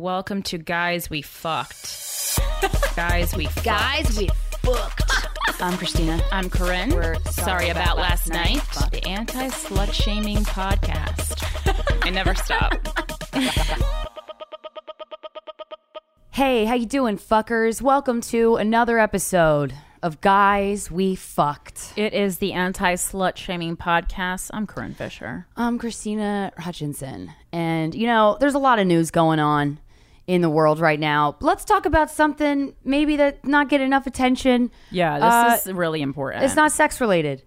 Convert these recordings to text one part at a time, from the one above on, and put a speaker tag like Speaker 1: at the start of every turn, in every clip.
Speaker 1: Welcome to Guys We Fucked. Guys We Fucked.
Speaker 2: Guys, we booked. I'm Christina.
Speaker 1: I'm Corinne.
Speaker 2: We're
Speaker 1: sorry, about, last night.
Speaker 2: Fuck.
Speaker 1: The anti slut shaming podcast. I never stop.
Speaker 2: Hey, how you doing, fuckers? Welcome to another episode of Guys We Fucked.
Speaker 1: It is the anti slut shaming podcast. I'm Corinne Fisher.
Speaker 2: I'm Christina Hutchinson, and you know, there's a lot of news going on in the world right now. Let's talk about something maybe that not get enough attention. Uh,
Speaker 1: Yeah, this is really important.
Speaker 2: It's not sex related.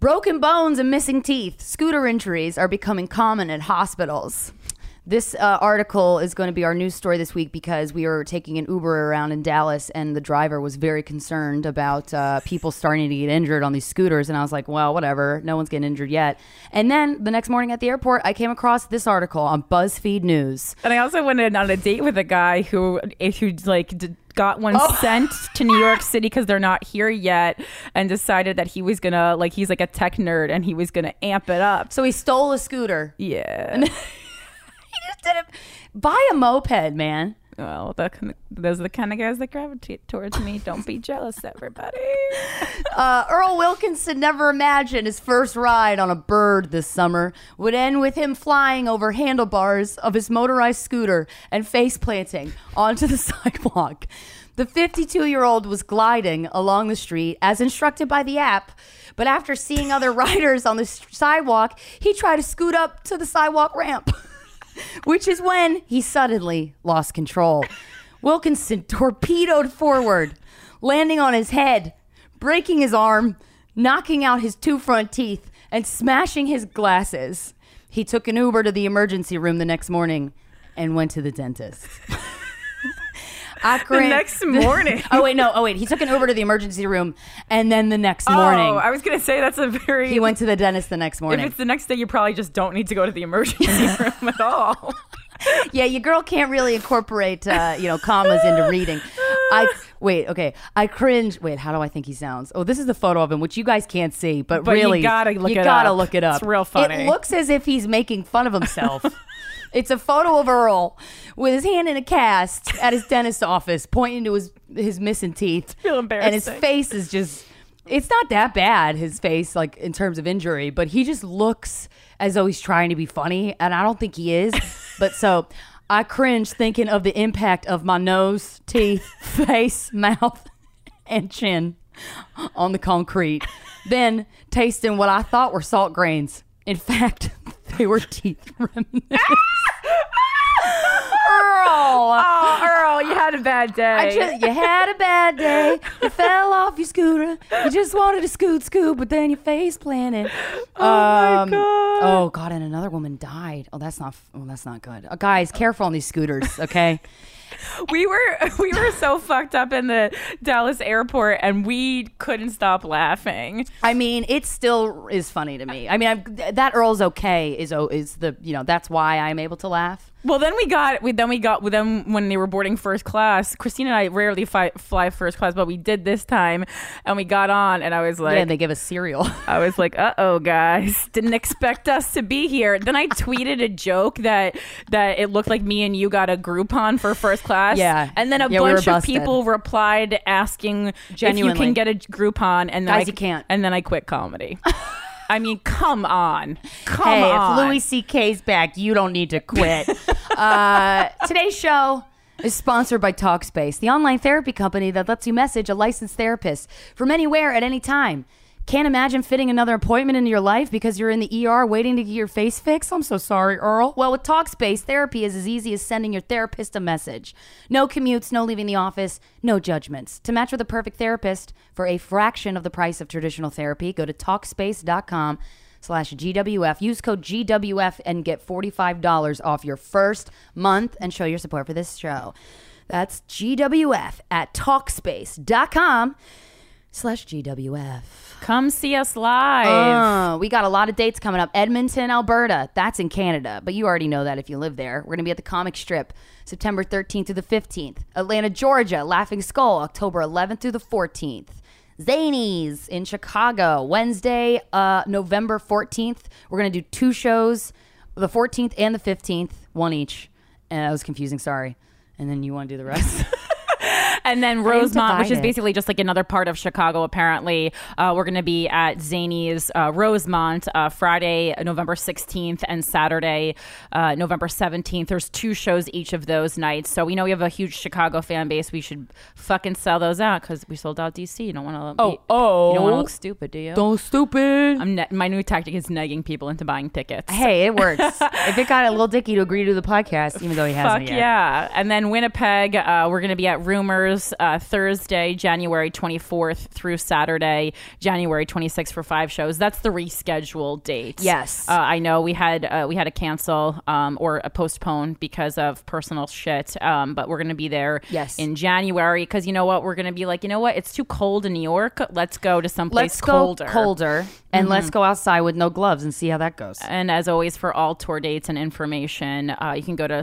Speaker 2: Broken bones and missing teeth, scooter injuries are becoming common at hospitals. This uh, article is going to be our news story this week because we were taking an Uber around in Dallas and the driver was very concerned about uh, people starting to get injured on these scooters. And I was like, well, whatever. No one's getting injured yet. And then the next morning at the airport, I came across this article on BuzzFeed News.
Speaker 1: And I also went in on a date with a guy who who like d- got one sent to New York City because they're not here yet, and decided that he was gonna like he's like a tech nerd and he was gonna amp it up.
Speaker 2: So he stole a scooter. He
Speaker 1: Yeah.
Speaker 2: just did it. Buy a moped, man.
Speaker 1: Well, the, those are the kind of guys that gravitate towards me. Don't be jealous, everybody.
Speaker 2: Uh, Earl Wilkinson never imagined his first ride on a bird this summer would end with him flying over handlebars of his motorized scooter and face planting onto the sidewalk. The 52 year old was gliding along the street as instructed by the app, but after seeing other riders on the s- sidewalk, he tried to scoot up to the sidewalk ramp which is when he suddenly lost control. Wilkinson torpedoed forward, landing on his head, breaking his arm, knocking out his two front teeth, and smashing his glasses. He took an Uber to the emergency room the next morning and went to the dentist. I cringe-
Speaker 1: next morning.
Speaker 2: oh wait, no. Oh wait, he took an Uber to the emergency room, and then the next morning
Speaker 1: Oh, I was gonna say that's a very.
Speaker 2: he went to the dentist the next
Speaker 1: If
Speaker 2: morning.
Speaker 1: it's the next day, you probably just don't need to go to the emergency room at all.
Speaker 2: yeah, your girl can't really incorporate, uh, you know, commas into reading. I wait, okay. I cringe. Wait, how do I think he sounds? Oh, this is the photo of him, which you guys can't see, but,
Speaker 1: But you
Speaker 2: really,
Speaker 1: gotta look
Speaker 2: you
Speaker 1: it
Speaker 2: gotta
Speaker 1: up.
Speaker 2: look it up.
Speaker 1: It's real funny.
Speaker 2: It looks as if he's making fun of himself. it's a photo of Earl with his hand in a cast at his dentist's office, pointing to his his missing teeth.
Speaker 1: Feel
Speaker 2: and his
Speaker 1: embarrassing.
Speaker 2: face is just. It's not that bad, his face, like in terms of injury, but he just looks as though he's trying to be funny, and I don't think he is. but so I cringe thinking of the impact of my nose, teeth, face, mouth, and chin on the concrete, then tasting what I thought were salt grains. In fact, they were teeth remnants. Earl!
Speaker 1: Oh, Earl, you had a bad day.
Speaker 2: I just, you had a bad day. You fell off your scooter. You just wanted to scoot, scoot, but then your face planted. Oh my god! Oh god! And another woman died. Oh, that's not. f- Oh, that's not good. Uh, guys, careful on these scooters, okay?
Speaker 1: we were we were so fucked up in the Dallas airport, and we couldn't stop laughing.
Speaker 2: I mean, it still is funny to me. I mean, I'm, th- that Earl's okay is oh is the you know that's why I'm able to laugh.
Speaker 1: Well, then we got we then we got then when they were boarding first class. Christina and I rarely fi- fly first class, but we did this time, and we got on, and I was like,
Speaker 2: yeah, they give us cereal.
Speaker 1: I was like, "Uh oh, guys! Didn't expect us to be here." Then I tweeted a joke that that it looked like me and you got a Groupon for first class.
Speaker 2: Yeah.
Speaker 1: and then a
Speaker 2: Yeah, we were
Speaker 1: bunch of
Speaker 2: busted.
Speaker 1: people replied asking if you
Speaker 2: Genuinely.
Speaker 1: can get a Groupon, and then
Speaker 2: Guys,
Speaker 1: I,
Speaker 2: you can't.
Speaker 1: And then I quit comedy. I mean, come on, come
Speaker 2: hey,
Speaker 1: on.
Speaker 2: if Louis C.K.'s back, you don't need to quit. uh, today's show is sponsored by Talkspace, the online therapy company that lets you message a licensed therapist from anywhere at any time. Can't imagine fitting another appointment into your life because you're in the ER waiting to get your face fixed? I'm so sorry, Earl. Well, with Talkspace, therapy is as easy as sending your therapist a message. No commutes, no leaving the office, no judgments. To match with the perfect therapist for a fraction of the price of traditional therapy, go to talkspace.com slash GWF. Use code GWF and get $45 off your first month and show your support for this show. That's GWF at talkspace.com slash GWF.
Speaker 1: Come see us live.
Speaker 2: Uh, we got a lot of dates coming up. Edmonton, Alberta. That's in Canada, but you already know that if you live there. We're going to be at the Comic Strip September 13th through the 15th. Atlanta, Georgia, Laughing Skull, October 11th through the 14th. Zanies in Chicago, Wednesday, uh, November 14th. We're going to do two shows, the 14th and the 15th, one each. And that was confusing, sorry. And then you want to do the rest.
Speaker 1: and then Rosemont, which is
Speaker 2: divided.
Speaker 1: basically just like another part of Chicago, apparently. Uh, we're going to be at Zany's uh, Rosemont uh, Friday, November 16th, and Saturday, uh, November 17th. There's two shows each of those nights. So we know we have a huge Chicago fan base. We should fucking sell those out because we sold out DC. You don't want to.
Speaker 2: Oh, oh.
Speaker 1: You don't want to look stupid, do you?
Speaker 2: Don't stupid.
Speaker 1: I'm ne- my new tactic is negging people into buying tickets.
Speaker 2: Hey, it works. if it got a little dicky to agree to the podcast, even though he hasn't
Speaker 1: Fuck
Speaker 2: yet.
Speaker 1: yeah. And then Winnipeg, uh, we're going to be at Rumors uh, Thursday, January 24th through Saturday, January 26th for five shows. That's the rescheduled dates.
Speaker 2: Yes.
Speaker 1: Uh, I know we had uh, we had to cancel um, or a postpone because of personal shit, um, but we're going to be there
Speaker 2: Yes.
Speaker 1: in January because you know what? We're going to be like, you know what? It's too cold in New York. Let's go to someplace
Speaker 2: Let's go
Speaker 1: colder.
Speaker 2: colder, Mm-hmm. and let's go outside with no gloves and see how that goes.
Speaker 1: And as always, for all tour dates and information, uh, you can go to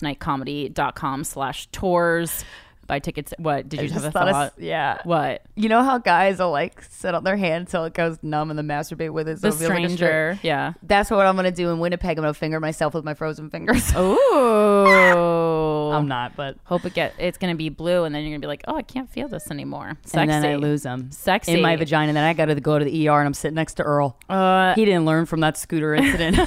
Speaker 1: sorryaboutlastnightcomedy.com slash tours. Buy tickets. What? Did you have a thought?
Speaker 2: yeah.
Speaker 1: what?
Speaker 2: You know how guys will like sit on their hand until it goes numb and then masturbate with it. So
Speaker 1: The
Speaker 2: it'll feel like a
Speaker 1: stranger. yeah.
Speaker 2: That's what I'm gonna do in Winnipeg. I'm gonna finger myself with my frozen fingers.
Speaker 1: Ooh.
Speaker 2: I'm not, but
Speaker 1: Hope it get. It's gonna be blue, and then you're gonna be like, oh, I can't feel this anymore. Sexy.
Speaker 2: and then I lose them
Speaker 1: Sexy.
Speaker 2: in my vagina. Then I got to go to the ER and I'm sitting next to Earl.
Speaker 1: Uh,
Speaker 2: he didn't learn from that scooter incident.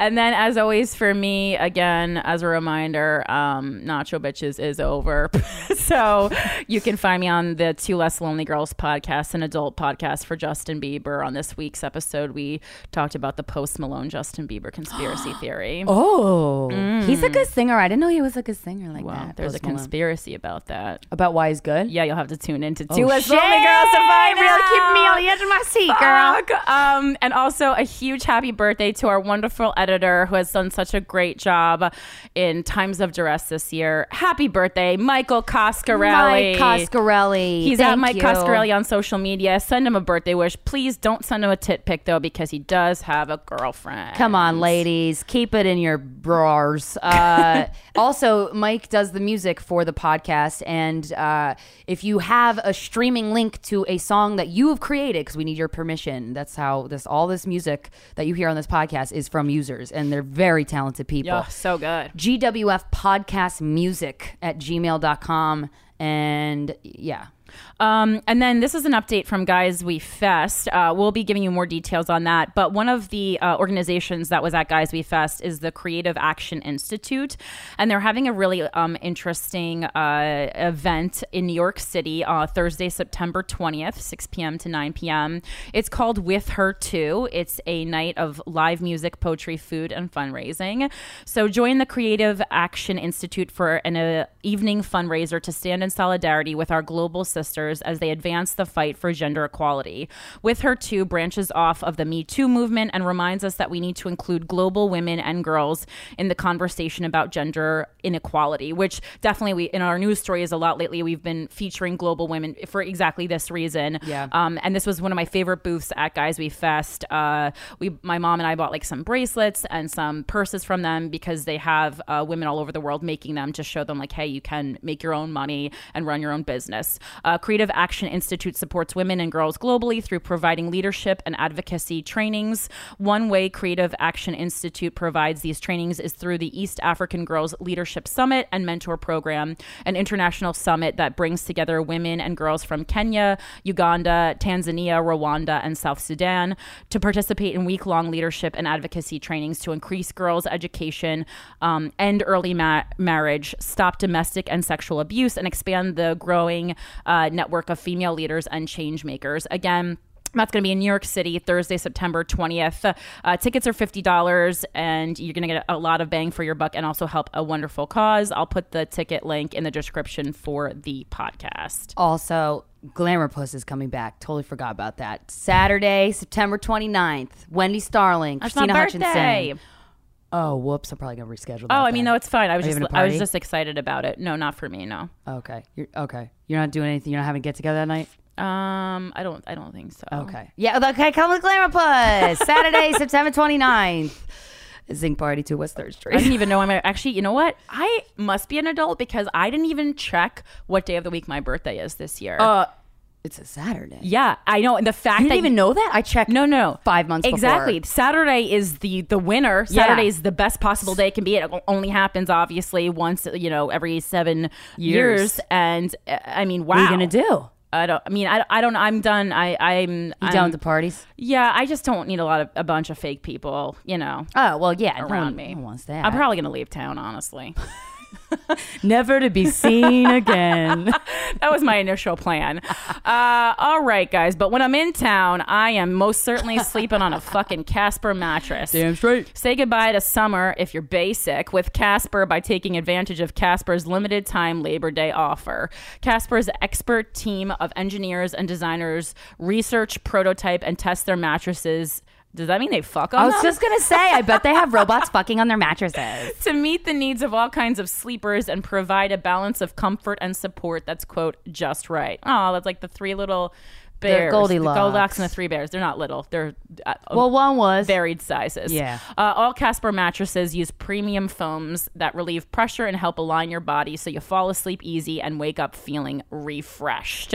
Speaker 1: and then, as always, for me, again, as a reminder, um, Nacho Bitches is over. so you can find me on the Two Less Lonely Girls podcast, an adult podcast for Justin Bieber. On this week's episode, we talked about the post Malone Justin Bieber conspiracy theory.
Speaker 2: oh, he's a good singer. I didn't know he was a good singer like
Speaker 1: Wow,
Speaker 2: that.
Speaker 1: there's a
Speaker 2: Post Malone.
Speaker 1: conspiracy about that.
Speaker 2: about why he's good.
Speaker 1: Yeah, you'll have to tune in to Two Less
Speaker 2: Oh, shit.
Speaker 1: Lonely Girls to find real.
Speaker 2: Keep me on the edge of my seat, girl.
Speaker 1: Fuck. Um, and also a huge happy birthday to our wonderful editor who has done such a great job in times of duress this year. Happy birthday, Michael Coscarelli.
Speaker 2: Mike Coscarelli.
Speaker 1: He's at
Speaker 2: Thank
Speaker 1: Mike
Speaker 2: you.
Speaker 1: Coscarelli on social media. Send him a birthday wish. Please don't send him a tit pic though, because he does have a girlfriend.
Speaker 2: Come on, ladies, keep it in your bras. Uh, also, Mike does the music for the podcast, and uh, if you have a streaming link to a song that you have created, because we need your permission, that's how this all this music that you hear on this podcast is from users, and they're very talented people.
Speaker 1: Yeah, so good.
Speaker 2: GWF podcast music at gmail.com. And yeah,
Speaker 1: Um, and then this is an update from Guys We Fest. Uh, we'll be giving you more details on that. But one of the uh, organizations that was at Guys We Fest is the Creative Action Institute, and they're having a really um, interesting uh, event in New York City uh, Thursday, September twentieth, six p.m. to nine p.m. It's called With Her Too. It's a night of live music, poetry, food, and fundraising. So join the Creative Action Institute for an uh, evening fundraiser to stand in solidarity with our global sisters as they advance the fight for gender equality. With Her Too branches off of the Me Too movement and reminds us that we need to include global women and girls in the conversation about gender inequality, which definitely we in our news stories a lot lately we've been featuring global women for exactly this reason.
Speaker 2: Yeah.
Speaker 1: Um, and this was one of my favorite booths at Guys We Fest. Uh, we, my mom and I bought like some bracelets and some purses from them because they have uh, women all over the world making them to show them like, hey, you can make your own money and run your own business. Uh, Creative Action Institute supports women and girls globally through providing leadership and advocacy trainings. One way Creative Action Institute provides these trainings is through the East African Girls Leadership Summit and Mentor Program, an international summit that brings together women and girls from Kenya, Uganda, Tanzania, Rwanda, and South Sudan to participate in week long leadership and advocacy trainings to increase girls' education, um, end early ma- marriage, stop domestic and sexual abuse, and expand the growing uh, network of female leaders and change makers. Again, that's going to be in New York City Thursday, September 20th. Uh, tickets are $50 and you're going to get a lot of bang for your buck and also help a wonderful cause. I'll put the ticket link in the description for the podcast.
Speaker 2: also Glamourpuss is coming back. Totally forgot about that. Saturday, September 29th. Wendy Starling,
Speaker 1: That's my
Speaker 2: Christina
Speaker 1: birthday.
Speaker 2: Hutchinson. Oh, whoops! I'm probably gonna reschedule.
Speaker 1: Oh, I mean, no, it's fine. I was
Speaker 2: Are you
Speaker 1: just
Speaker 2: having a
Speaker 1: I was
Speaker 2: party?
Speaker 1: just excited about it. No, not for me. No.
Speaker 2: okay. You're okay. You're not doing anything. You're not having a get together that night.
Speaker 1: Um, I don't I don't think so.
Speaker 2: Okay. Yeah. Okay. Come with Glamourpuss. Saturday, September 29th. Zinc party to West Third
Speaker 1: I
Speaker 2: Street.
Speaker 1: didn't even know I'm actually. You know what? I must be an adult because I didn't even check what day of the week my birthday is this year.
Speaker 2: Uh, it's a Saturday. You
Speaker 1: yeah, I know. And the fact
Speaker 2: didn't
Speaker 1: that
Speaker 2: even know that? I checked.
Speaker 1: No, no.
Speaker 2: Five months before.
Speaker 1: Exactly. Saturday is the the winner. Saturday
Speaker 2: Yeah.
Speaker 1: is the best possible day it can be. It o- only happens obviously once, you know, every 7
Speaker 2: Years.
Speaker 1: years, and uh, I mean, wow.
Speaker 2: What are you gonna do?
Speaker 1: I don't I mean, I, I don't I'm done. I I'm,
Speaker 2: You
Speaker 1: I'm
Speaker 2: down with the parties?
Speaker 1: Yeah, I just don't need a lot of a bunch of fake people, you know.
Speaker 2: Oh well, yeah. no
Speaker 1: Around
Speaker 2: one-
Speaker 1: me.
Speaker 2: no one wants that.
Speaker 1: I'm probably going to leave town, honestly.
Speaker 2: never to be seen again.
Speaker 1: that was my initial plan. Uh, all right, guys. But when I'm in town, I am most certainly sleeping on a fucking Casper mattress.
Speaker 2: straight.
Speaker 1: Say goodbye to summer if you're basic with Casper by taking advantage of Casper's limited time Labor Day offer. Casper's expert team of engineers and designers research, prototype, and test their mattresses. Does that mean they fuck on
Speaker 2: I
Speaker 1: them?
Speaker 2: was just gonna say, I bet they have robots fucking on their mattresses.
Speaker 1: to meet the needs of all kinds of sleepers and provide a balance of comfort and support that's quote just right. Oh, that's like the three little bears,
Speaker 2: They're
Speaker 1: the
Speaker 2: Goldilocks.
Speaker 1: Goldilocks and the three bears. They're not little. They're uh,
Speaker 2: Well, one was
Speaker 1: varied sizes.
Speaker 2: Yeah.
Speaker 1: Uh, all Casper mattresses use premium foams that relieve pressure and help align your body so you fall asleep easy and wake up feeling refreshed.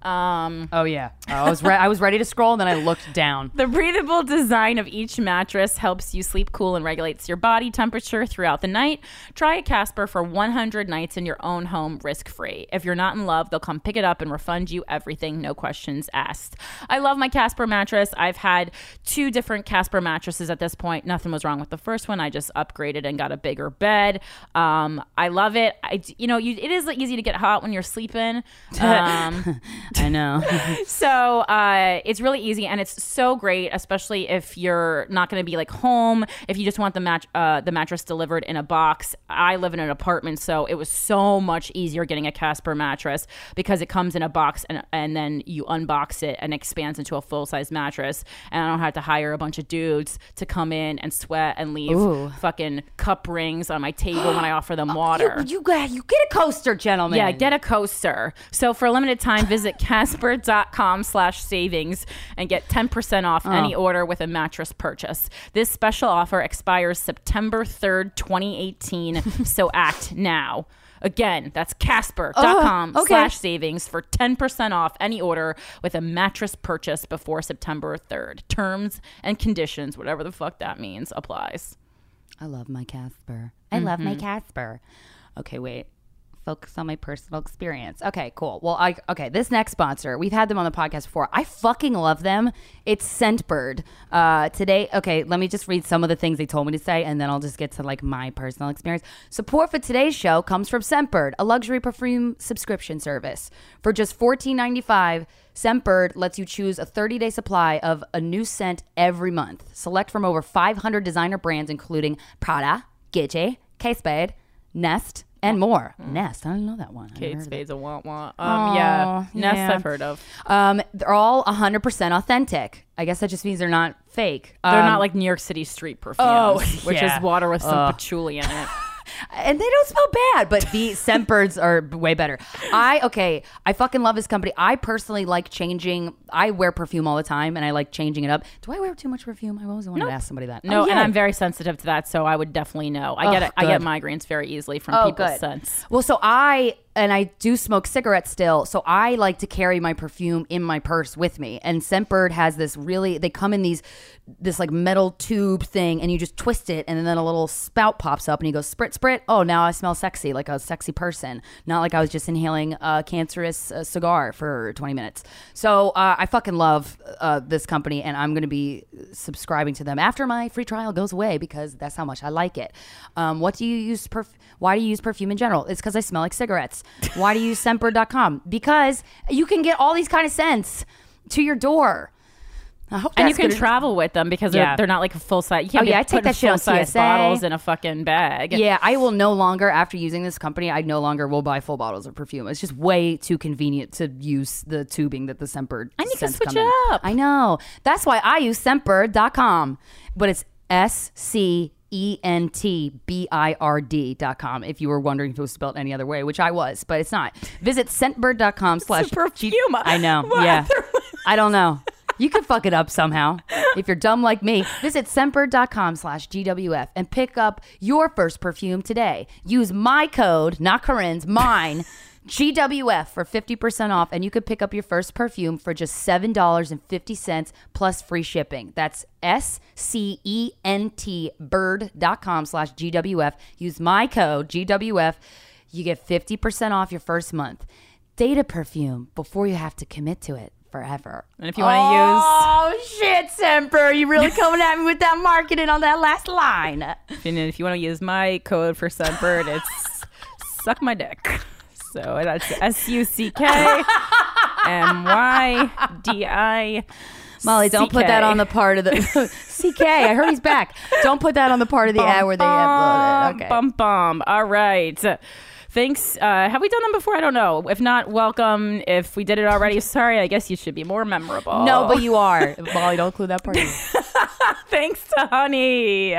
Speaker 1: Um,
Speaker 2: Oh yeah, I was re- I was ready to scroll, and then I looked down.
Speaker 1: the breathable design of each mattress helps you sleep cool and regulates your body temperature throughout the night. Try a Casper for 100 nights in your own home risk free. If you're not in love, they'll come pick it up and refund you everything, no questions asked. I love my Casper mattress. I've had two different Casper mattresses at this point. Nothing was wrong with the first one. I just upgraded and got a bigger bed. Um, I love it. I d you know, you, it is easy to get hot when you're sleeping. Um,
Speaker 2: I know.
Speaker 1: so uh, it's really easy and it's so great, especially if you're not going to be like home. If you just want the mat- uh, the mattress delivered in a box. I live in an apartment, so it was so much easier getting a Casper mattress because it comes in a box and and then you unbox it and expands into a full size mattress. And I don't have to hire a bunch of dudes to come in and sweat and leave
Speaker 2: Ooh.
Speaker 1: fucking cup rings on my table when I offer them water.
Speaker 2: you, you got you get a coaster, gentlemen.
Speaker 1: Yeah, get a coaster. So for a limited time, visit casper.com slash savings and get 10% off any
Speaker 2: Oh.
Speaker 1: order with a mattress purchase. This special offer expires September 3rd, 2018. so act now. Again, that's casper.com
Speaker 2: Oh, okay.
Speaker 1: slash savings for 10% off any order with a mattress purchase before September 3rd. Terms and conditions, whatever the fuck that means, applies.
Speaker 2: I love my Casper. I love my Casper. Okay, wait. Focus on my personal experience. Okay, cool. Well, I okay. This next sponsor, we've had them on the podcast before. I fucking love them. It's Scentbird. Uh, today, okay. Let me just read some of the things they told me to say, and then I'll just get to like my personal experience. Support for today's show comes from Scentbird, a luxury perfume subscription service. For just $14.95, Scentbird lets you choose a 30-day supply of a new scent every month. Select from over 500 designer brands, including Prada, Gucci, K Spade, Nest, and more. Nest, I don't know that one. I never
Speaker 1: Kate
Speaker 2: heard of
Speaker 1: Spade's a want want. Um, yeah,
Speaker 2: Aw,
Speaker 1: Nest
Speaker 2: yeah.
Speaker 1: I've heard of.
Speaker 2: it. Um, they're all 100% authentic. I guess that just means they're not fake.
Speaker 1: They're
Speaker 2: Um,
Speaker 1: not like New York City street perfumes,
Speaker 2: Oh,
Speaker 1: which
Speaker 2: yeah.
Speaker 1: is water with some patchouli in it.
Speaker 2: and they don't smell bad, but the Scentbirds are b- way better. I okay, I fucking love this company. I personally like changing. I wear perfume all the time, and I like changing it up. Do I wear too much perfume? I always wanted to ask somebody that.
Speaker 1: No,
Speaker 2: Oh,
Speaker 1: and
Speaker 2: yeah.
Speaker 1: I'm very sensitive to that, so I would definitely know. I get
Speaker 2: Oh,
Speaker 1: it. I get
Speaker 2: good.
Speaker 1: migraines very easily from people's scents.
Speaker 2: Oh, Well, so I and I do smoke cigarettes still, so I like to carry my perfume in my purse with me. And Scentbird has this really they come in these this like metal tube thing and you just twist it and then a little spout pops up and you go sprit sprit. Oh, now I smell sexy, like a sexy person, not like I was just inhaling a cancerous uh, cigar for 20 minutes. So, uh, I fucking love uh, this company and I'm going to be subscribing to them after my free trial goes away because that's how much I like it. Um, what do you use? Perf- why do you use perfume in general? It's because I smell like cigarettes. why do you use Scentbird.com? Because you can get all these kind of scents to your door. I hope
Speaker 1: and you
Speaker 2: that's
Speaker 1: can
Speaker 2: gonna-
Speaker 1: travel with them because they're,
Speaker 3: Yeah.
Speaker 1: they're not like full size. You can't
Speaker 2: Oh, yeah,
Speaker 1: be
Speaker 2: I take
Speaker 1: putting
Speaker 2: that shit on
Speaker 1: full-size
Speaker 2: TSA.
Speaker 1: bottles in a fucking bag.
Speaker 2: Yeah, I will no longer after using this company. I no longer will buy full bottles of perfume. It's just way too convenient to use the tubing that the Semper.
Speaker 1: I need to
Speaker 2: scents
Speaker 1: switch
Speaker 2: come in.
Speaker 1: it up.
Speaker 2: I know. That's why I use Semper.com, but it's S C E N T B I R D.com. If you were wondering if it was spelled any other way, which I was, but it's not. Visit Scentbird.com slash
Speaker 1: perfume.
Speaker 2: I know.
Speaker 1: What
Speaker 2: yeah.
Speaker 1: other way?
Speaker 2: I don't know. You could fuck it up somehow. If you're dumb like me, visit Semper.com slash GWF and pick up your first perfume today. Use my code, not Corinne's, mine, GWF for 50% off, and you could pick up your first perfume for just $7.50 plus free shipping. That's S C E N T bird.com slash GWF. Use my code, GWF. You get 50% off your first month. Data perfume before you have to commit to it forever.
Speaker 1: And if you want to use.
Speaker 2: Oh shit, Semper, you really coming at me with that marketing on that last line.
Speaker 1: And if you want to use my code for Sunbird, it's suck my dick. So that's S U C K M Y D I.
Speaker 2: Molly, don't put that on the part of the CK. I heard he's back. Don't put that on the part of the ad where they upload it. Okay.
Speaker 1: Bum bum. All right. Thanks. Uh, have we done them before? I don't know. If not, welcome. If we did it already, sorry. I guess you should be more memorable.
Speaker 2: No, but you are. Molly, don't include that part. of it.
Speaker 1: Thanks to Honey.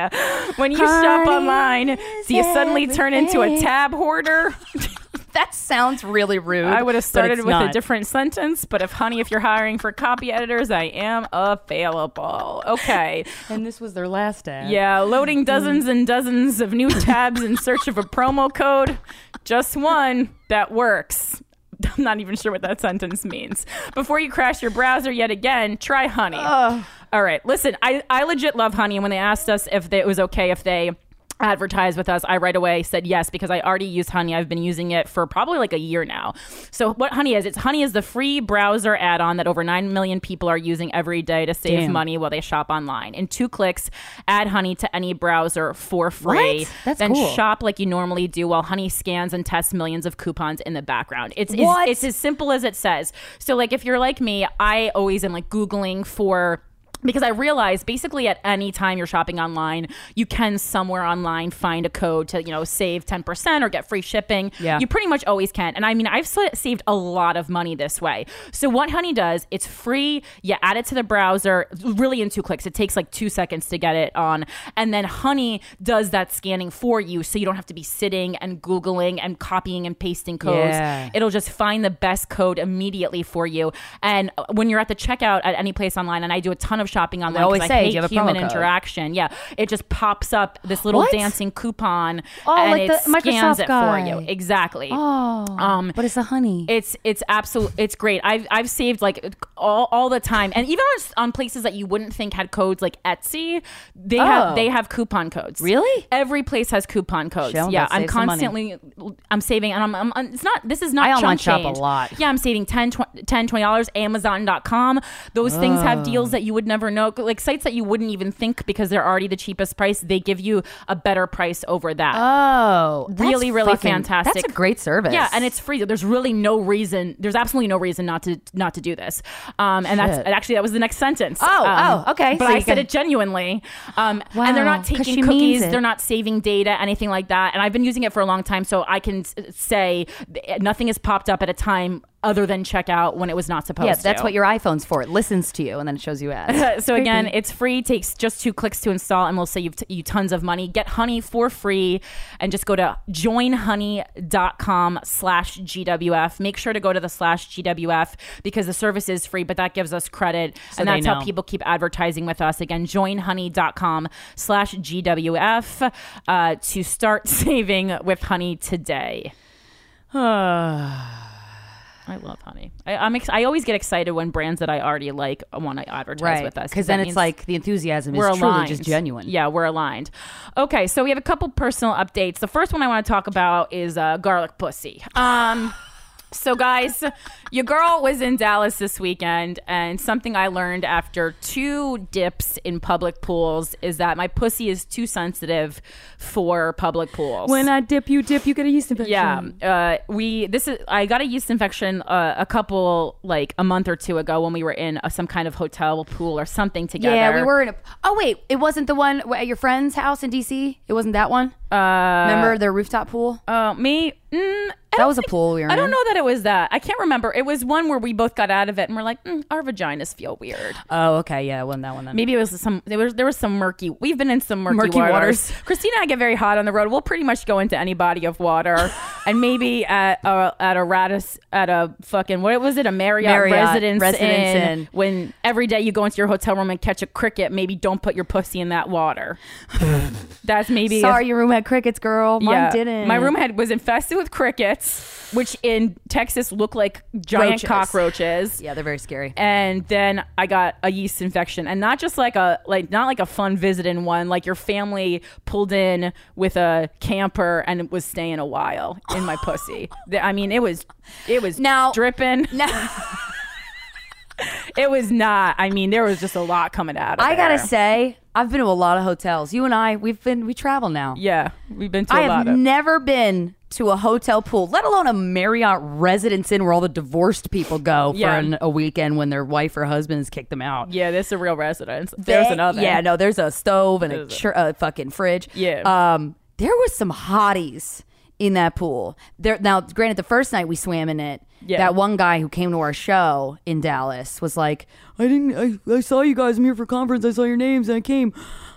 Speaker 1: When you shop
Speaker 2: Honey
Speaker 1: online, do you suddenly turn into a
Speaker 2: everything.
Speaker 1: tab hoarder?
Speaker 2: that sounds really rude.
Speaker 1: I would have
Speaker 2: but
Speaker 1: started
Speaker 2: it's
Speaker 1: with a
Speaker 2: not.
Speaker 1: different sentence, but if honey, if you're hiring for copy editors, I am available. Okay.
Speaker 2: And this was their last ad.
Speaker 1: Yeah, loading dozens and dozens of new tabs in search of a promo code. Just one that works. I'm not even sure what that sentence means. Before you crash your browser yet again, try honey. All right, listen, I, I legit love honey. And when they asked us if they, it was okay if they advertise with us, I right away said yes because I already use Honey. I've been using it for probably like a year now. So what Honey is, it's Honey is the free browser add-on that over 9 million people are using every day to save money while they shop online. In two clicks, add Honey to any browser for free.
Speaker 2: What? That's
Speaker 1: then
Speaker 2: cool.
Speaker 1: shop like you normally do while Honey scans and tests millions of coupons in the background. It's it's,
Speaker 2: What?
Speaker 1: it's as simple as it says. So like if you're like me, I always am like googling for because I realize basically at any time you're shopping online, you can somewhere online find a code to, you know, save 10% or get free shipping.
Speaker 2: Yeah.
Speaker 1: You pretty much always can. And I mean, I've sa- saved a lot of money this way. So what Honey does, it's free. You add it to the browser really in two clicks. It takes like two seconds to get it on. And then Honey does that scanning for you so you don't have to be sitting and Googling and copying and pasting codes.
Speaker 2: Yeah.
Speaker 1: It'll just find the best code immediately for you. And uh, when you're at the checkout at any place online, and I do a ton of shopping online, 'cause
Speaker 2: always
Speaker 1: I
Speaker 2: say,
Speaker 1: hate
Speaker 2: "Do you have a promo
Speaker 1: human
Speaker 2: code?"
Speaker 1: interaction. Yeah, it just pops up this little
Speaker 2: What?
Speaker 1: dancing coupon
Speaker 2: Oh,
Speaker 1: and
Speaker 2: like
Speaker 1: it
Speaker 2: the
Speaker 1: scans
Speaker 2: Microsoft
Speaker 1: it
Speaker 2: guy.
Speaker 1: for you. Exactly.
Speaker 2: Oh,
Speaker 1: Um,
Speaker 2: but it's a honey.
Speaker 1: It's it's absolute. It's great. I've I've saved like all, all the time, and even on, on places that you wouldn't think had codes, like Etsy, they
Speaker 2: Oh.
Speaker 1: have they have coupon codes.
Speaker 2: Really?
Speaker 1: Every place has coupon codes.
Speaker 2: Shit, I'm
Speaker 1: yeah,
Speaker 2: about to
Speaker 1: I'm
Speaker 2: save some
Speaker 1: constantly
Speaker 2: money.
Speaker 1: I'm saving, and I'm, I'm, I'm- it's not this is not
Speaker 2: I online
Speaker 1: chump
Speaker 2: shop a
Speaker 1: change.
Speaker 2: lot.
Speaker 1: Yeah, I'm saving 10 20 dollars. Amazon.com. Those things
Speaker 2: Oh.
Speaker 1: have deals that you would never know, like sites that you wouldn't even think because they're already the cheapest price. They give you a better price over that.
Speaker 2: oh, that's
Speaker 1: really, really
Speaker 2: fucking-
Speaker 1: fantastic.
Speaker 2: That's a great service.
Speaker 1: Yeah, and it's free. There's really no reason. There's absolutely no reason not to not to do this. Um, and that's
Speaker 2: Shit.
Speaker 1: and actually that was the next sentence.
Speaker 2: Oh,
Speaker 1: Um,
Speaker 2: oh, okay.
Speaker 1: But
Speaker 2: So
Speaker 1: I
Speaker 2: you
Speaker 1: said
Speaker 2: can-
Speaker 1: it genuinely. Um, and they're
Speaker 2: Wow,
Speaker 1: not
Speaker 2: 'cause she
Speaker 1: taking
Speaker 2: means
Speaker 1: cookies.
Speaker 2: it.
Speaker 1: They're not saving data, anything like that. And I've been using it for a long time, so I can s- say th- nothing has popped up at a time other than checkout when it was not supposed
Speaker 2: yeah,
Speaker 1: to.
Speaker 2: that's what your iPhone's for. It listens to you and then it shows you ads.
Speaker 1: So again, it's free. Takes just two clicks to install, and we'll save you, t- you tons of money. Get Honey for free, and just go to joinhoney.com/gwf. Make sure to go to the slash gwf because the service is free, but that gives us credit, and
Speaker 2: they
Speaker 1: that's
Speaker 2: know.
Speaker 1: how people keep advertising with us. Again, joinhoney.com/gwf uh, to start saving with Honey today. I love Honey. I, I'm ex- I always get excited when brands that I already like want to advertise with us
Speaker 2: Because
Speaker 1: that
Speaker 2: then it's
Speaker 1: means-
Speaker 2: like the enthusiasm is
Speaker 1: we're
Speaker 2: truly
Speaker 1: aligned.
Speaker 2: just genuine.
Speaker 1: Yeah, we're aligned. Okay, so we have a couple personal updates. The first one I want to talk about is uh, garlic pussy. Um, So, guys, your girl was in Dallas this weekend, and something I learned after two dips in public pools is that my pussy is too sensitive for public pools.
Speaker 3: When I dip, you dip, you get a yeast infection.
Speaker 1: yeah, uh, we this is I got a yeast infection uh, a couple like a month or two ago when we were in a, some kind of hotel pool or something together.
Speaker 2: Yeah, we were in a. Oh wait, it wasn't the one w- at your friend's house in DC. It wasn't that one. Uh, Remember their rooftop pool?
Speaker 1: Uh, me. Mm, I
Speaker 2: that
Speaker 1: don't
Speaker 2: was a
Speaker 1: think-
Speaker 2: pool we were
Speaker 1: I
Speaker 2: in.
Speaker 1: don't know that it was that. I can't remember. It was one where we both got out of it and we're like, mm, our vaginas feel weird.
Speaker 2: Oh, okay, yeah, it wasn't that one. Then.
Speaker 1: Maybe it was some there was there was some murky. We've been in some murky,
Speaker 2: Murky
Speaker 1: waters.
Speaker 2: waters.
Speaker 1: Christina and I get very hot on the road. We'll pretty much go into any body of water, and maybe at a, at a Radis at a fucking what was it a Marriott,
Speaker 2: Marriott,
Speaker 1: residence,
Speaker 2: Residence
Speaker 1: inn,
Speaker 2: Inn.
Speaker 1: When every day you go into your hotel room and catch a cricket, maybe don't put your pussy in that water. That's maybe
Speaker 2: Sorry, your room had crickets, girl. Mine
Speaker 1: yeah.
Speaker 2: didn't.
Speaker 1: My room had was infested with crickets, which in Texas look like giant
Speaker 2: Roaches.
Speaker 1: cockroaches.
Speaker 2: Yeah, they're very scary.
Speaker 1: And then I got a yeast infection, and not just like a like not like a fun visiting one. Like your family pulled in with a camper and was staying a while in my pussy. The- I mean, it was it was
Speaker 2: Now-
Speaker 1: dripping.
Speaker 2: Now,
Speaker 1: It was not. I mean, there was just a lot coming out. Of
Speaker 2: I gotta
Speaker 1: there.
Speaker 2: say, I've been to a lot of hotels. You and I, we've been we travel now.
Speaker 1: yeah, we've been to
Speaker 2: I
Speaker 1: a
Speaker 2: have
Speaker 1: lot of.
Speaker 2: never been to a hotel pool, let alone a Marriott residence inn where all the divorced people go
Speaker 1: Yeah.
Speaker 2: for an, a weekend when their wife or husband has kicked them out.
Speaker 1: yeah, this is a real residence. There's
Speaker 2: They-
Speaker 1: another.
Speaker 2: Yeah, no, there's a stove and a,
Speaker 1: There's a-
Speaker 2: chur- a fucking fridge.
Speaker 1: Yeah.
Speaker 2: Um, there was some hotties in that pool. There now, granted, the first night we swam in it,
Speaker 1: Yeah.
Speaker 2: that one guy who came to our show in Dallas was like, I didn't I, I saw you guys, I'm here for conference, I saw your names and I came.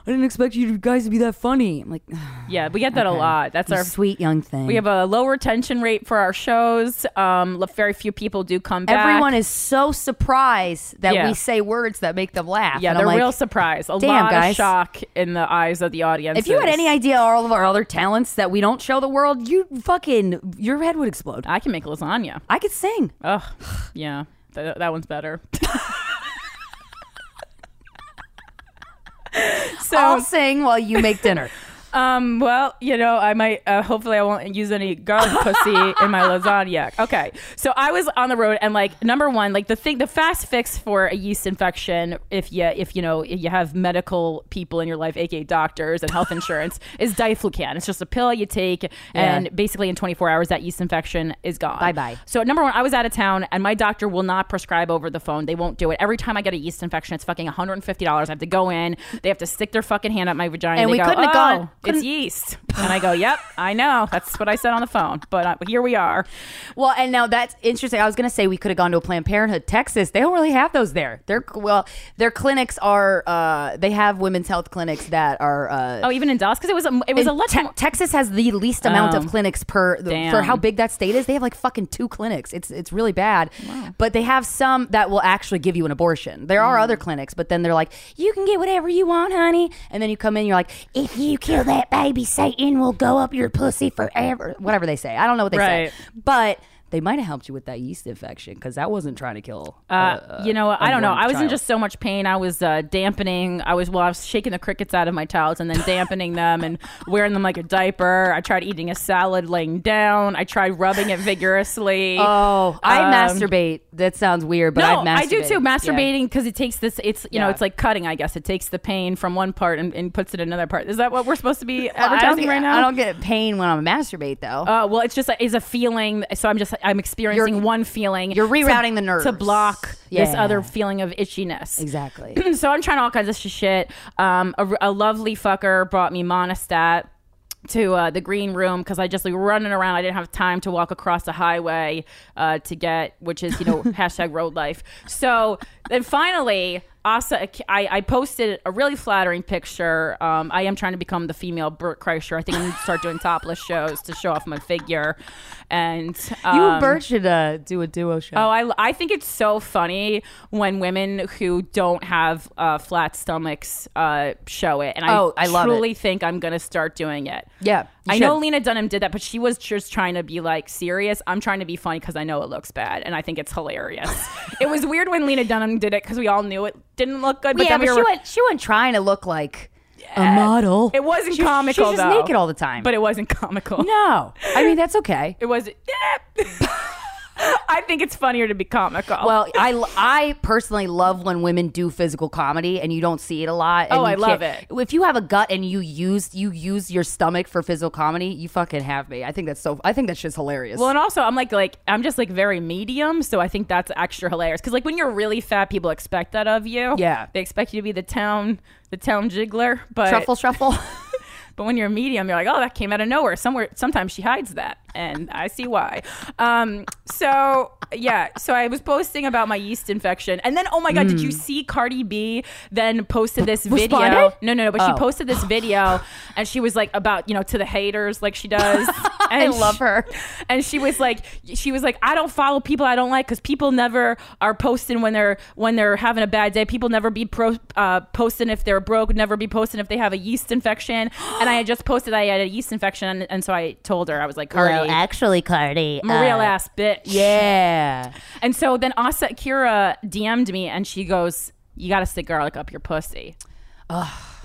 Speaker 2: I didn't expect you guys to be that funny. I'm like,
Speaker 1: yeah, we get that a lot. That's
Speaker 2: you
Speaker 1: our
Speaker 2: sweet young thing.
Speaker 1: We have a low retention rate for our shows. Um, l- very few people do come back.
Speaker 2: Everyone is so surprised that
Speaker 1: Yeah.
Speaker 2: we say words that make them laugh.
Speaker 1: yeah,
Speaker 2: and I'm
Speaker 1: they're
Speaker 2: like,
Speaker 1: real surprise. A
Speaker 2: "Damn,
Speaker 1: lot of
Speaker 2: guys."
Speaker 1: shock in the eyes of the audience.
Speaker 2: If you had any idea all of our other talents that we don't show the world, you fucking your head would explode.
Speaker 1: I can make lasagna.
Speaker 2: I could sing.
Speaker 1: Ugh, yeah, Th- that one's better. so,
Speaker 2: I'll sing while you make dinner.
Speaker 1: Um, well, you know, I might, uh, hopefully, I won't use any garlic pussy in my lasagna. Okay. So I was on the road, and like, number one, like the thing, the fast fix for a yeast infection, if you, if you know, you have medical people in your life, aka doctors and health insurance, is Diflucan. It's just a pill you take, and basically in 24 hours, that yeast infection is gone.
Speaker 2: Bye-bye.
Speaker 1: So number one, I was out of town, and my doctor will not prescribe over the phone. They won't do it. Every time I get a yeast infection, it's fucking 150 dollars. I have to go in. They have to stick their fucking hand up my vagina.
Speaker 2: And
Speaker 1: they
Speaker 2: we
Speaker 1: go,
Speaker 2: couldn't have
Speaker 1: "Oh,
Speaker 2: gone-
Speaker 1: It's
Speaker 2: couldn't-
Speaker 1: yeast. And I go, yep, I know. That's what I said on the phone. But uh, here we are.
Speaker 2: Well, and now that's interesting. I was gonna say we could have gone to a Planned Parenthood, Texas. They don't really have those there. Their well, their clinics are. Uh, they have women's health clinics that are. Uh,
Speaker 1: Oh, even in Dallas, because it was a, it was a
Speaker 2: and
Speaker 1: much
Speaker 2: Te-
Speaker 1: more-
Speaker 2: Texas has the least amount
Speaker 1: Oh.
Speaker 2: of clinics per for
Speaker 1: Damn.
Speaker 2: how big that state is. They have like fucking two clinics. It's it's really bad. But they have some that will actually give you an abortion. There
Speaker 1: Mm.
Speaker 2: are other clinics, but then they're like, you can get whatever you want, honey. And then you come in, you're like, if you kill that baby, Satan will go up your pussy forever. Whatever they say, I don't know what they
Speaker 1: Right.
Speaker 2: say, but. They might have helped you with that yeast infection because that wasn't trying to kill. Uh,
Speaker 1: you know, I don't know.
Speaker 2: unborn
Speaker 1: I was in
Speaker 2: child.
Speaker 1: just so much pain. I was uh, dampening. I was well, I was shaking the crickets out of my towels and then dampening them and wearing them like a diaper. I tried eating a salad laying down. I tried rubbing it vigorously.
Speaker 2: oh, I
Speaker 1: Um,
Speaker 2: masturbate. That sounds weird, but
Speaker 1: no,
Speaker 2: I masturbate.
Speaker 1: I do too.
Speaker 2: Yeah.
Speaker 1: Masturbating because it takes this. It's you know,
Speaker 2: Yeah.
Speaker 1: it's like cutting. I guess it takes the pain from one part and, and puts it in another part. Is that what we're supposed to be
Speaker 2: I don't
Speaker 1: advertising
Speaker 2: get-
Speaker 1: right now?
Speaker 2: I don't get pain when I masturbate though.
Speaker 1: Uh, well, it's just a, it's a feeling. So I'm just I'm experiencing
Speaker 2: Oh. You're-
Speaker 1: one feeling.
Speaker 2: you're
Speaker 1: to-
Speaker 2: rerouting the nerves.
Speaker 1: to block this
Speaker 2: Yeah.
Speaker 1: other feeling of itchiness.
Speaker 2: exactly.
Speaker 1: so I'm trying all kinds of shit. Um, a, a lovely fucker brought me monostat to uh, the green room because I just like running around. I didn't have time to walk across the highway uh, to get, which is you know hashtag road life. So then finally. Asa, I, I posted a really flattering picture. Um, I am trying to become the female Burt Kreischer. I think I'm going to start doing topless shows to show off my figure. And
Speaker 2: you
Speaker 1: um,
Speaker 2: and Bert should uh, do a duo show.
Speaker 1: Oh, I, I think it's so funny when women who don't have uh, flat stomachs uh, show it. And I,
Speaker 2: Oh, I love it.
Speaker 1: truly think I'm going to start doing it.
Speaker 2: Yeah, you
Speaker 1: I know
Speaker 2: should.
Speaker 1: Lena Dunham did that, but she was just trying to be like serious. I'm trying to be funny because I know it looks bad and I think it's hilarious. it was weird when Lena Dunham did it because we all knew it didn't look good. But then
Speaker 2: yeah, but
Speaker 1: we
Speaker 2: she
Speaker 1: were,
Speaker 2: wasn't, she wasn't trying to look like a model.
Speaker 1: it wasn't
Speaker 2: She-
Speaker 1: comical.
Speaker 2: She's just
Speaker 1: though.
Speaker 2: naked all the time.
Speaker 1: But it wasn't comical.
Speaker 2: no, I mean that's okay.
Speaker 1: It was. I think it's funnier to be comical.
Speaker 2: Well, I, I personally love when women do physical comedy and you don't see it a lot. and
Speaker 1: Oh,
Speaker 2: you
Speaker 1: I love
Speaker 2: can't-
Speaker 1: it.
Speaker 2: If you have a gut and you use you use your stomach for physical comedy, you fucking have me. I think that's so. I think that shit's hilarious.
Speaker 1: Well, and also I'm like like I'm just like very medium, so I think that's extra hilarious. Because like when you're really fat, people expect that of you.
Speaker 2: Yeah.
Speaker 1: they expect you to be the town the town jiggler. But
Speaker 2: truffle shuffle.
Speaker 1: but when you're medium, you're like, oh, that came out of nowhere. Somewhere, sometimes she hides that, and I see why. Um, so yeah, so I was posting about my yeast infection, and then oh my god, did you see Cardi B then posted this video?
Speaker 2: Hmm. responded?
Speaker 1: No, no, no, but
Speaker 2: Oh.
Speaker 1: she posted this video, and she was like about you know to the haters like she does.
Speaker 2: I
Speaker 1: And
Speaker 2: love
Speaker 1: she-
Speaker 2: her.
Speaker 1: and she was like she was like i don't follow people i don't like because people never are posting when they're when they're having a bad day people never be pro, uh, posting if they're broke never be posting if they have a yeast infection and i had just posted i had a yeast infection and, and so i told her i was like cardi
Speaker 2: actually, Cardi.
Speaker 1: I'm
Speaker 2: uh,
Speaker 1: a real ass bitch
Speaker 2: Yeah.
Speaker 1: and so then asa kira dm'd me and she goes you gotta stick garlic up your pussy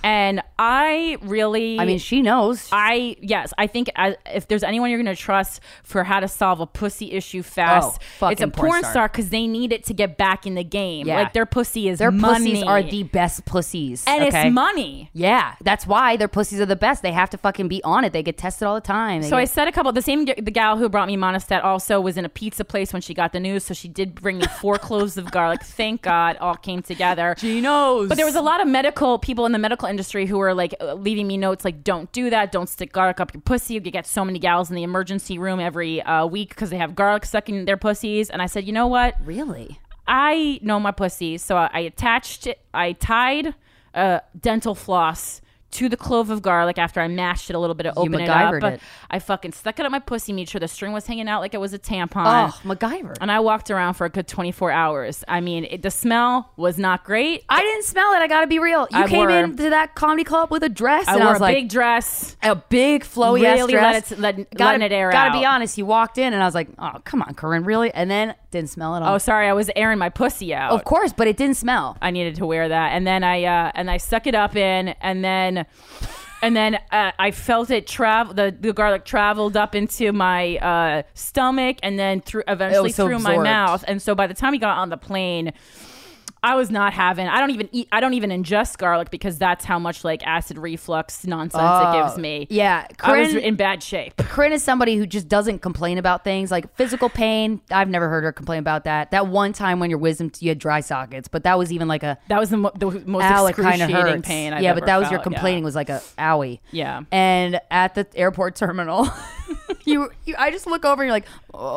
Speaker 1: and i really
Speaker 2: I mean, she knows.
Speaker 1: I yes, I think as, if there's anyone you're going to trust for how to solve a pussy issue fast,
Speaker 2: Oh, fucking
Speaker 1: it's a
Speaker 2: porn
Speaker 1: porn
Speaker 2: star.
Speaker 1: star because they need it to get back in the game.
Speaker 2: Yeah.
Speaker 1: Like their pussy is
Speaker 2: their
Speaker 1: money.
Speaker 2: pussies are the best pussies.
Speaker 1: and
Speaker 2: okay?
Speaker 1: it's money.
Speaker 2: Yeah, that's why their pussies are the best. They have to fucking be on it. They get tested all the time. They
Speaker 1: So I
Speaker 2: get-
Speaker 1: said a couple. The same g- the gal who brought me monostat also was in a pizza place when she got the news, so she did bring me four cloves of garlic. Thank God, all came together.
Speaker 2: she knows.
Speaker 1: But there was a lot of medical people in the medical industry who were like uh, leaving me notes like, "Don't do that. Don't stick garlic up your pussy." You get so many gals in the emergency room every uh, week because they have garlic stuck in their pussies. And I said, "You know what?
Speaker 2: really.
Speaker 1: I know my pussy, so I, I attached, it, I tied uh, dental floss." To the clove of garlic after I mashed it a little bit to open it up.
Speaker 2: MacGyvered it.
Speaker 1: I fucking stuck it up my pussy, made sure the string was hanging out like it was a tampon.
Speaker 2: Oh, MacGyver.
Speaker 1: And I walked around for a good 24 hours. I mean, it, the smell was not great.
Speaker 2: I didn't smell it. I gotta be real. You
Speaker 1: I
Speaker 2: came
Speaker 1: wore-
Speaker 2: into that comedy club with a dress,
Speaker 1: I
Speaker 2: and
Speaker 1: wore
Speaker 2: I was
Speaker 1: a
Speaker 2: like,
Speaker 1: big dress.
Speaker 2: a big flowy ass
Speaker 1: Really
Speaker 2: dress.
Speaker 1: let it- let-
Speaker 2: gotta,
Speaker 1: letting it air
Speaker 2: gotta
Speaker 1: out.
Speaker 2: be honest. You walked in, and I was like, oh come on, Corinne, really? And then didn't smell at all.
Speaker 1: Oh, sorry, I was airing my pussy out.
Speaker 2: of course, but it didn't smell.
Speaker 1: I needed to wear that, and then I uh, and I suck it up in, and then and then uh, I felt it travel. The, the garlic traveled up into my uh, stomach, and then through eventually
Speaker 2: so
Speaker 1: through my
Speaker 2: absorbed.
Speaker 1: mouth. And so by the time he got on the plane. I was not having. I don't even eat. I don't even ingest garlic because that's how much like acid reflux nonsense it gives me.
Speaker 2: Oh. yeah,
Speaker 1: I was
Speaker 2: Corinne-
Speaker 1: in bad shape.
Speaker 2: Corinne is somebody who just doesn't complain about things like physical pain. I've never hered her complain about that. That one time when your wisdom, you had dry sockets, but that was even like a
Speaker 1: That was the, mo- the most
Speaker 2: ow, it kind of
Speaker 1: excruciating
Speaker 2: hurts.
Speaker 1: pain. I've
Speaker 2: yeah, but
Speaker 1: ever
Speaker 2: that was your
Speaker 1: felt, yeah.
Speaker 2: complaining was like a owie.
Speaker 1: Yeah.
Speaker 2: And at the airport terminal, you, you, I just look over and you're like,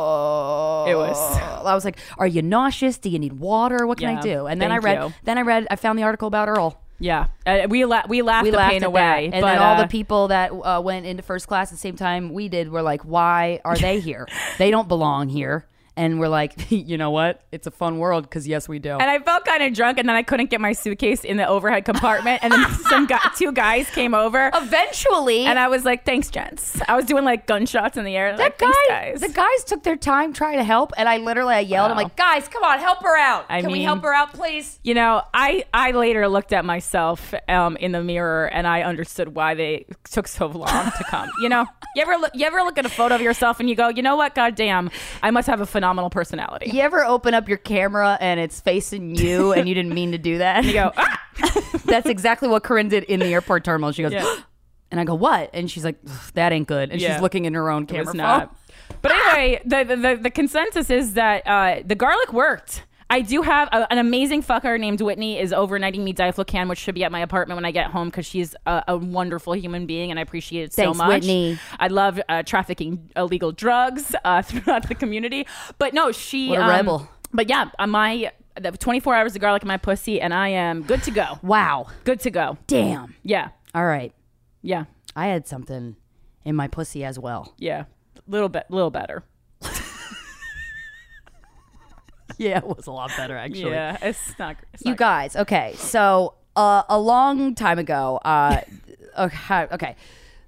Speaker 2: oh.
Speaker 1: It was-
Speaker 2: I was like, are you nauseous? Do you need water? What can I
Speaker 1: Yeah,
Speaker 2: do? And then I
Speaker 1: thank
Speaker 2: read.
Speaker 1: you.
Speaker 2: Then I read. I found the article about Earl.
Speaker 1: Yeah, uh, we la- we laughed
Speaker 2: We
Speaker 1: the
Speaker 2: laughed
Speaker 1: pain
Speaker 2: at
Speaker 1: away,
Speaker 2: that. and
Speaker 1: but
Speaker 2: then all
Speaker 1: uh,
Speaker 2: the people that uh, went into first class at the same time we did were like, "Why are they here? they don't belong here." And we're like, "You know what? It's a fun world because yes, we do."
Speaker 1: And I felt kind of drunk, and then I couldn't get my suitcase in the overhead compartment, and then some guy, two guys came over,
Speaker 2: Eventually,
Speaker 1: and I was like, "Thanks, gents." I was doing like gunshots in the air.
Speaker 2: that
Speaker 1: like, "Thanks,
Speaker 2: guy,
Speaker 1: guys.
Speaker 2: the guys took their time trying to help, and I literally I yelled, "I'm
Speaker 1: Wow.
Speaker 2: like, guys, come on, help her out!
Speaker 1: I
Speaker 2: Can we
Speaker 1: mean-
Speaker 2: help her out, please?"
Speaker 1: you know, I I later looked at myself um, in the mirror, and I understood why they took so long to come. You know, you ever look, you ever look at a photo of yourself and you go, "You know what? Goddamn, I must have a phenomenal personality."
Speaker 2: You ever open up your camera and it's facing you, and you didn't mean to do that?
Speaker 1: You go, "Ah!"
Speaker 2: That's exactly what Corinne did in the airport terminal. She goes,
Speaker 1: Yeah.
Speaker 2: and I go, "What?" And she's like, "Ugh, "That ain't good." And
Speaker 1: Yeah.
Speaker 2: she's looking in her own camera
Speaker 1: was
Speaker 2: phone.
Speaker 1: not. But
Speaker 2: Ah!
Speaker 1: anyway, the, the, the, the consensus is that uh, the garlic worked. I do have a, an amazing fucker named Whitney is overnighting me diflucan, which should be at my apartment when I get home because she's a, a wonderful human being and I appreciate it so
Speaker 2: Thanks,
Speaker 1: much.
Speaker 2: Whitney.
Speaker 1: I love uh, trafficking illegal drugs uh, throughout the community, but no, she
Speaker 2: What a
Speaker 1: um,
Speaker 2: rebel.
Speaker 1: But yeah, uh, my the 24 hours of garlic in my pussy, and I am good to go.
Speaker 2: Wow.
Speaker 1: Good to go.
Speaker 2: Damn.
Speaker 1: Yeah,
Speaker 2: All right.
Speaker 1: yeah,
Speaker 2: I had something in my pussy as well.
Speaker 1: yeah. Little bit, little better.
Speaker 2: Yeah, it was a lot better actually.
Speaker 1: Yeah, it's not. It's
Speaker 2: You
Speaker 1: not
Speaker 2: guys, okay. So, uh, a long time ago, uh okay, okay.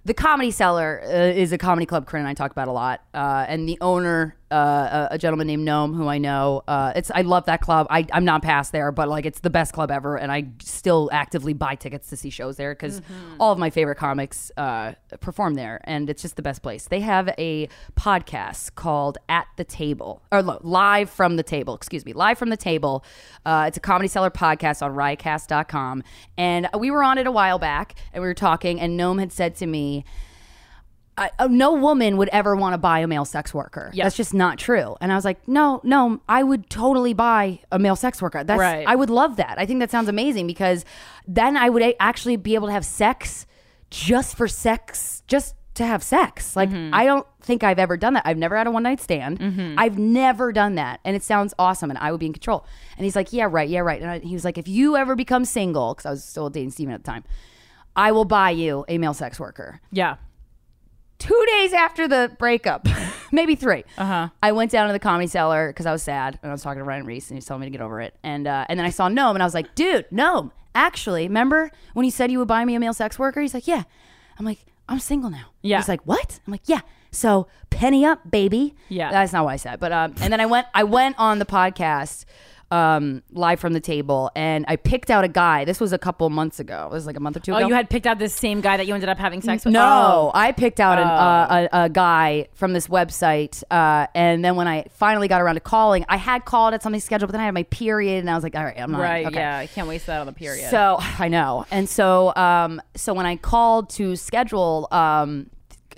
Speaker 2: The Comedy Cellar uh, is a comedy club Corinne and I talk about a lot. Uh, and the owner uh, a, a gentleman named Gnome who I know. Uh, it's I love that club. I, I'm not past there, but like it's the best club ever, and I still actively buy tickets to see shows there because all of my favorite comics uh, perform there, and it's just the best place. They have a podcast called At the Table or lo- Live from the Table. Excuse me, Live from the Table. Uh, it's a comedy seller podcast on Riotcast.com, and we were on it a while back, and we were talking, and Gnome had said to me. I, uh, no woman would ever want to buy a male sex worker. That's just not true. And I was like, no, no, I would totally buy a male sex worker. That's
Speaker 1: Right.
Speaker 2: I would love that. I think that sounds amazing because then I would a- actually be able to have sex just for sex, just to have sex. Like I don't think I've ever done that. I've never had a one night stand. I've never done that, and it sounds awesome, and I would be in control. And he's like, yeah, right, yeah, right. And I, he was like, if you ever become single, because I was still dating Steven at the time, I will buy you a male sex worker
Speaker 1: Yeah.
Speaker 2: two days after the breakup, maybe three. Uh-huh. I went down to the comedy cellar because I was sad, and I was talking to Ryan Reese, and he was telling me to get over it. And uh, and then I saw Gnome, and I was like, dude, Gnome, actually, remember when you said you would buy me a male sex worker? He's like, yeah. I'm like, I'm single now.
Speaker 1: Yeah.
Speaker 2: He's like, what? I'm like, yeah. So penny up, baby.
Speaker 1: Yeah.
Speaker 2: That's not what I said, but um, and then I went, I went on the podcast. Um, live from the table, and I picked out a guy. This was a couple months ago. It was like a month or two
Speaker 1: Oh,
Speaker 2: ago.
Speaker 1: you had picked out this same guy that you ended up having sex with.
Speaker 2: No, I picked out
Speaker 1: Oh.
Speaker 2: an, uh, a, a guy from this website, uh, and then when I finally got around to calling, I had called at something scheduled, but then I had my period, and I was like, "All right, I'm
Speaker 1: Oh,
Speaker 2: not
Speaker 1: right.
Speaker 2: okay.
Speaker 1: Yeah. I can't waste that on the period.
Speaker 2: So I know, and so um, so when I called to schedule, um,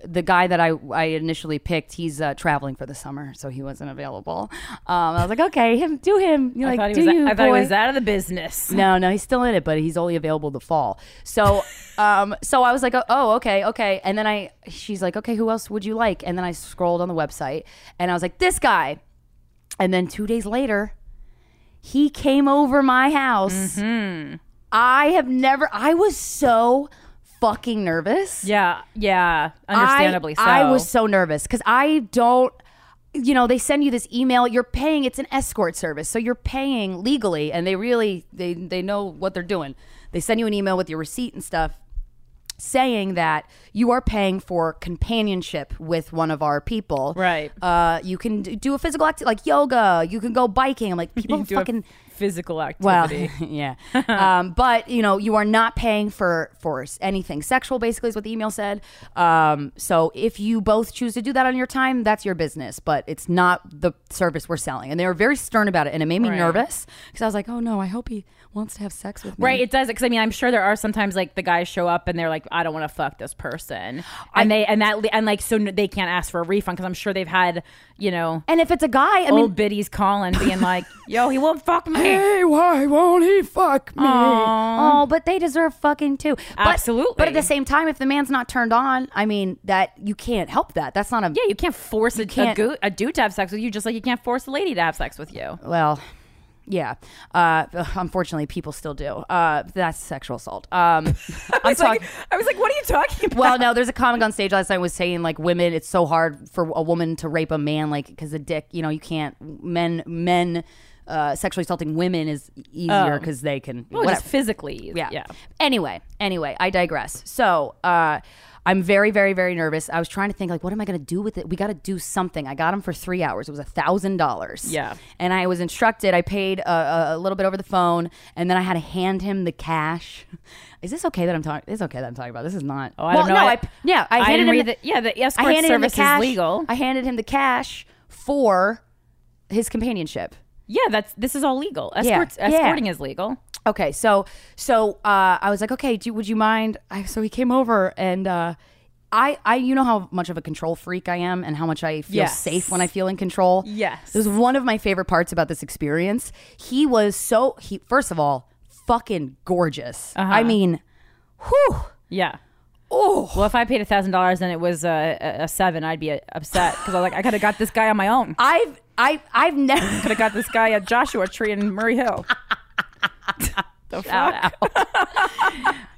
Speaker 2: the guy that I I initially picked, he's uh, traveling for the summer, so he wasn't available. Um, I was like, "Okay, him, do him." You're
Speaker 1: I
Speaker 2: like,
Speaker 1: thought he
Speaker 2: "Do
Speaker 1: was.
Speaker 2: you?"
Speaker 1: I thought he
Speaker 2: boy."
Speaker 1: was out of the business.
Speaker 2: No, no, he's still in it, but he's only available the fall. So, um, so I was like, oh, okay, okay. And then I, she's like, okay, who else would you like? And then I scrolled on the website, and I was like, this guy. And then two days later, he came over my house. I have never. I was so fucking nervous.
Speaker 1: Yeah. Yeah. Understandably
Speaker 2: I,
Speaker 1: so.
Speaker 2: I was so nervous because I don't. You know, they send you this email. You're paying. It's an escort service, so you're paying legally, and they really they they know what they're doing. They send you an email with your receipt and stuff, saying that you are paying for companionship with one of our people.
Speaker 1: Right.
Speaker 2: Uh, you can d- do a physical activity like yoga. You can go biking. I'm like people
Speaker 1: You do a
Speaker 2: fucking
Speaker 1: physical
Speaker 2: well,
Speaker 1: activity.
Speaker 2: yeah. um, but you know, you are not paying for for s- anything sexual. Basically, is what the email said. Um, so if you both choose to do that on your time, that's your business. But it's not the service we're selling. And they were very stern about it, and it made me
Speaker 1: Right.
Speaker 2: nervous because I was like, oh no, I hope he wants to have sex with me.
Speaker 1: Right, it does because I mean I'm sure there are sometimes like the guys show up and they're like I don't want to fuck this person and they and that and like so they can't ask for a refund because I'm sure they've had you know
Speaker 2: And if it's a guy, I
Speaker 1: old
Speaker 2: mean,
Speaker 1: biddies calling being like yo he won't fuck me
Speaker 2: why won't he fuck me?
Speaker 1: Aw.
Speaker 2: Oh, but they deserve fucking too. But-
Speaker 1: Absolutely.
Speaker 2: But at the same time, if the man's not turned on, I mean, that you can't help that. That's not a
Speaker 1: yeah you can't force a,
Speaker 2: can't-
Speaker 1: A, goo- a dude to have sex with you just like you can't force a lady to have sex with you
Speaker 2: well yeah uh unfortunately people still do uh that's sexual assault um i'm
Speaker 1: It's like-
Speaker 2: talking
Speaker 1: I was like what are you talking about
Speaker 2: well, no, there's a comic on stage last night was saying like women, it's so hard for a woman to rape a man, like because the dick, you know, you can't. Men, men, uh, sexually assaulting women is easier because they can.
Speaker 1: Oh. Well,
Speaker 2: whatever.
Speaker 1: just physically
Speaker 2: Yeah.
Speaker 1: yeah
Speaker 2: Anyway, anyway, I digress. So, uh, I'm very, very, very nervous. I was trying to think like, what am I going to do with it? We got to do something. I got him for three hours. It was a thousand dollars.
Speaker 1: Yeah.
Speaker 2: And I was instructed. I paid a, a, a little bit over the phone, and then I had to hand him the cash. Is this okay that I'm talking? It's okay that I'm talking about. This is not.
Speaker 1: Oh, I don't know.
Speaker 2: No,
Speaker 1: I-
Speaker 2: I, yeah, I,
Speaker 1: I
Speaker 2: handed
Speaker 1: didn't
Speaker 2: him
Speaker 1: read
Speaker 2: the,
Speaker 1: the- yeah, the escort
Speaker 2: I handed him the
Speaker 1: service is
Speaker 2: cash,
Speaker 1: legal.
Speaker 2: I handed him the cash for his companionship.
Speaker 1: yeah that's this is all legal
Speaker 2: Yeah.
Speaker 1: Escorts,
Speaker 2: Yeah.
Speaker 1: escorting is legal
Speaker 2: Okay, so so uh, I was like, okay, do, would you mind? I, so he came over, and uh, I I you know how much of a control freak I am, and how much I feel
Speaker 1: Yes.
Speaker 2: safe when I feel in control.
Speaker 1: Yes.
Speaker 2: it was one of my favorite parts about this experience. He was so he first of all fucking gorgeous.
Speaker 1: Uh-huh.
Speaker 2: I mean, whew.
Speaker 1: yeah
Speaker 2: Oh,
Speaker 1: Well, if I paid a thousand dollars and it was a, a, a seven, I'd be uh, upset because I was like, I could have got this guy on my own. I
Speaker 2: I've I I've never.
Speaker 1: could have got this guy at Joshua Tree in Murray Hill. the fuck?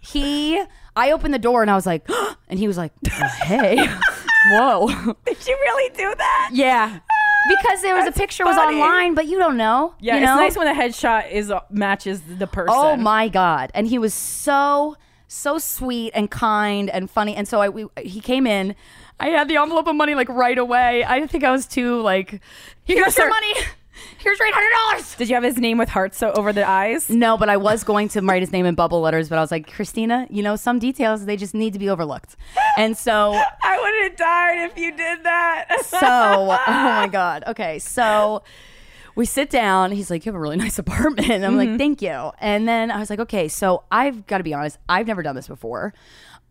Speaker 2: he I opened the door and I was like, and he was like, oh, hey, whoa.
Speaker 1: Did you really do that?
Speaker 2: Yeah. Because there was a picture was
Speaker 1: funny.
Speaker 2: online, but you don't know.
Speaker 1: Yeah,
Speaker 2: you know?
Speaker 1: it's nice when the headshot is uh, matches the person.
Speaker 2: Oh my god! And he was so so sweet and kind and funny. And so I we, he came in. I had the envelope of money like right away. I think I was too like, here's your
Speaker 1: start-
Speaker 2: money. Here's your eight hundred dollars.
Speaker 1: Did you have his name with hearts so over the eyes?
Speaker 2: No, but I was going to write his name in bubble letters, but I was like, Christina, you know, some details they just need to be overlooked. And so
Speaker 1: I would have died if you did that.
Speaker 2: so oh my god okay so we sit down he's like you have a really nice apartment and i'm
Speaker 1: Mm-hmm.
Speaker 2: like thank you and then i was like okay so i've got to be honest i've never done this before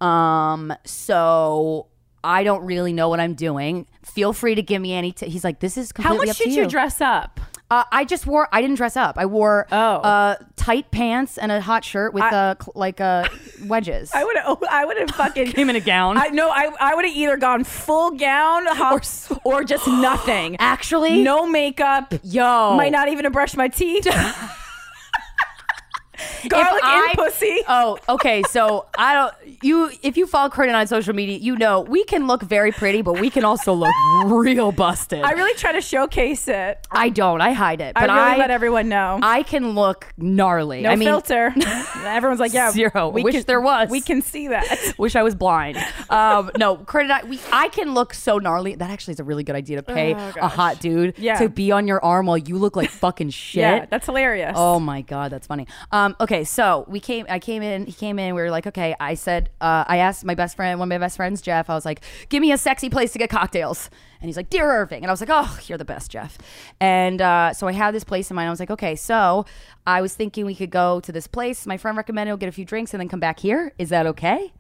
Speaker 2: um so i don't really know what i'm doing feel free to give me any t-. he's like this is
Speaker 1: How
Speaker 2: completely
Speaker 1: much
Speaker 2: up to
Speaker 1: did you dress up?
Speaker 2: uh, i just wore i didn't dress up i wore
Speaker 1: Oh.
Speaker 2: uh tight pants and a hot shirt with uh cl- like uh wedges
Speaker 1: I would have. oh, I would have fucking
Speaker 2: Came in a gown.
Speaker 1: I no. I I would have either gone full gown hops, or just nothing.
Speaker 2: actually
Speaker 1: no makeup.
Speaker 2: yo
Speaker 1: Might not even have brushed my teeth.
Speaker 2: If
Speaker 1: Garlic
Speaker 2: I-
Speaker 1: and pussy.
Speaker 2: Oh, okay. So I don't. You, if you follow Corinne on social media, you know we can look very pretty, but we can also look real busted.
Speaker 1: I
Speaker 2: I,
Speaker 1: really try to showcase it.
Speaker 2: don't. I hide it,
Speaker 1: I
Speaker 2: but
Speaker 1: really
Speaker 2: I,
Speaker 1: let everyone know.
Speaker 2: I can look gnarly.
Speaker 1: no
Speaker 2: I mean,
Speaker 1: filter. Everyone's like, yeah,
Speaker 2: Zero. Wish there was.
Speaker 1: We can see that.
Speaker 2: Wish I was blind. Um, no, Corinne and I, we, I can look so gnarly. That actually is a really good idea to pay a hot dude
Speaker 1: Oh, Yeah.
Speaker 2: to be on your arm while you look like fucking shit.
Speaker 1: Yeah, that's hilarious.
Speaker 2: Oh my god, that's funny. Um, okay, so we came. I came in. He came in. We were like, okay. I said, uh, I asked my best friend, one of my best friends, Jeff. I was like, give me a sexy place to get cocktails. And he's like, dear Irving. And I was like, oh, you're the best, Jeff. And uh, so I had this place in mind. I was like, okay, so I was thinking we could go to this place. My friend recommended we'll get a few drinks and then come back here. Is that okay?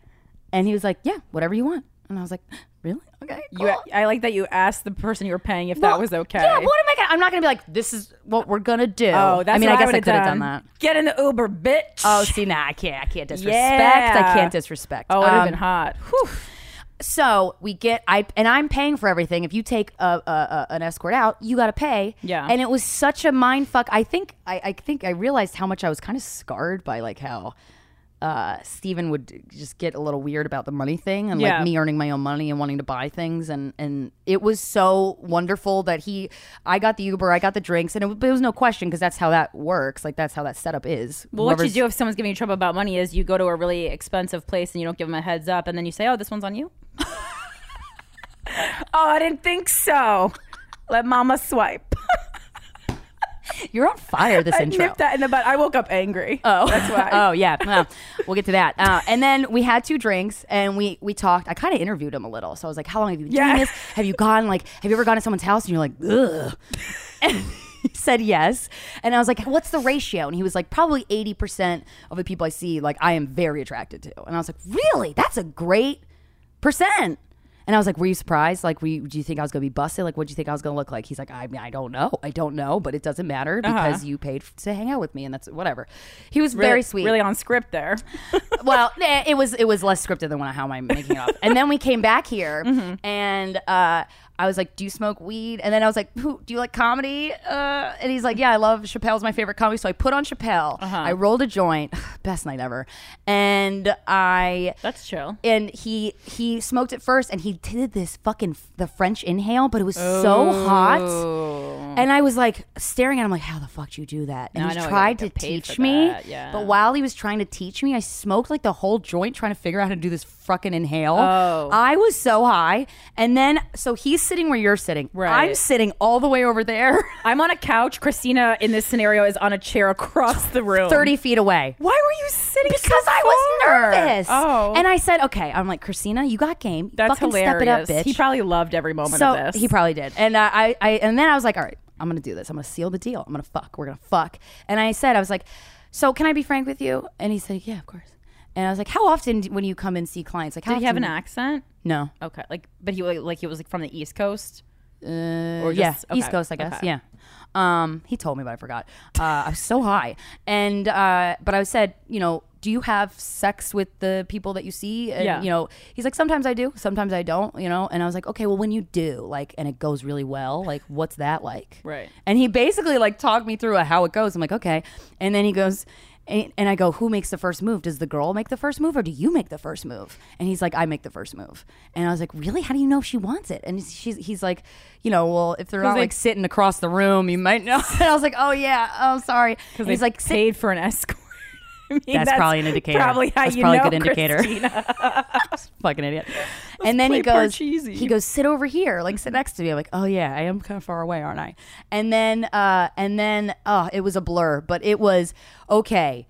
Speaker 2: And he was like, yeah, whatever you want. And I was like, really? Okay.
Speaker 1: You,
Speaker 2: cool."
Speaker 1: I like that you asked the person you were paying if
Speaker 2: Well,
Speaker 1: that was okay.
Speaker 2: Yeah. What am I gonna? I'm not gonna be like, this is what we're gonna do.
Speaker 1: oh, that's
Speaker 2: I mean,
Speaker 1: what
Speaker 2: I guess I,
Speaker 1: would've
Speaker 2: could have done that.
Speaker 1: Get in the Uber, bitch.
Speaker 2: Oh, see, nah, I can't. I can't disrespect. I
Speaker 1: Yeah.
Speaker 2: can't disrespect.
Speaker 1: oh, it would have
Speaker 2: Um,
Speaker 1: been hot. Whew.
Speaker 2: So we get I and I'm paying for everything. If you take a, a, a an escort out, you got to pay.
Speaker 1: Yeah.
Speaker 2: And it was such a mind fuck. I think I, I think I realized how much I was kind of scarred by like how. Uh, Steven would just get a little weird about the money thing and
Speaker 1: Yeah.
Speaker 2: like me earning my own money and wanting to buy things and and it was so wonderful that he I got the Uber I got the drinks and it, was- but it was no question because that's how that works like that's how that setup is
Speaker 1: Well, what you
Speaker 2: Whoever's-
Speaker 1: do if someone's giving you trouble about money is you go to a really expensive place and you don't give them a heads up, and then you say, "Oh, this one's on you." oh, I didn't think so. Let Mama swipe.
Speaker 2: you're on fire this
Speaker 1: I
Speaker 2: intro
Speaker 1: nipped that in the butt. I woke up angry. Oh, that's why.
Speaker 2: oh yeah, Well, we'll get to that. Uh, and then we had two drinks and we we talked. I kind of interviewed him a little, so I was like, "How long have you been
Speaker 1: Yeah.
Speaker 2: doing this? Have you gone like Have you ever gone to someone's house and you're like, ugh?" And he said yes, and I was like, "What's the ratio?" And he was like, "Probably eighty percent of the people I see, like I am very attracted to." And I was like, "Really? That's a great percent." And I was like, "Were you surprised? Like, were you, do you think I was gonna be busted? Like, what do you think I was gonna look like?" He's like, "I mean, I don't know. I don't know, but it doesn't matter because you paid f- to hang out with me, and that's whatever." He was
Speaker 1: Uh-huh. Really-
Speaker 2: very sweet
Speaker 1: Really on script there.
Speaker 2: well, eh, it was it was less scripted than when I, how am I making it up? And then we came back here, and uh, I was like, "Do you smoke weed?" And then I was like, Who, "Do you like comedy?" Uh, and he's like, "Yeah, I love Chappelle's my favorite comedy." So I put on Chappelle. I rolled a joint, best night ever, and I
Speaker 1: That's chill.
Speaker 2: and he he smoked it first and he did this fucking the french inhale but it was so hot and i was like staring at him like how the fuck do you do that
Speaker 1: Oh.
Speaker 2: and
Speaker 1: No, I
Speaker 2: he
Speaker 1: know, I
Speaker 2: tried to
Speaker 1: gotta get paid
Speaker 2: teach
Speaker 1: for
Speaker 2: me
Speaker 1: that, yeah.
Speaker 2: but while he was trying to teach me i smoked like the whole joint trying to figure out how to do this fucking inhale
Speaker 1: Oh.
Speaker 2: i was so high and then so he's sitting where you're sitting
Speaker 1: Right.
Speaker 2: i'm sitting all the way over there
Speaker 1: I'm on a couch. Christina, in this scenario, is on a chair across the room.
Speaker 2: 30 feet away
Speaker 1: Why were you sitting? so
Speaker 2: because I was
Speaker 1: far?
Speaker 2: nervous.
Speaker 1: Oh,
Speaker 2: And I said, okay, I'm like, Christina, you got game.
Speaker 1: that's
Speaker 2: Fucking
Speaker 1: hilarious.
Speaker 2: step it up, bitch.
Speaker 1: He probably loved every moment
Speaker 2: so
Speaker 1: of this.
Speaker 2: he probably did and uh, I, I and then i was like all right i'm gonna do this i'm gonna seal the deal i'm gonna fuck we're gonna fuck and i said i was like so can i be frank with you and he said yeah of course and i was like how often do, when you come and see clients like how
Speaker 1: Did he have
Speaker 2: often-
Speaker 1: an accent?
Speaker 2: no
Speaker 1: Okay, like, but he wa- like he was like from the East Coast.
Speaker 2: or
Speaker 1: just-
Speaker 2: Uh, yeah, East
Speaker 1: okay,
Speaker 2: Coast, I guess.
Speaker 1: okay.
Speaker 2: Yeah. Um, he told me, but I forgot. Uh, I was so high, and uh, but I said, you know, do you have sex with the people that you see? And,
Speaker 1: Yeah.
Speaker 2: You know, he's like, sometimes I do, sometimes I don't. You know, and I was like, okay, well, when you do, like, and it goes really well, like, what's that like?
Speaker 1: Right.
Speaker 2: And he basically like talked me through how it goes. I'm like, okay, and then he goes. And and I go, who makes the first move? Does the girl make the first move or do you make the first move? And he's like, I make the first move. And I was like, really? How do you know if she wants it? And she's, he's like, you know, well, if they're not
Speaker 1: they-
Speaker 2: like sitting across the room, you might know. and I was like, oh yeah, oh sorry. And
Speaker 1: They
Speaker 2: he's like, sit
Speaker 1: paid for an escort. mean,
Speaker 2: That's probably an indicator.
Speaker 1: Probably how
Speaker 2: That's
Speaker 1: you
Speaker 2: probably a
Speaker 1: know,
Speaker 2: good indicator.
Speaker 1: Christina.
Speaker 2: fucking idiot. and then
Speaker 1: play
Speaker 2: he goes,
Speaker 1: Parcheesi.
Speaker 2: he goes, sit over here, like sit next to me. I'm like, oh yeah, I am kind of far away, aren't I? And then, uh, and then, uh, it was a blur, but it was okay.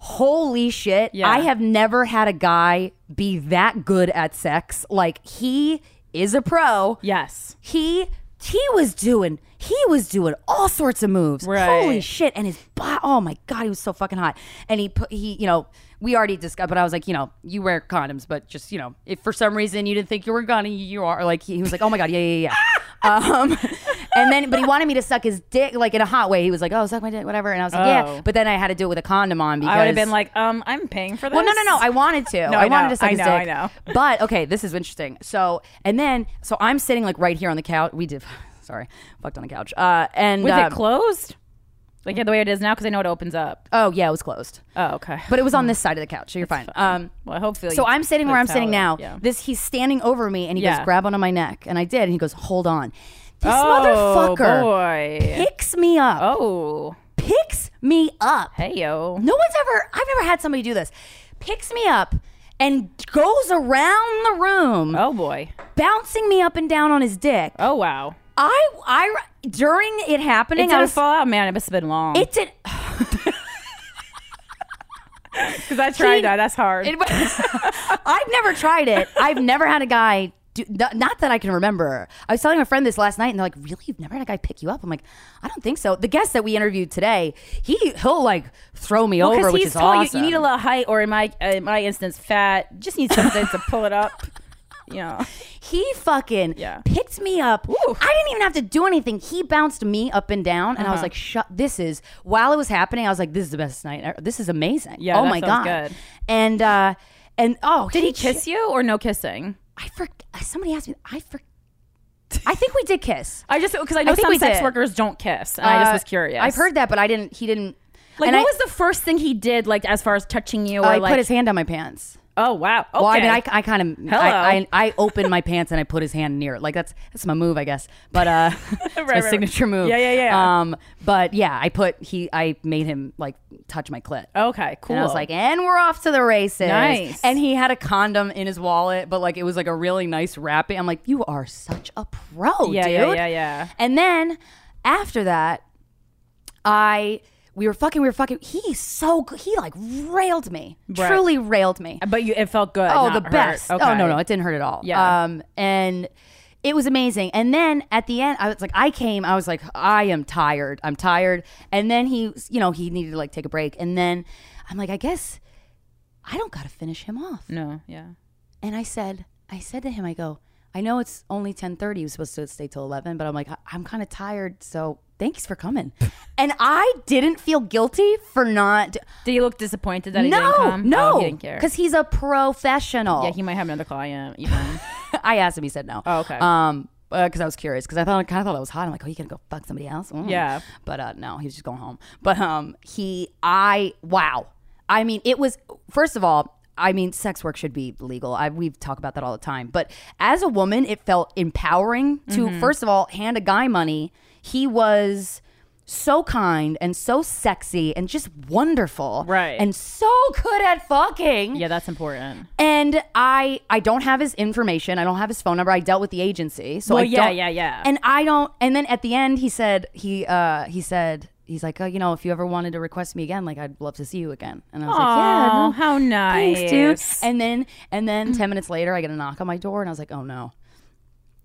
Speaker 2: Holy shit!
Speaker 1: Yeah.
Speaker 2: I have never had a guy be that good at sex. Like he is a pro.
Speaker 1: yes.
Speaker 2: He he was doing he was doing all sorts of moves.
Speaker 1: Right.
Speaker 2: Holy shit! And his body, oh my god, he was so fucking hot. And he put he you know we already discussed, but I was like you know you wear condoms, but just you know if for some reason you didn't think you were gonna, you are like he, he was like oh my god yeah yeah yeah. um, and then but he wanted me to suck his dick like in a hot way. He was like oh suck my dick whatever, and I was like yeah,
Speaker 1: Oh.
Speaker 2: but then I had to do it with a condom on because
Speaker 1: I would have been like, um, I'm paying for this.
Speaker 2: well, no, no, no. I wanted to.
Speaker 1: No,
Speaker 2: I,
Speaker 1: I
Speaker 2: wanted
Speaker 1: know.
Speaker 2: to suck
Speaker 1: I
Speaker 2: his
Speaker 1: know,
Speaker 2: dick.
Speaker 1: I know.
Speaker 2: But okay, this is interesting. So, and then, so I'm sitting like right here on the couch. We did, sorry, fucked on the couch. Uh, and
Speaker 1: Was
Speaker 2: um,
Speaker 1: it closed? Like the way it is now, because I know it opens up.
Speaker 2: oh yeah, it was closed,
Speaker 1: Oh, okay.
Speaker 2: but it was on this side of the couch. So you're fine. Um,
Speaker 1: well, hopefully.
Speaker 2: so I'm sitting where I'm
Speaker 1: that's
Speaker 2: sitting
Speaker 1: how
Speaker 2: now.
Speaker 1: it- yeah.
Speaker 2: This he's standing over me, and he
Speaker 1: Yeah.
Speaker 2: goes grab onto my neck, and I did, and he goes hold on. This
Speaker 1: oh,
Speaker 2: motherfucker
Speaker 1: boy.
Speaker 2: picks me up,
Speaker 1: Oh,
Speaker 2: picks me up.
Speaker 1: hey yo.
Speaker 2: No one's ever, I've never had somebody do this. Picks me up and goes around the room,
Speaker 1: Oh boy.
Speaker 2: bouncing me up and down on his dick.
Speaker 1: Oh wow.
Speaker 2: I, I, during it
Speaker 1: It
Speaker 2: happening,
Speaker 1: didn't
Speaker 2: I was,
Speaker 1: fall out, man. It must have been long.
Speaker 2: it did,
Speaker 1: Because I tried that. That's hard.
Speaker 2: it, I've never tried it. I've never had a guy. Do, not, not that I can remember. I was telling my friend this last night, and they're like, "Really, you've never had a guy pick you up?" I'm like, "I don't think so." The guest that we interviewed today, he he'll like throw me
Speaker 1: Well, 'cause
Speaker 2: over, which
Speaker 1: he's
Speaker 2: is
Speaker 1: tall. You-
Speaker 2: awesome.
Speaker 1: You, need a little height, or in my uh, in my instance, fat. Just need something to pull it up. You know.
Speaker 2: He fucking
Speaker 1: Yeah.
Speaker 2: picked me up. I didn't even have to do anything. He bounced me up and down, and I
Speaker 1: Uh-huh.
Speaker 2: was like, "Shut!" This is while it was happening. I was like, "This is the best night. ever. This is amazing.
Speaker 1: Yeah,
Speaker 2: oh
Speaker 1: that
Speaker 2: my god!"
Speaker 1: sounds good.
Speaker 2: And uh, and oh,
Speaker 1: Did he kiss you or no kissing?
Speaker 2: I for somebody asked me. I for I think we did kiss.
Speaker 1: I just because I know
Speaker 2: think
Speaker 1: some
Speaker 2: we
Speaker 1: sex
Speaker 2: did.
Speaker 1: workers don't kiss. And I just
Speaker 2: Uh,
Speaker 1: was curious.
Speaker 2: I've heard that, but I didn't. He didn't.
Speaker 1: Like,
Speaker 2: and
Speaker 1: what
Speaker 2: I, Oh,
Speaker 1: was the first thing he did? Like, as far as touching you, or
Speaker 2: I
Speaker 1: like,
Speaker 2: put his hand on my pants.
Speaker 1: oh wow. Okay.
Speaker 2: Well, I mean, I, I kind of,
Speaker 1: Hello.
Speaker 2: I, I, I opened my pants and I put his hand near it. Like that's that's my move, I guess. But uh, it's my
Speaker 1: right, right.
Speaker 2: signature move.
Speaker 1: Yeah, yeah, yeah.
Speaker 2: Um, but yeah, I put he, I made him like touch my clit.
Speaker 1: okay, Oh, cool.
Speaker 2: And I was like, and we're off to the races.
Speaker 1: Nice.
Speaker 2: And he had a condom in his wallet, but like it was like a really nice wrapping. I'm like, you are such a pro,
Speaker 1: Yeah,
Speaker 2: dude.
Speaker 1: yeah, yeah, yeah.
Speaker 2: And then after that, I we were fucking, we were fucking. He's so good. He like railed me,
Speaker 1: Right.
Speaker 2: truly railed me.
Speaker 1: but you, it felt good.
Speaker 2: Oh,
Speaker 1: not
Speaker 2: the
Speaker 1: hurt.
Speaker 2: best.
Speaker 1: Okay.
Speaker 2: Oh no, no, it didn't hurt at all.
Speaker 1: Yeah.
Speaker 2: Um, and it was amazing. And then at the end, I was like, I came, I was like, I am tired. I'm tired. And then he, you know, he needed to like take a break. And then I'm like, I guess I don't gotta finish him off.
Speaker 1: no, yeah.
Speaker 2: And I said, I said to him, I go, I know it's only 1030. He was supposed to stay till 11, but I'm like, I- I'm kind of tired. So thanks for coming. and I didn't feel guilty for not.
Speaker 1: Did he look disappointed that he
Speaker 2: no,
Speaker 1: didn't come?
Speaker 2: no.
Speaker 1: oh, he didn't care.
Speaker 2: Because he's a professional.
Speaker 1: yeah, he might have another client. You know.
Speaker 2: I asked him. He said no.
Speaker 1: Oh, okay.
Speaker 2: Um, because I was curious. Because I thought I kind of thought I was hot. I'm like, oh, you gonna go fuck somebody else? Mm.
Speaker 1: Yeah.
Speaker 2: But uh, no, he was just going home. But um, he, I, wow. I mean, it was first of all. I mean, sex work should be legal. I, we've talked about that all the time. But as a woman, it felt empowering to
Speaker 1: Mm-hmm.
Speaker 2: first of all hand a guy money. He was so kind and so sexy and just wonderful,
Speaker 1: Right.
Speaker 2: And so good at fucking.
Speaker 1: yeah, that's important.
Speaker 2: And I I don't have his information. I don't have his phone number. I dealt with the agency. So
Speaker 1: Well,
Speaker 2: I
Speaker 1: yeah,
Speaker 2: don't-
Speaker 1: yeah, yeah.
Speaker 2: And I don't and then at the end he said he uh he said he's like, "Oh, you know, if you ever wanted to request me again, like I'd love to see you again." And I was like, "Yeah,
Speaker 1: oh,
Speaker 2: no,
Speaker 1: how nice, Mm.
Speaker 2: thanks, dude." And then and then 10 minutes later I get a knock on my door and I was like, "Oh no."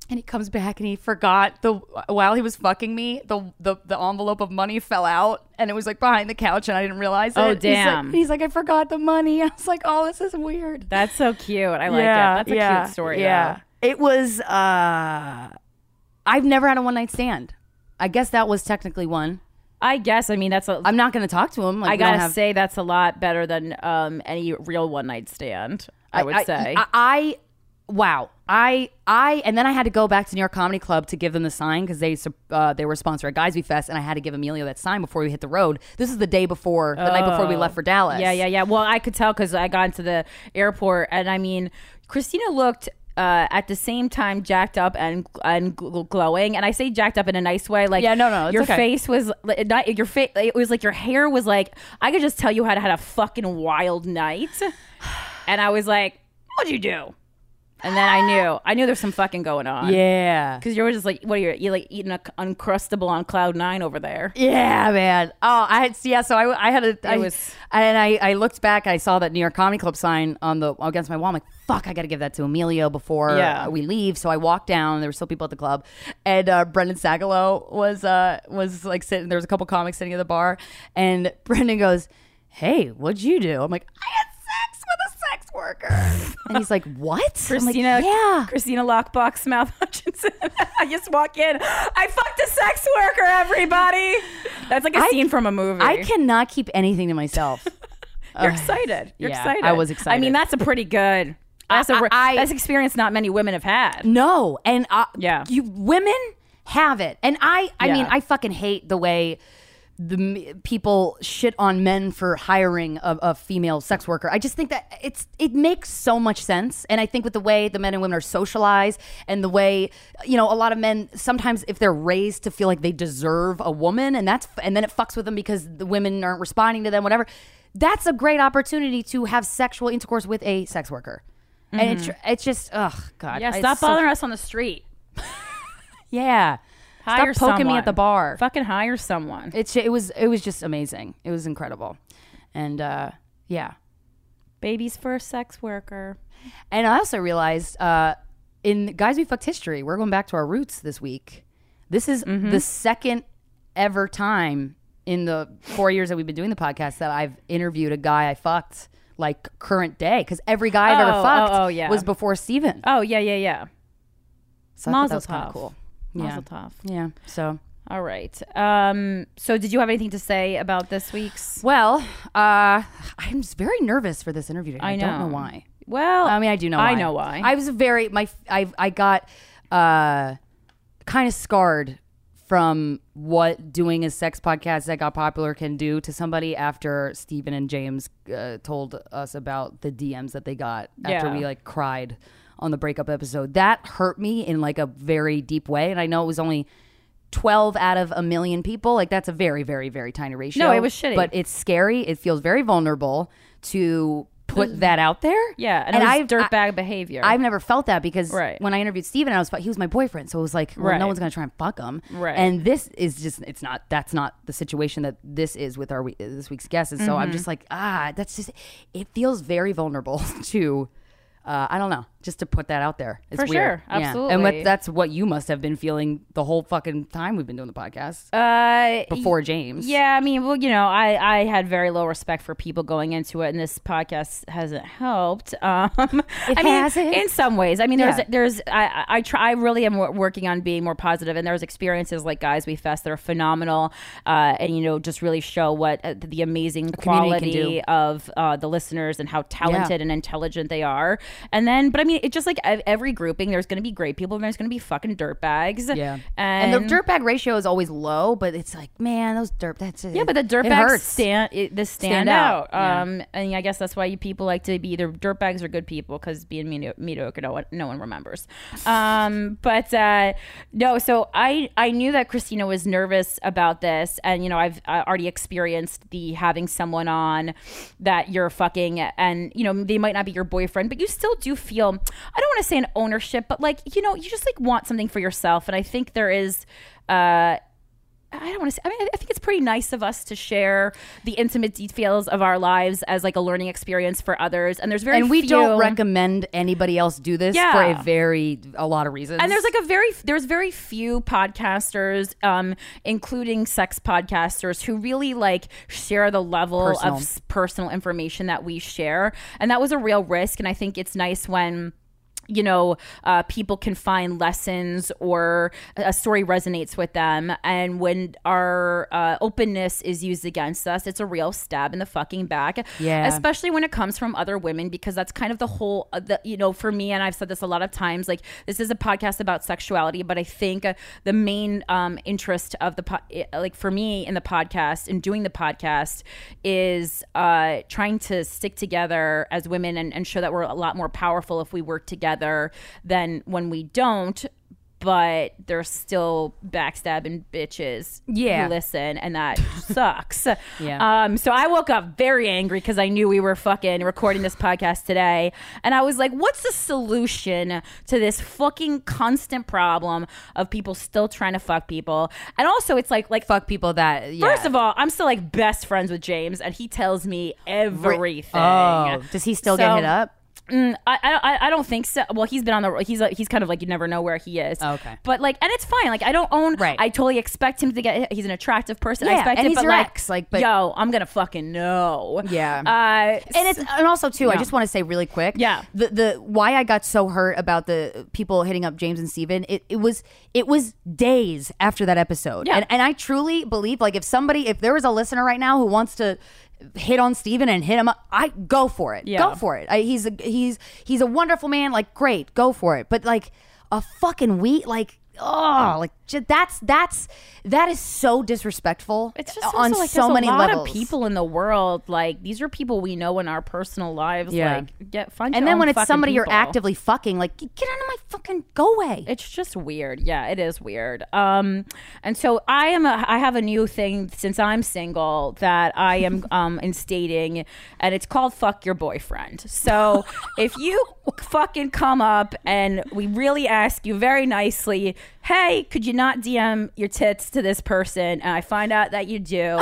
Speaker 2: And he comes back and he forgot the while he was fucking me, the the, the envelope of money fell out and it was like behind the couch and I didn't realize it.
Speaker 1: Oh,
Speaker 2: He's like-
Speaker 1: damn.
Speaker 2: He's like, "I forgot the money." I was like, "Oh, this is weird."
Speaker 1: That's so cute. I like it. That's a cute story. though.
Speaker 2: It was uh I've never had a one night stand. I guess that was technically one.
Speaker 1: I guess. I mean, that's a.
Speaker 2: I'm not gonna talk to him. Like,
Speaker 1: I
Speaker 2: we don't
Speaker 1: gotta
Speaker 2: have-
Speaker 1: say that's a lot better than um, any real one night stand. I, would say.
Speaker 2: I, I wow. I I and then I had to go back to New York Comedy Club to give them the sign because they sup- uh, they were a sponsor at Guys We Fest and I had to give Emilio that sign before we hit the road. This is the day before the night before we
Speaker 1: Oh.
Speaker 2: left for Dallas.
Speaker 1: yeah, yeah, yeah. Well, I could tell because I got into the airport, and I mean, Christina looked uh, at the same time jacked up and and gl- gl- glowing. And I say jacked up in a nice way, like
Speaker 2: Yeah, no, no, it's
Speaker 1: your
Speaker 2: okay.
Speaker 1: face was li- not your face. It was like your hair was like I could just tell you had had a fucking wild night, and I was like, what'd you do? And then I knew, I knew there's some fucking going on.
Speaker 2: Yeah.
Speaker 1: Because you were just like, what are you? You like eating a c- uncrustable on cloud nine over there.
Speaker 2: Yeah, man. Oh, I had yeah. So I, I had a I
Speaker 1: was-
Speaker 2: and I, I looked back. I saw that New York Comedy Club sign on the against my wall. I'm like, fuck, I got to give that to Emilio before
Speaker 1: Yeah.
Speaker 2: we leave. So I walked down. There were still people at the club, and uh, Brendan Sagalow was uh was like sitting. There was a couple comics sitting at the bar, and Brendan goes, "Hey, what'd you do?" I'm like, I had sex with a sex worker, and he's like, "What?"
Speaker 1: Christina,
Speaker 2: I'm like, yeah.
Speaker 1: Christina Lockbox Mouth Hutchinson. I just walk in. I fucked a sex worker, everybody. That's like a
Speaker 2: I-
Speaker 1: scene from a movie.
Speaker 2: I cannot keep anything to myself.
Speaker 1: You're excited. You're
Speaker 2: yeah,
Speaker 1: excited.
Speaker 2: I was
Speaker 1: I mean,
Speaker 2: excited.
Speaker 1: that's a pretty good. That's a
Speaker 2: I-
Speaker 1: re-
Speaker 2: I-
Speaker 1: that's experience not many women have had.
Speaker 2: No, and uh,
Speaker 1: Yeah.
Speaker 2: you women have it, and I, I mean,
Speaker 1: Yeah.
Speaker 2: I fucking hate the way the m- people shit on men for hiring a, a female sex worker. I just think that it's it makes so much sense, and I think with the way the men and women are socialized, and the way you know a lot of men sometimes if they're raised to feel like they deserve a woman, and that's and then it fucks with them because the women aren't responding to them, whatever. That's a great opportunity to have sexual intercourse with a sex worker. And it's, it's just, ugh, God.
Speaker 1: Mm-hmm. Yeah,
Speaker 2: it's
Speaker 1: stop
Speaker 2: so
Speaker 1: bothering us on the street.
Speaker 2: yeah.
Speaker 1: Hire
Speaker 2: Stop poking me
Speaker 1: someone.
Speaker 2: at the bar.
Speaker 1: Fucking hire someone.
Speaker 2: It's it was it was just amazing. It was incredible. And uh yeah.
Speaker 1: Baby's first sex worker.
Speaker 2: And I also realized uh in Guys We Fucked History, we're going back to our roots this week. This is
Speaker 1: Mm-hmm.
Speaker 2: the second ever time in the four years that we've been doing the podcast that I've interviewed a guy I fucked like current day because every guy I've
Speaker 1: Oh,
Speaker 2: ever
Speaker 1: oh,
Speaker 2: fucked
Speaker 1: oh, yeah.
Speaker 2: was before Steven.
Speaker 1: Oh yeah, yeah, yeah.
Speaker 2: So I thought that was kind
Speaker 1: Mazel
Speaker 2: of cool.
Speaker 1: Mazel
Speaker 2: Yeah.
Speaker 1: tov.
Speaker 2: Yeah. So
Speaker 1: All right. Um, so, did you have anything to say about this week's?
Speaker 2: well, uh, I'm just very nervous for this interview today. I, don't know
Speaker 1: know.
Speaker 2: why.
Speaker 1: Well,
Speaker 2: I mean, I do know. Why.
Speaker 1: I know why.
Speaker 2: I was very my. I I got uh, kind of scarred from what doing a sex podcast that got popular can do to somebody after Stephen and James uh, told us about the DMs that they got after
Speaker 1: Yeah.
Speaker 2: we like cried on the breakup episode. That hurt me in like a very deep way, and I know it was only. 12 out of a million people like that's a very very very tiny ratio
Speaker 1: No, it was shitty.
Speaker 2: but it's scary it feels very vulnerable to put that out there
Speaker 1: yeah, and, it was dirtbag behavior.
Speaker 2: I've never felt that because
Speaker 1: Right.
Speaker 2: when I interviewed Steven, I was he was my boyfriend, so it was like, well,
Speaker 1: Right.
Speaker 2: no one's gonna try and fuck him.
Speaker 1: Right.
Speaker 2: And this is just it's not that's not the situation that this is with our we- this week's guest, and so
Speaker 1: Mm-hmm.
Speaker 2: I'm just like, ah, that's just it feels very vulnerable to. Uh, I don't know. Just to put that out there, it's
Speaker 1: For
Speaker 2: weird.
Speaker 1: sure.
Speaker 2: Yeah. and
Speaker 1: Absolutely.
Speaker 2: what, that's what you must have been feeling the whole fucking time we've been doing the podcast
Speaker 1: uh,
Speaker 2: before James.
Speaker 1: Yeah, I mean, well, you know, I, I had very low respect for people going into it, and this podcast hasn't helped. Um, I mean,
Speaker 2: hasn't.
Speaker 1: in some ways. I mean, there's
Speaker 2: Yeah.
Speaker 1: there's I I- I try I really am wor- working on being more positive, and there's experiences like Guys We Fest that are phenomenal, uh, and you know, just really show what uh, the amazing
Speaker 2: community
Speaker 1: quality
Speaker 2: can do.
Speaker 1: of uh, the listeners and how talented and intelligent they are. And then, but I mean, it just like ev- every grouping, there's going to be great people, and there's going to be fucking dirtbags.
Speaker 2: Yeah.
Speaker 1: and,
Speaker 2: And the dirtbag ratio is always low, but it's like, man, those dirt. That's
Speaker 1: yeah, but the
Speaker 2: it
Speaker 1: dirtbags
Speaker 2: hurts.
Speaker 1: stand it, the stand,
Speaker 2: Stand
Speaker 1: out.
Speaker 2: out,
Speaker 1: Um, and I guess that's why you people like to be either dirtbags or good people because being medi- mediocre, no one, no one remembers. Um, but uh, no, so I I knew that Christina was nervous about this, and you know I've uh, already experienced the having someone on that you're fucking, and you know they might not be your boyfriend, but you still do feel I don't want to say an ownership, but like you know you just like want something for yourself, and I think there is. Uh, I don't want to say. I mean, I- I think it's pretty nice of us to share the intimate details of our lives as like a learning experience for others. And there's very
Speaker 2: and we
Speaker 1: few-
Speaker 2: don't recommend anybody else do this
Speaker 1: Yeah.
Speaker 2: for a very a lot of reasons.
Speaker 1: And there's like a very there's very few podcasters, um, including sex podcasters, who really like share the level
Speaker 2: Personal.
Speaker 1: of s- personal information that we share, and that was a real risk. And I think it's nice when. You know, uh, people can find lessons or a a story resonates with them. And when our uh, openness is used against us, it's a real stab in the fucking back.
Speaker 2: Yeah.
Speaker 1: Especially especially when it comes from other women because that's kind of the whole uh, the, you know for me and i've said this a lot of times like this is a podcast about sexuality but i think uh, the main um, interest of the po- i- like for me in the podcast and doing the podcast is uh, trying to stick together as women and, and show that we're a lot more powerful if we work together together than when we don't. But they're still backstabbing bitches.
Speaker 2: Yeah.
Speaker 1: who listen, and that sucks.
Speaker 2: Yeah.
Speaker 1: Um. So I woke up very angry because I knew we were fucking recording this podcast today, and I was like, "What's the solution to this fucking constant problem of people still trying to fuck people?" And also, it's like, like
Speaker 2: Fuck people that. Yeah.
Speaker 1: First of all, I'm still like best friends with James, and he tells me everything.
Speaker 2: oh, does he still get
Speaker 1: So-
Speaker 2: hit up?
Speaker 1: Mm, I, I I don't think so. Well, he's been on the he's uh, he's kind of like you never know where he is.
Speaker 2: Oh, Okay.
Speaker 1: but like, and it's fine. Like I don't own.
Speaker 2: Right.
Speaker 1: I totally expect him to get. He's an attractive person. I
Speaker 2: Yeah,
Speaker 1: expect
Speaker 2: and
Speaker 1: it,
Speaker 2: he's
Speaker 1: but
Speaker 2: your
Speaker 1: like,
Speaker 2: ex, like, but-
Speaker 1: yo, I'm gonna fucking know.
Speaker 2: Yeah.
Speaker 1: Uh,
Speaker 2: and it's and also too. I
Speaker 1: Yeah.
Speaker 2: just want to say really quick.
Speaker 1: Yeah.
Speaker 2: The the why I got so hurt about the people hitting up James and Steven, it, it was it was days after that episode.
Speaker 1: Yeah.
Speaker 2: And and I truly believe like if somebody if there was a listener right now who wants to hit on Steven and hit him up, I go for it.
Speaker 1: Yeah.
Speaker 2: Go for it. I, he's a he's he's a wonderful man. Like great, go for it. But like a fucking wheat like. Oh, like j- that's that's that is so disrespectful.
Speaker 1: It's just also
Speaker 2: on
Speaker 1: like
Speaker 2: so
Speaker 1: there's
Speaker 2: many
Speaker 1: a lot
Speaker 2: levels.
Speaker 1: of people in the world. Like these are people we know in our personal lives.
Speaker 2: Yeah.
Speaker 1: Like get find
Speaker 2: And
Speaker 1: your
Speaker 2: then
Speaker 1: own
Speaker 2: when it's
Speaker 1: fucking
Speaker 2: somebody you're
Speaker 1: people.
Speaker 2: actively fucking, like, get out of my fucking go away.
Speaker 1: it's just weird yeah it is weird um and so i am a, i have a new thing since i'm single that i am um instating and it's called fuck your boyfriend so if you fucking come up and we really ask you very nicely hey could you not dm your tits to this person and i find out that you do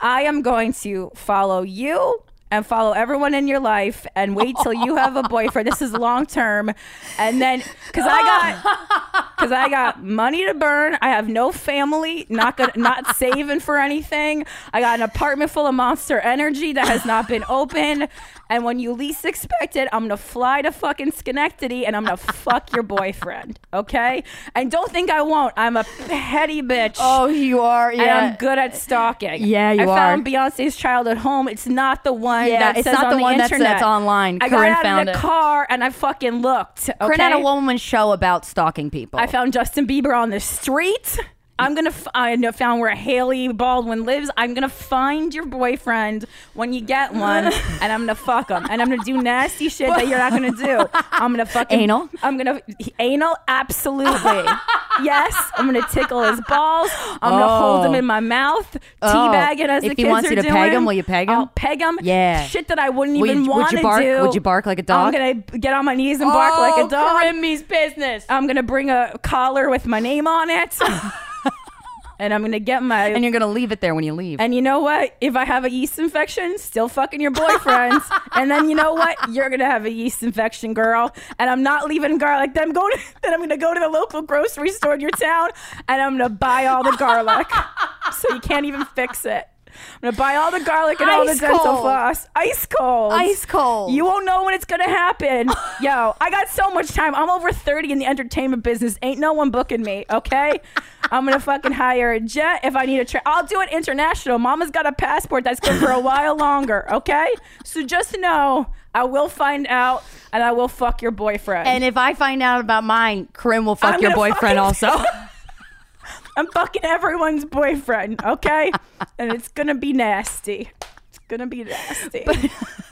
Speaker 1: i am going to follow you and follow everyone in your life and wait till you have a boyfriend. This is long term. And then, because I got. Because I got money to burn, I have no family, not gonna, not saving for anything. I got an apartment full of monster energy that has not been open, and when you least expect it, I'm gonna fly to fucking Schenectady and I'm gonna fuck your boyfriend, okay? And don't think I won't. I'm a petty bitch.
Speaker 2: you are.
Speaker 1: And I'm good at stalking.
Speaker 2: Oh, Yeah, you
Speaker 1: I found
Speaker 2: are.
Speaker 1: Beyonce's child at home. It's not the one
Speaker 2: Yeah,
Speaker 1: that
Speaker 2: it's
Speaker 1: says
Speaker 2: not
Speaker 1: on
Speaker 2: the one that says
Speaker 1: internet.
Speaker 2: online.
Speaker 1: I
Speaker 2: Corinne
Speaker 1: got out
Speaker 2: found
Speaker 1: of
Speaker 2: it.
Speaker 1: the car and I fucking looked. Okay?
Speaker 2: Corinne had a one-woman show about stalking people.
Speaker 1: I found Justin Bieber on the street. I'm gonna. F- I know- found where Haley Baldwin lives. I'm gonna find your boyfriend when you get one, and I'm gonna fuck him, and I'm gonna do nasty shit that you're not gonna do. I'm gonna fucking
Speaker 2: Anal?
Speaker 1: I'm gonna anal. Absolutely. yes. I'm gonna tickle his balls. I'm gonna hold him
Speaker 2: Oh.
Speaker 1: in my mouth,
Speaker 2: Oh.
Speaker 1: teabagging as the
Speaker 2: If he
Speaker 1: kids
Speaker 2: wants
Speaker 1: are
Speaker 2: you to
Speaker 1: doing.
Speaker 2: peg him, will you peg him?
Speaker 1: I'll peg him.
Speaker 2: Yeah.
Speaker 1: Shit that I wouldn't
Speaker 2: Will you-
Speaker 1: even
Speaker 2: would you
Speaker 1: want to
Speaker 2: bark?
Speaker 1: do.
Speaker 2: Would you bark like a dog?
Speaker 1: I'm gonna get on my knees and bark
Speaker 2: Oh,
Speaker 1: like a dog.
Speaker 3: business.
Speaker 1: I'm gonna bring a collar with my name on it, and I'm gonna get my.
Speaker 2: and
Speaker 1: And,
Speaker 2: you're going to leave it there when you leave.
Speaker 1: you know what? If I have a yeast infection, still fucking your boyfriend. and then you know what? You're gonna have a yeast infection, girl. And I'm not leaving garlic. Then I'm going. Then I'm gonna go to the local grocery store in your town, and I'm gonna buy all the garlic, so you can't even fix it. I'm gonna buy all the garlic and all the
Speaker 2: Ice
Speaker 1: dental
Speaker 2: cold.
Speaker 1: floss. Ice cold.
Speaker 2: Ice cold.
Speaker 1: You won't know when it's gonna happen. Yo, I got so much time. I'm over 30 in the entertainment business. Ain't no one booking me, okay? I'm gonna fucking hire a jet if I need a trip. I'll do it international. Mama's got a passport that's good for a while longer, okay? So just know I will find out and I will fuck your boyfriend.
Speaker 2: and if I find out about mine, Corinne will fuck
Speaker 1: I'm
Speaker 2: your
Speaker 1: gonna fucking-
Speaker 2: boyfriend also.
Speaker 1: I'm fucking everyone's boyfriend, okay? and it's gonna be nasty. It's gonna be nasty.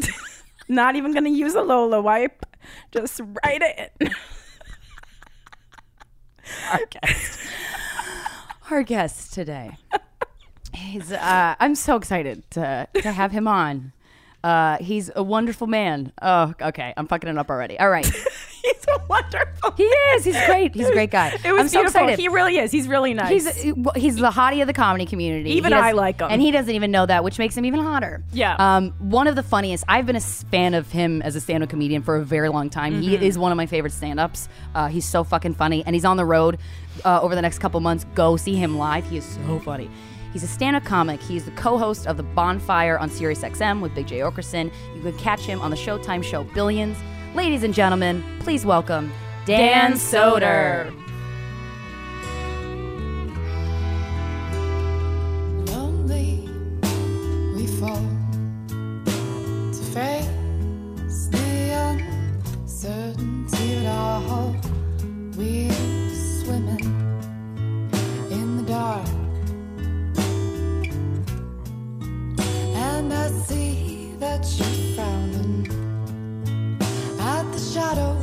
Speaker 1: Not even gonna use a Lola wipe. Just write it. in.
Speaker 2: Our guest today. He's, uh, I'm so excited to, to have him on. Uh, he's a wonderful man. Oh, okay. I'm fucking it up already. All right.
Speaker 1: He's a wonderful.
Speaker 2: He is. He's great. He's a great guy.
Speaker 1: It was
Speaker 2: I'm so
Speaker 1: beautiful.
Speaker 2: excited.
Speaker 1: He really is. He's really nice.
Speaker 2: He's he's the hottie of the comedy community.
Speaker 1: Even
Speaker 2: He does-
Speaker 1: I like him.
Speaker 2: and he doesn't even know that, which makes him even hotter.
Speaker 1: Yeah.
Speaker 2: Um, one of the funniest. I've been a s- fan of him as a stand-up comedian for a very long time. He
Speaker 1: Mm-hmm.
Speaker 2: is one of my favorite stand-ups. Uh, he's so fucking funny, and he's on the road uh, over the next couple months. Go see him live. He is so funny. He's a stand-up comic. He's the co-host of The Bonfire on SiriusXM with Big J. Okerson. You can catch him on the Showtime show Billions. Ladies and gentlemen, please welcome Dan, Soder.
Speaker 4: Lonely, we fall to face the uncertainty of it all. We're swimming in the dark, and I see that you're frowning at the shadow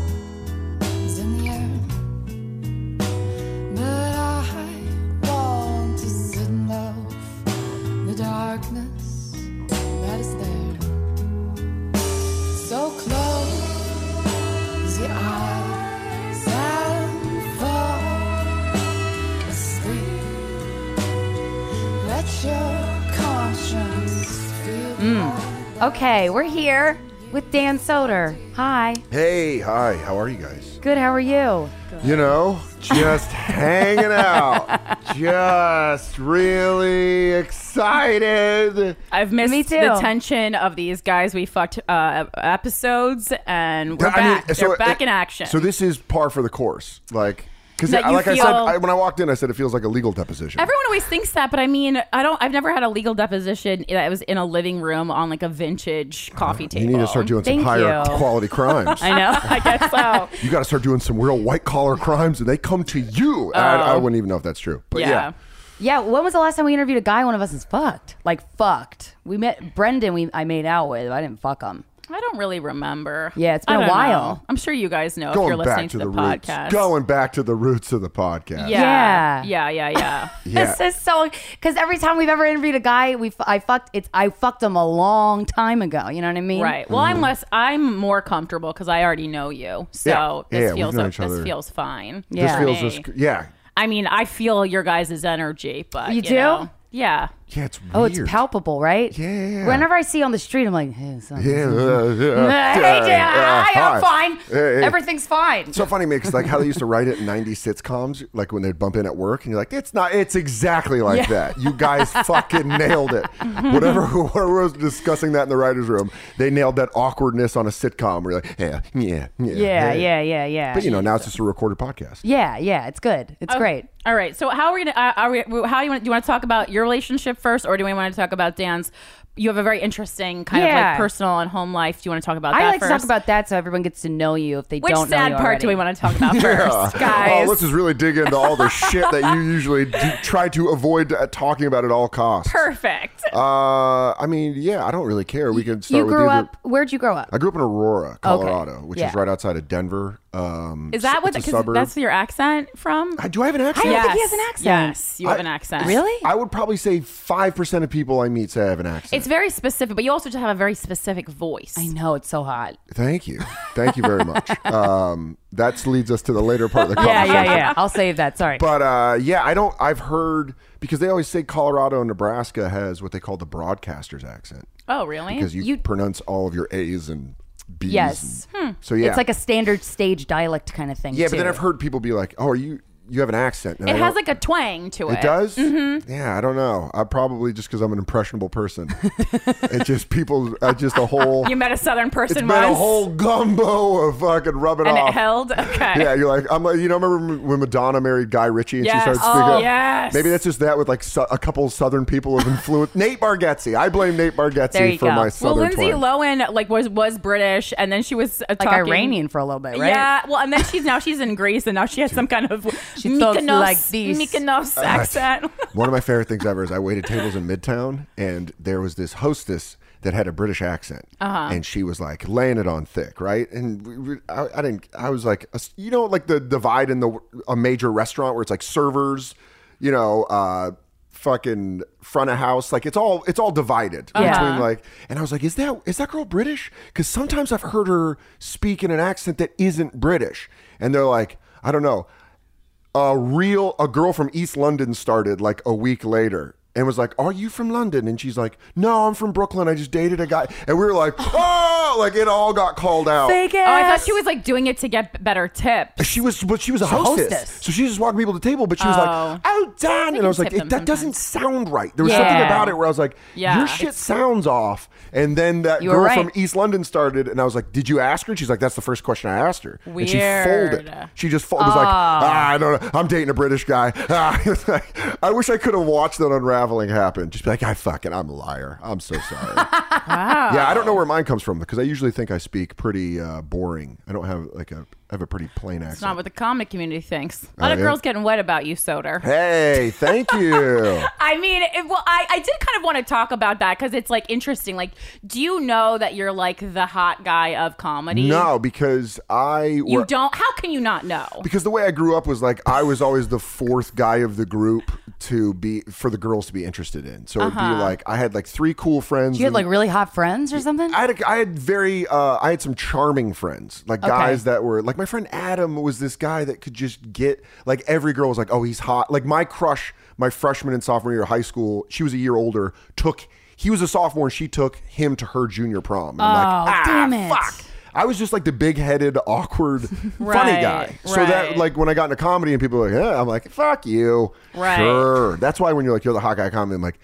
Speaker 2: Okay, we're here with Dan Soder. Hi.
Speaker 5: Hey, hi. How are you guys?
Speaker 2: Good, how are you?
Speaker 5: You know, just hanging out. Just really excited.
Speaker 1: I've missed
Speaker 2: Me too.
Speaker 1: the tension of these guys we fucked uh, episodes, and we're
Speaker 5: I mean,
Speaker 1: back.
Speaker 5: so
Speaker 1: They're back
Speaker 5: it-
Speaker 1: in action.
Speaker 5: So this is par for the course. Like, because
Speaker 1: That you
Speaker 5: like I said,
Speaker 1: feel-
Speaker 5: I, when I walked in, I said it feels like a legal deposition.
Speaker 1: Everyone always thinks that, but I mean, I don't. I've never had a legal deposition that was in a living room on like a vintage coffee
Speaker 5: Uh, you
Speaker 1: table.
Speaker 5: need to start doing some
Speaker 2: Thank
Speaker 5: higher
Speaker 2: you.
Speaker 5: quality crimes.
Speaker 1: I know. I guess so.
Speaker 5: you got to start doing some real white collar crimes, and they come to you. I, I wouldn't even know if that's true. But yeah,
Speaker 1: Oh. yeah.
Speaker 2: Yeah, when was the last time we interviewed a guy one of us is fucked? Like fucked. We met Brendan we I made out with. I didn't fuck him.
Speaker 1: I don't really remember.
Speaker 2: Yeah, it's been
Speaker 1: I
Speaker 2: a
Speaker 1: don't
Speaker 2: while.
Speaker 1: know. I'm sure you guys know if you're
Speaker 5: going
Speaker 1: listening
Speaker 5: back to the, roots,
Speaker 1: podcast.
Speaker 5: going back to the roots of the podcast.
Speaker 1: Yeah. Yeah.
Speaker 2: Yeah.
Speaker 1: Yeah. Yeah.
Speaker 5: Yeah.
Speaker 2: This is so because every time we've ever interviewed a guy, we f- I fucked it's I fucked him a long time ago. You know what I mean?
Speaker 1: Right. Well, I'm less. I'm more comfortable because I already know you. So
Speaker 5: Yeah. Yeah,
Speaker 1: this
Speaker 5: we've
Speaker 1: feels.
Speaker 5: known
Speaker 1: o-
Speaker 5: each
Speaker 1: This
Speaker 5: other.
Speaker 1: feels fine.
Speaker 5: This
Speaker 2: Yeah.
Speaker 5: feels
Speaker 1: Hey.
Speaker 5: just yeah,
Speaker 1: I mean, I feel your guys' energy, but
Speaker 2: You
Speaker 1: you,
Speaker 2: do?
Speaker 1: know. yeah.
Speaker 5: yeah. It's weird.
Speaker 2: Oh, it's palpable, right?
Speaker 5: Yeah.
Speaker 2: Whenever I see you on the street, I'm like, hey, son.
Speaker 5: Yeah, uh, yeah,
Speaker 2: Mm-hmm. Hey,
Speaker 5: yeah,
Speaker 2: Dan,
Speaker 5: yeah,
Speaker 2: hi, I'm
Speaker 5: hi.
Speaker 2: fine.
Speaker 5: Hey, hey.
Speaker 2: Everything's fine.
Speaker 5: So funny, because like how they used to write it in '90s sitcoms, like when they'd bump in at work, and you're like, "It's not. It's exactly like that. You guys fucking nailed it.
Speaker 2: Mm-hmm.
Speaker 5: Whatever, whoever was discussing that in the writers' room, they nailed that awkwardness on a sitcom. Where you're like, yeah, yeah, yeah,
Speaker 2: yeah,
Speaker 5: hey."
Speaker 2: yeah, yeah, yeah.
Speaker 5: But you know, Oh. now it's just a recorded podcast.
Speaker 2: yeah, yeah, it's good. It's great.
Speaker 1: All right. So how are we? Gonna, uh, are we? How do you want? Do you want to talk about your relationship first, or do we want to talk about Dan's? You have a very interesting kind of
Speaker 2: Yeah.
Speaker 1: like personal and home life. Do you want to talk about
Speaker 2: I
Speaker 1: that
Speaker 2: like
Speaker 1: first?
Speaker 2: to talk about that so everyone gets to know you if they
Speaker 1: Which
Speaker 2: don't know
Speaker 1: sad
Speaker 2: you
Speaker 1: part do
Speaker 2: already.
Speaker 1: we want to talk about first, guys?
Speaker 5: Oh, let's just really dig into all the shit that you usually do, try to avoid uh, talking about at all costs.
Speaker 1: Perfect.
Speaker 5: Uh, I mean, yeah, I don't really care. We can start
Speaker 2: You
Speaker 5: with
Speaker 2: grew
Speaker 5: either-
Speaker 2: up. Where'd you grow up?
Speaker 5: I grew up in Aurora, Colorado, which
Speaker 2: Yeah.
Speaker 5: is right outside of Denver. Um,
Speaker 1: Is that
Speaker 5: s-
Speaker 1: what?
Speaker 5: it's a
Speaker 1: Because
Speaker 5: suburb.
Speaker 1: that's your accent from?
Speaker 5: I- do I have an accent?
Speaker 2: don't think he has an accent.
Speaker 1: Yes, you have an accent.
Speaker 2: Really?
Speaker 5: I would probably say five percent of people I meet say I have an accent.
Speaker 1: It's very specific, but you also just have a very specific voice.
Speaker 2: I know it's so hot.
Speaker 5: Thank you, thank you very much. um, that leads us to the later part of the
Speaker 2: Yeah,
Speaker 5: conversation.
Speaker 2: yeah, yeah. I'll save that. Sorry.
Speaker 5: But uh, yeah, I don't. I've heard because they always say Colorado and Nebraska has what they call the broadcaster's accent
Speaker 1: Oh, really?
Speaker 5: because you, pronounce all of your A's and B's.
Speaker 2: Yes. Hmm.
Speaker 5: and- so yeah,
Speaker 2: It's like a standard stage dialect kind of thing.
Speaker 5: yeah. But then
Speaker 2: too.
Speaker 5: I've heard people be like, "Oh, are you you have an accent." and
Speaker 1: it
Speaker 5: I
Speaker 1: has
Speaker 5: don't-
Speaker 1: like a Mm-hmm. twang to it.
Speaker 5: It does? Yeah, I don't know. I probably just because I'm an impressionable person. it just people, I just a whole.
Speaker 1: You met a southern
Speaker 5: it's
Speaker 1: person
Speaker 5: been
Speaker 1: once,
Speaker 5: a whole gumbo of fucking rubbing
Speaker 1: and
Speaker 5: off.
Speaker 1: it held. Okay.
Speaker 5: Yeah, you're like I'm. Like, you know, remember when Madonna married Guy Ritchie and
Speaker 1: Yes.
Speaker 5: she started
Speaker 1: Oh,
Speaker 5: speaking? up?
Speaker 1: yes.
Speaker 5: Maybe that's just that with like su- a couple southern people of influence. Nate Bargatze. I blame Nate
Speaker 2: There you
Speaker 5: Bargatze for
Speaker 2: go.
Speaker 5: my
Speaker 2: Well,
Speaker 1: Well,
Speaker 5: southern
Speaker 1: Lindsay
Speaker 5: twang.
Speaker 1: Lohan like was was British, and then she was uh,
Speaker 2: like
Speaker 1: talking,
Speaker 2: Iranian for a little bit, right?
Speaker 1: Yeah, well, and then she's now she's in Greece, and now she has some kind of
Speaker 2: She talks
Speaker 1: Mykonos,
Speaker 2: like this.
Speaker 1: Mykonos accent.
Speaker 5: One of my favorite things ever is I waited tables in Midtown, and there was this hostess that had a British accent, and she was like laying it on thick, right? And we, we, I, I didn't. I was like, a- you know, like the divide in the a major restaurant where it's like servers, you know. uh fucking front of house like it's all it's all divided between like and i was like is that is that girl british because sometimes i've heard her speak in an accent that isn't british and they're like i don't know a real a girl from East London started like a week later and was like, "Are you from London?" And she's like, "No, I'm from Brooklyn. I just dated a guy." And we were like, "Oh!" Like it all got called out.
Speaker 2: Fake
Speaker 1: Oh, I
Speaker 2: ass.
Speaker 1: thought she was like doing it to get better tips.
Speaker 5: She was, but she was a hostess,
Speaker 2: hostess.
Speaker 5: so she was just walking people to the table. But she was like, "Oh, Dan," and I was like,
Speaker 1: tip them
Speaker 5: "It- "That doesn't sound right." There was something
Speaker 2: Yeah.
Speaker 5: about it where I was like,
Speaker 1: Yeah,
Speaker 5: "Your shit sounds off." And then that
Speaker 2: You
Speaker 5: girl
Speaker 2: were right.
Speaker 5: from East London started, and I was like, "Did you ask her?" And she's like, "That's the first question I asked her." And she folded.
Speaker 1: Weird.
Speaker 5: She just fo- was like, "Ah, I don't know. I'm dating a British guy." Ah, it was like- I wish I could have watched that unraveling happen. Just be like, "I fucking, I'm a liar. I'm so sorry." Yeah, I don't know where mine comes from because I usually think I speak pretty uh, boring. I don't have like a I have a pretty plain accent.
Speaker 1: It's not what the comedy community thinks. A lot
Speaker 5: Oh,
Speaker 1: of
Speaker 5: yeah?
Speaker 1: girls getting wet about you, Soder.
Speaker 5: Hey, thank you.
Speaker 1: I mean, it, well, I, I did kind of want to talk about that because it's like interesting. Like, do you know that you're like the hot guy of comedy?
Speaker 5: no, because I
Speaker 1: You
Speaker 5: were-
Speaker 1: don't. How can you not know?
Speaker 5: because the way I grew up was like I was always the fourth guy of the group to be for the girls to be interested in. So it'd be like I had like three cool friends.
Speaker 2: Uh-huh. You had
Speaker 5: and-
Speaker 2: like really hot friends or something?
Speaker 5: I had, a, I had very uh, I had some charming friends like guys that were like Like my friend Adam was this guy that could just get like every girl was like, oh, he's hot. Like my crush, my freshman and sophomore year of high school, she was a year older. Took he was a sophomore and she took him to her junior prom. And I'm like, ah,
Speaker 2: damn it.
Speaker 5: fuck. I was just like the big-headed, awkward, funny guy. So that
Speaker 1: right.
Speaker 5: like when I got into comedy and people were like, yeah, I'm like, fuck you.
Speaker 1: Right.
Speaker 5: Sure. That's why when you're like, you're the hot guy comedy, I'm like,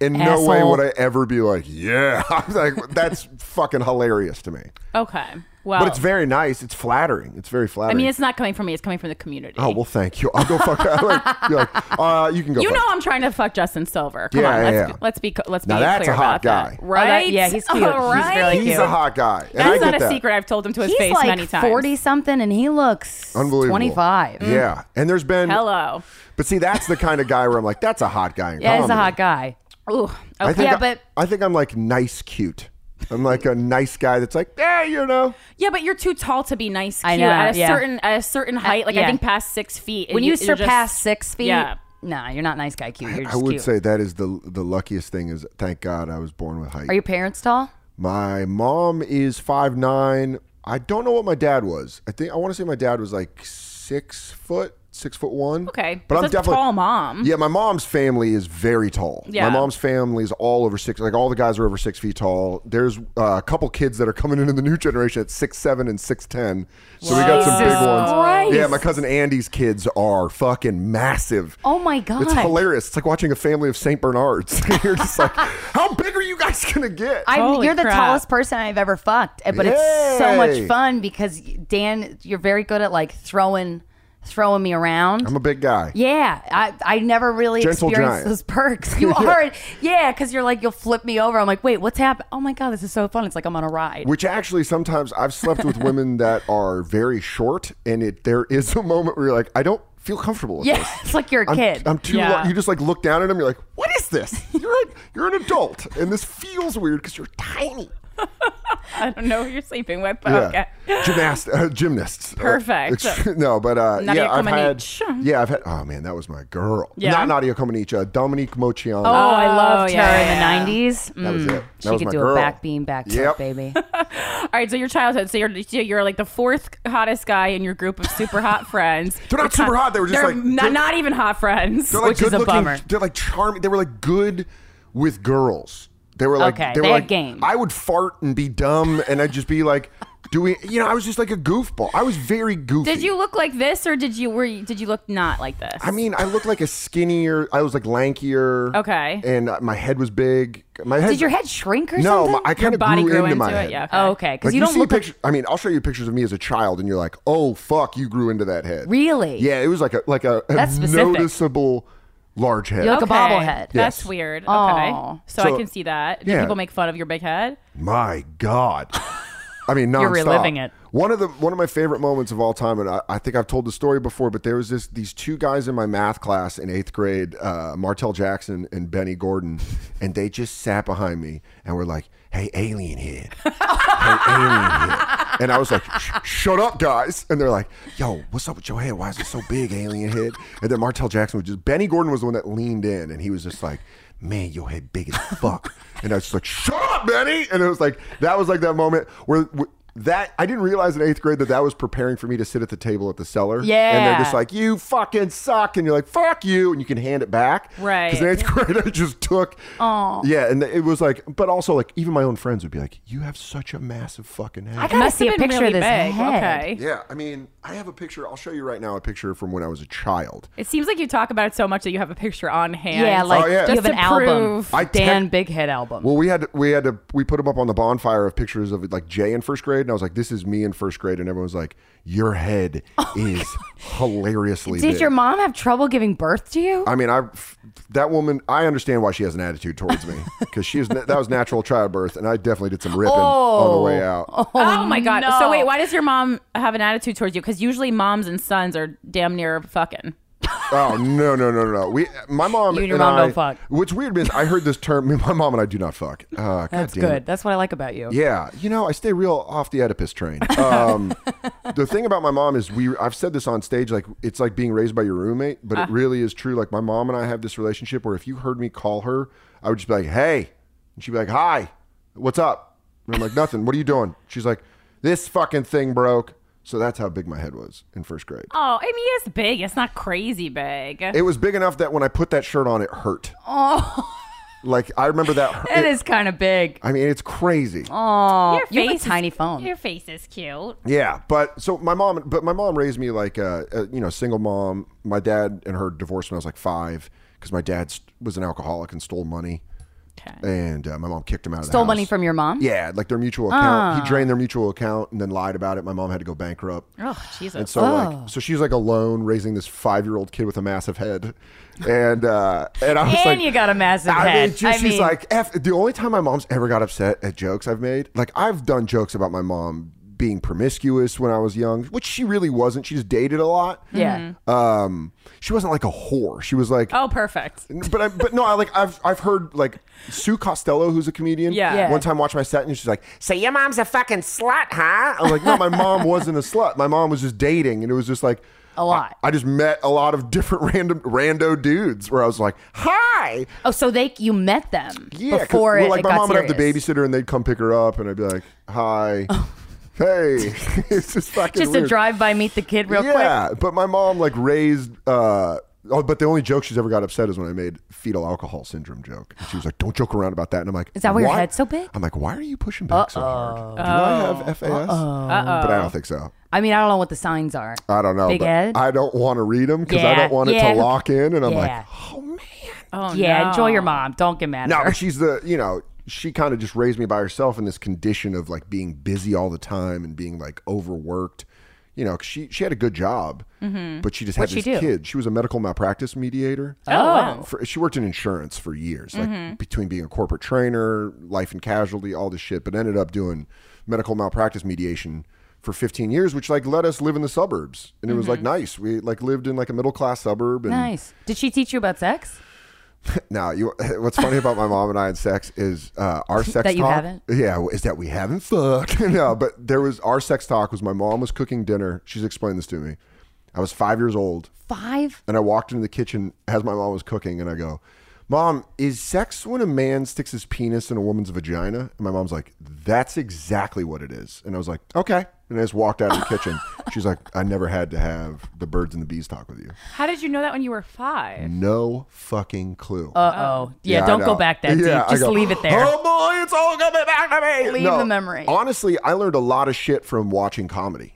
Speaker 5: in no way
Speaker 2: Asshole.
Speaker 5: would I ever be like, yeah. I'm like, that's fucking hilarious to me.
Speaker 1: Okay. Well,
Speaker 5: But it's very nice. It's flattering. It's very
Speaker 1: Oh. I
Speaker 5: flattering.
Speaker 1: mean, it's not coming from me. It's coming from the community.
Speaker 5: oh well, thank you. I'll go fuck. like, you're like, uh, you can go.
Speaker 1: you
Speaker 5: fuck.
Speaker 1: know I'm trying to fuck Justin Silver. Come
Speaker 5: Yeah,
Speaker 1: on,
Speaker 5: yeah,
Speaker 1: let's,
Speaker 5: yeah.
Speaker 1: let's be let's
Speaker 5: Now
Speaker 1: be
Speaker 5: that's
Speaker 1: clear
Speaker 5: a hot
Speaker 1: about that.
Speaker 5: guy.
Speaker 1: Right?
Speaker 3: yeah, he's cute.
Speaker 1: All
Speaker 3: He's
Speaker 1: right?
Speaker 3: really
Speaker 5: he's
Speaker 3: cute.
Speaker 5: a hot guy. And I
Speaker 1: That's
Speaker 5: get
Speaker 1: not a
Speaker 5: that.
Speaker 1: secret. I've told him to his
Speaker 2: He's
Speaker 1: face
Speaker 2: like
Speaker 1: many times.
Speaker 2: 40 something and he looks
Speaker 5: Unbelievable.
Speaker 2: 25.
Speaker 5: Yeah, and there's been.
Speaker 1: Hello.
Speaker 5: But see, that's the kind of guy where I'm like, that's a hot guy. In
Speaker 2: Yeah, he's a
Speaker 5: comedy.
Speaker 2: hot guy.
Speaker 1: Ooh.
Speaker 5: I
Speaker 1: Okay.
Speaker 5: think
Speaker 2: Yeah,
Speaker 5: I-
Speaker 2: but-
Speaker 5: I think I'm like nice, cute. I'm like a nice guy that's like, yeah, you know.
Speaker 1: Yeah, but you're too tall to be nice. Cute.
Speaker 2: I know,
Speaker 1: At a
Speaker 2: yeah.
Speaker 1: certain at a certain height, like I
Speaker 2: yeah.
Speaker 1: think past six feet.
Speaker 2: When you,
Speaker 1: you're just-
Speaker 2: surpass six feet,
Speaker 1: Yeah.
Speaker 2: nah, you're not nice guy cute. You're just
Speaker 5: I would
Speaker 2: cute.
Speaker 5: say that is the the luckiest thing is thank God I was born with height.
Speaker 2: Are your parents tall?
Speaker 5: my mom is five nine. I don't know what my dad was. I think I want to say my dad was like six foot, six foot one.
Speaker 1: Okay.
Speaker 5: but
Speaker 1: That's
Speaker 5: I'm
Speaker 1: a
Speaker 5: definitely
Speaker 1: tall mom.
Speaker 5: Yeah, my mom's family is very tall.
Speaker 1: Yeah.
Speaker 5: my mom's family is all over six. Like all the guys are over six feet tall. There's uh, a couple kids that are coming into the new generation at six seven and six ten. So we got some big
Speaker 2: Jesus
Speaker 5: ones.
Speaker 2: Christ.
Speaker 5: Yeah, my cousin Andy's kids are fucking massive.
Speaker 2: Oh my god!
Speaker 5: It's hilarious. It's like watching a family of St. Bernards. You're just like, how big are you guys going to get?
Speaker 2: I'm,
Speaker 1: Holy
Speaker 2: you're the
Speaker 1: crap.
Speaker 2: tallest person I've ever fucked, eh, but it's so
Speaker 5: Yay.
Speaker 2: much fun because Dan, you're very good at like throwing, throwing me around.
Speaker 5: I'm a big guy.
Speaker 2: yeah, I, I never really
Speaker 5: Gentle
Speaker 2: experienced
Speaker 5: giant.
Speaker 2: those perks. You are, yeah, because you're like you'll flip me over. I'm like, wait, what's happened? Oh my god, this is so fun! It's like I'm on a ride.
Speaker 5: Which actually, sometimes I've slept with women that are very short, and it there is a moment where you're like, I don't feel comfortable with
Speaker 2: yeah,
Speaker 5: this.
Speaker 2: it's like you're a
Speaker 5: I'm,
Speaker 2: kid.
Speaker 5: I'm too.
Speaker 1: Yeah.
Speaker 5: lo- you just like look down at them. You're like, what is this? You're a, you're an adult, and this feels weird because you're tiny.
Speaker 1: I don't know who you're sleeping with, but okay.
Speaker 5: Gymnast, uh, gymnasts. Uh,
Speaker 1: Perfect.
Speaker 5: ext- no, but uh,
Speaker 1: Nadia
Speaker 5: yeah, I've had.
Speaker 1: Comaneci.
Speaker 5: Yeah, I've had. Oh man, that was my girl.
Speaker 1: Yeah.
Speaker 5: Not Nadia Comaneci, uh, Dominique Mociano.
Speaker 2: oh, I loved
Speaker 1: yeah,
Speaker 2: her
Speaker 1: yeah, yeah.
Speaker 2: in the '90s.
Speaker 5: That was
Speaker 2: Mm,
Speaker 5: it. That
Speaker 2: she
Speaker 5: was
Speaker 2: could
Speaker 5: my
Speaker 2: do
Speaker 5: girl.
Speaker 2: a back beam, back flip,
Speaker 5: Yep.
Speaker 2: baby.
Speaker 1: All right. So your childhood. So you're so you're like the fourth hottest guy in your group of super hot friends.
Speaker 5: They're not super hot. They were just
Speaker 1: They're
Speaker 5: like-
Speaker 1: not, not even hot friends.
Speaker 5: They're like
Speaker 2: Which is a
Speaker 5: good-looking-
Speaker 2: bummer.
Speaker 5: They're like charming. They were like good with girls. They were like
Speaker 2: Okay,
Speaker 5: they were
Speaker 2: they had
Speaker 5: like
Speaker 2: game.
Speaker 5: I would fart and be dumb, and I'd just be like doing. You know, I was just like a goofball. I was very goofy.
Speaker 1: Did you look like this, or did you were you, did you look not like this?
Speaker 5: I mean, I looked like a skinnier. I was like lankier.
Speaker 1: Okay.
Speaker 5: And uh, my head was big. My head.
Speaker 2: Did your head shrink or
Speaker 5: No,
Speaker 2: something?
Speaker 5: my, I kind of
Speaker 1: body
Speaker 5: grew,
Speaker 1: grew
Speaker 5: into,
Speaker 1: into
Speaker 5: my
Speaker 1: it,
Speaker 5: head.
Speaker 1: yeah.
Speaker 2: Oh, okay, because
Speaker 5: Like,
Speaker 2: you,
Speaker 5: you,
Speaker 2: don't
Speaker 5: see
Speaker 2: look like
Speaker 5: pictures. I mean, I'll show you pictures of me as a child, and you're like, "Oh fuck, you grew into that head."
Speaker 2: Really?
Speaker 5: Yeah, it was like a like a, a
Speaker 2: That's specific.
Speaker 5: noticeable large head.
Speaker 2: You look a bobblehead. Oh.
Speaker 1: That's
Speaker 5: Yes.
Speaker 1: weird. Okay.
Speaker 2: Aw.
Speaker 1: So,
Speaker 5: So-
Speaker 1: I can see that. Do
Speaker 5: Yeah.
Speaker 1: people make fun of your big head?
Speaker 5: My God. I mean, nonstop. You're
Speaker 2: reliving it.
Speaker 5: One of the one of my favorite moments of all time, and I, I think I've told the story before, but there was this these two guys in my math class in eighth grade, uh, Martell Jackson and Benny Gordon, and they just sat behind me and were like, "Hey, alien head, hey, alien head," and I was like, "Sh- "Shut up, guys!" And they're like, "Yo, what's up with your head? Why is it so big, alien head?" And then Martell Jackson was just Benny Gordon was the one that leaned in, and he was just like. Man, your head big as fuck, and I was just like, "Shut up, Benny!" And it was like that was like that moment where, where that I didn't realize in eighth grade that that was preparing for me to sit at the table at the cellar. and they're
Speaker 2: Yeah.
Speaker 5: just like, "You fucking suck," and you're like, "Fuck you," and you can hand it back.
Speaker 1: Right.
Speaker 5: Because in eighth grade, I just took. Oh. Yeah, and it was like, but also like even my own friends would be like, "You have such a massive fucking head."
Speaker 2: I gotta
Speaker 1: Must
Speaker 2: see a
Speaker 1: have been
Speaker 2: picture
Speaker 1: really
Speaker 2: of this
Speaker 1: big.
Speaker 2: head.
Speaker 1: Okay.
Speaker 5: yeah, I mean, I have a picture. I'll show you right now a picture from when I was a child.
Speaker 1: It seems like you talk about it so much that you have a picture on hand.
Speaker 2: Yeah, like
Speaker 5: Oh, yeah.
Speaker 2: you
Speaker 1: Just
Speaker 2: have an
Speaker 1: to
Speaker 2: album,
Speaker 1: prove-
Speaker 5: I
Speaker 2: Dan
Speaker 5: tec-
Speaker 2: Big Head album.
Speaker 5: Well, we had we had to we put them up on the bonfire of pictures of like Jay in first grade, and I was like, "This is me in first grade," and everyone was like, "Your head is hilariously."
Speaker 2: Oh Did
Speaker 5: big.
Speaker 2: your mom have trouble giving birth to you?
Speaker 5: I mean, I that woman. I understand why she has an attitude towards me because she was that was natural childbirth, and I definitely did some
Speaker 2: Oh.
Speaker 5: ripping on the way out.
Speaker 1: Oh, my god. So wait, why does your mom have an attitude towards you? Because usually moms and sons are damn near fucking.
Speaker 5: Oh no no no no! We my mom
Speaker 2: You and
Speaker 5: and,
Speaker 2: your mom
Speaker 5: I.
Speaker 2: don't fuck.
Speaker 5: What's weird is I heard this term. My mom and I do not fuck. Uh,
Speaker 2: That's good. That's what I like about you.
Speaker 5: Yeah, you know, I stay real off the Oedipus train. Um, the thing about my mom is we I've said this on stage like it's like being raised by your roommate, but it really is true like my mom and I have this relationship where if you heard me call her, I would just be like, "Hey." And she'd be like, "Hi. What's up?" And I'm like, "Nothing. What are you doing?" She's like, "This fucking thing broke." So that's how big my head was in first grade.
Speaker 1: Oh, I mean, it's big. It's not crazy big.
Speaker 5: It was big enough that when I put that shirt on, it hurt. Oh. Like I remember that.
Speaker 2: It is kind of big.
Speaker 5: I mean, it's crazy.
Speaker 1: your
Speaker 2: You have a
Speaker 1: face is-
Speaker 2: tiny phone.
Speaker 1: Your face is cute.
Speaker 5: Yeah, but so my mom, but my mom raised me like a, a you know single mom. My dad and her divorced when I was like five because my dad st- was an alcoholic and stole money, and uh, my mom kicked him out. of
Speaker 2: Stole
Speaker 5: the house.
Speaker 2: money Ah. from your mom?
Speaker 5: Yeah, like their mutual account. He drained their mutual account and then lied about it. My mom had to go bankrupt.
Speaker 1: Oh, Jesus.
Speaker 5: And so, like, so she was like alone raising this five-year-old kid with a massive head, and uh, and I was
Speaker 2: And
Speaker 5: like,
Speaker 2: you got a massive
Speaker 5: I
Speaker 2: head.
Speaker 5: Mean, just,
Speaker 2: I
Speaker 5: she's
Speaker 2: mean-
Speaker 5: like, F, the only time my mom's ever got upset at jokes I've made, like I've done jokes about my mom being promiscuous when I was young, which she really wasn't. She just dated a lot.
Speaker 2: Yeah.
Speaker 5: Um, she wasn't like a whore. She was like,
Speaker 1: oh, perfect.
Speaker 5: but I, but no, I like I've I've heard like Sue Costello, who's a comedian.
Speaker 1: Yeah. Yeah.
Speaker 5: One time, watch my set, and she's like, "So your mom's a fucking slut, huh?" I was like, "No, my mom wasn't a slut. My mom was just dating, and it was just like."
Speaker 2: A lot.
Speaker 5: I, I just met a lot of different random rando dudes where I was like, "Hi,
Speaker 2: Oh, so they you met them
Speaker 5: yeah, 'cause-
Speaker 2: before
Speaker 5: well,
Speaker 2: it,
Speaker 5: like
Speaker 2: it
Speaker 5: my
Speaker 2: got
Speaker 5: mom
Speaker 2: serious. Oh.
Speaker 5: would have the babysitter and they'd come pick her up and I'd be like, "Hi, hey," it's just fucking
Speaker 2: Just
Speaker 5: weird.
Speaker 2: to drive by, meet the kid real quick.
Speaker 5: Yeah, but my mom like raised. uh Oh, but the only joke she's ever got upset is when I made fetal alcohol syndrome joke. And she was like, "Don't joke around about that." And I'm like,
Speaker 2: Is that why your
Speaker 5: "Why?"
Speaker 2: head's so big?
Speaker 5: I'm like, "Why are you pushing back so hard? Do I have FAS?" But I don't think so.
Speaker 2: I mean, I don't know what the signs are.
Speaker 5: I don't know.
Speaker 2: Big
Speaker 5: but
Speaker 2: head?
Speaker 5: I don't want to read them because I
Speaker 2: Yeah,
Speaker 5: don't want
Speaker 2: yeah.
Speaker 5: it to lock in. And I'm
Speaker 2: Yeah.
Speaker 5: like, "Oh man."
Speaker 1: Oh,
Speaker 2: yeah,
Speaker 1: no.
Speaker 2: enjoy your mom. Don't get mad
Speaker 5: No,
Speaker 2: at her.
Speaker 5: but she's the you know she kind of just raised me by herself in this condition of like being busy all the time and being like overworked. You know, 'cause she she had a good job, but she just
Speaker 2: Mm-hmm.
Speaker 5: had
Speaker 2: What'd she
Speaker 5: this
Speaker 2: do?
Speaker 5: kid. She was a medical malpractice mediator.
Speaker 2: Oh,
Speaker 1: wow.
Speaker 5: For, she worked in insurance for years, like
Speaker 2: Mm-hmm.
Speaker 5: between being a corporate trainer, life and casualty, all this shit, but ended up doing medical malpractice mediation for 15 years, which like let us live in the suburbs, and it was like nice. We like lived in like a middle class suburb, and
Speaker 2: Mm-hmm. Nice. Did she teach you about sex?
Speaker 5: now, you, what's funny about my mom and I and sex is uh, our sex
Speaker 2: That you
Speaker 5: talk.
Speaker 2: haven't?
Speaker 5: Yeah, is that we haven't fucked. no, but there was our sex talk was my mom was cooking dinner. She's explained this to me. I was five years old,
Speaker 2: Five.
Speaker 5: and I walked into the kitchen as my mom was cooking, and I go, "Mom, is sex when a man sticks his penis in a woman's vagina?" And my mom's like, "That's exactly what it is." And I was like, "Okay," and I just walked out of the kitchen. She's like, "I never had to have the birds and the bees talk with you.
Speaker 1: How did you know that when you were five?
Speaker 5: No fucking clue."
Speaker 2: Uh oh. Yeah,
Speaker 5: I
Speaker 2: don't
Speaker 5: know.
Speaker 2: go back that
Speaker 5: Yeah,
Speaker 2: deep.
Speaker 5: I
Speaker 2: Just
Speaker 5: go,
Speaker 2: leave it there.
Speaker 5: Oh boy, it's all coming back to me.
Speaker 2: Leave a memory.
Speaker 5: Honestly, I learned a lot of shit from watching comedy.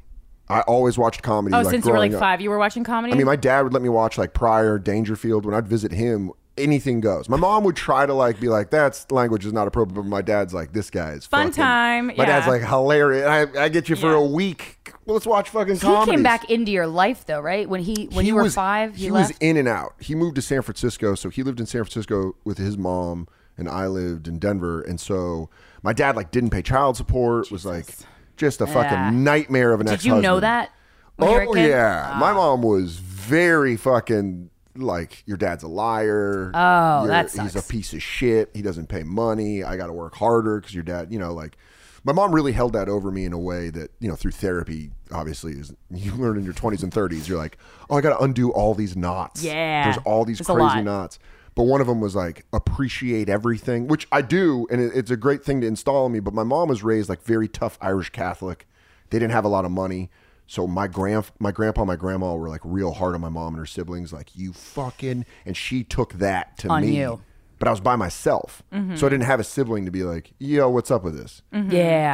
Speaker 5: I always watched comedy.
Speaker 1: Oh,
Speaker 5: like,
Speaker 1: since you were
Speaker 5: growing
Speaker 1: like
Speaker 5: up.
Speaker 1: five, you were watching comedy?
Speaker 5: I mean, my dad would let me watch like Pryor, Dangerfield. When I'd visit him, anything goes. My mom would try to like be like, "That's language is not appropriate," but my dad's like, "This guy is
Speaker 1: Fun
Speaker 5: fucking-"
Speaker 1: time,
Speaker 5: My
Speaker 1: yeah.
Speaker 5: dad's like hilarious. I, I get you for a week. Well, let's watch fucking
Speaker 2: He
Speaker 5: comedy.
Speaker 2: came back into your life though, right? When he when
Speaker 5: He
Speaker 2: you were
Speaker 5: was-
Speaker 2: five,
Speaker 5: he,
Speaker 2: he,
Speaker 5: was
Speaker 2: left.
Speaker 5: in and out. He moved to San Francisco, so he lived in San Francisco with his mom, and I lived in Denver. And so my dad like didn't pay child support. Was like just a fucking
Speaker 2: Yeah.
Speaker 5: nightmare of an
Speaker 2: Did you know that? When you were a
Speaker 5: oh
Speaker 2: kid? Ah.
Speaker 5: yeah, my mom was very fucking like your dad's a liar. Oh,
Speaker 2: that
Speaker 5: He's
Speaker 2: sucks.
Speaker 5: a piece of shit. He doesn't pay money. I got to work harder because your dad, you know, like. My mom really held that over me in a way that, you know, through therapy, obviously, is you learn in your 20s and 30s, you're like, oh, I got to undo all these knots.
Speaker 2: Yeah.
Speaker 5: There's all these
Speaker 2: It's a
Speaker 5: crazy
Speaker 2: lot.
Speaker 5: knots. But one of them was like, appreciate everything, which I do. And it, it's a great thing to install in me. But my mom was raised like very tough Irish Catholic. They didn't have a lot of money. So my grand, my grandpa, and my grandma were like real hard on my mom and her siblings, like you fucking. And she took that to
Speaker 2: On
Speaker 5: me.
Speaker 2: you. Mm-hmm.
Speaker 5: But I was by myself, so I didn't have a sibling to be like, yo, what's up with this?
Speaker 2: Yeah.
Speaker 5: 'Cause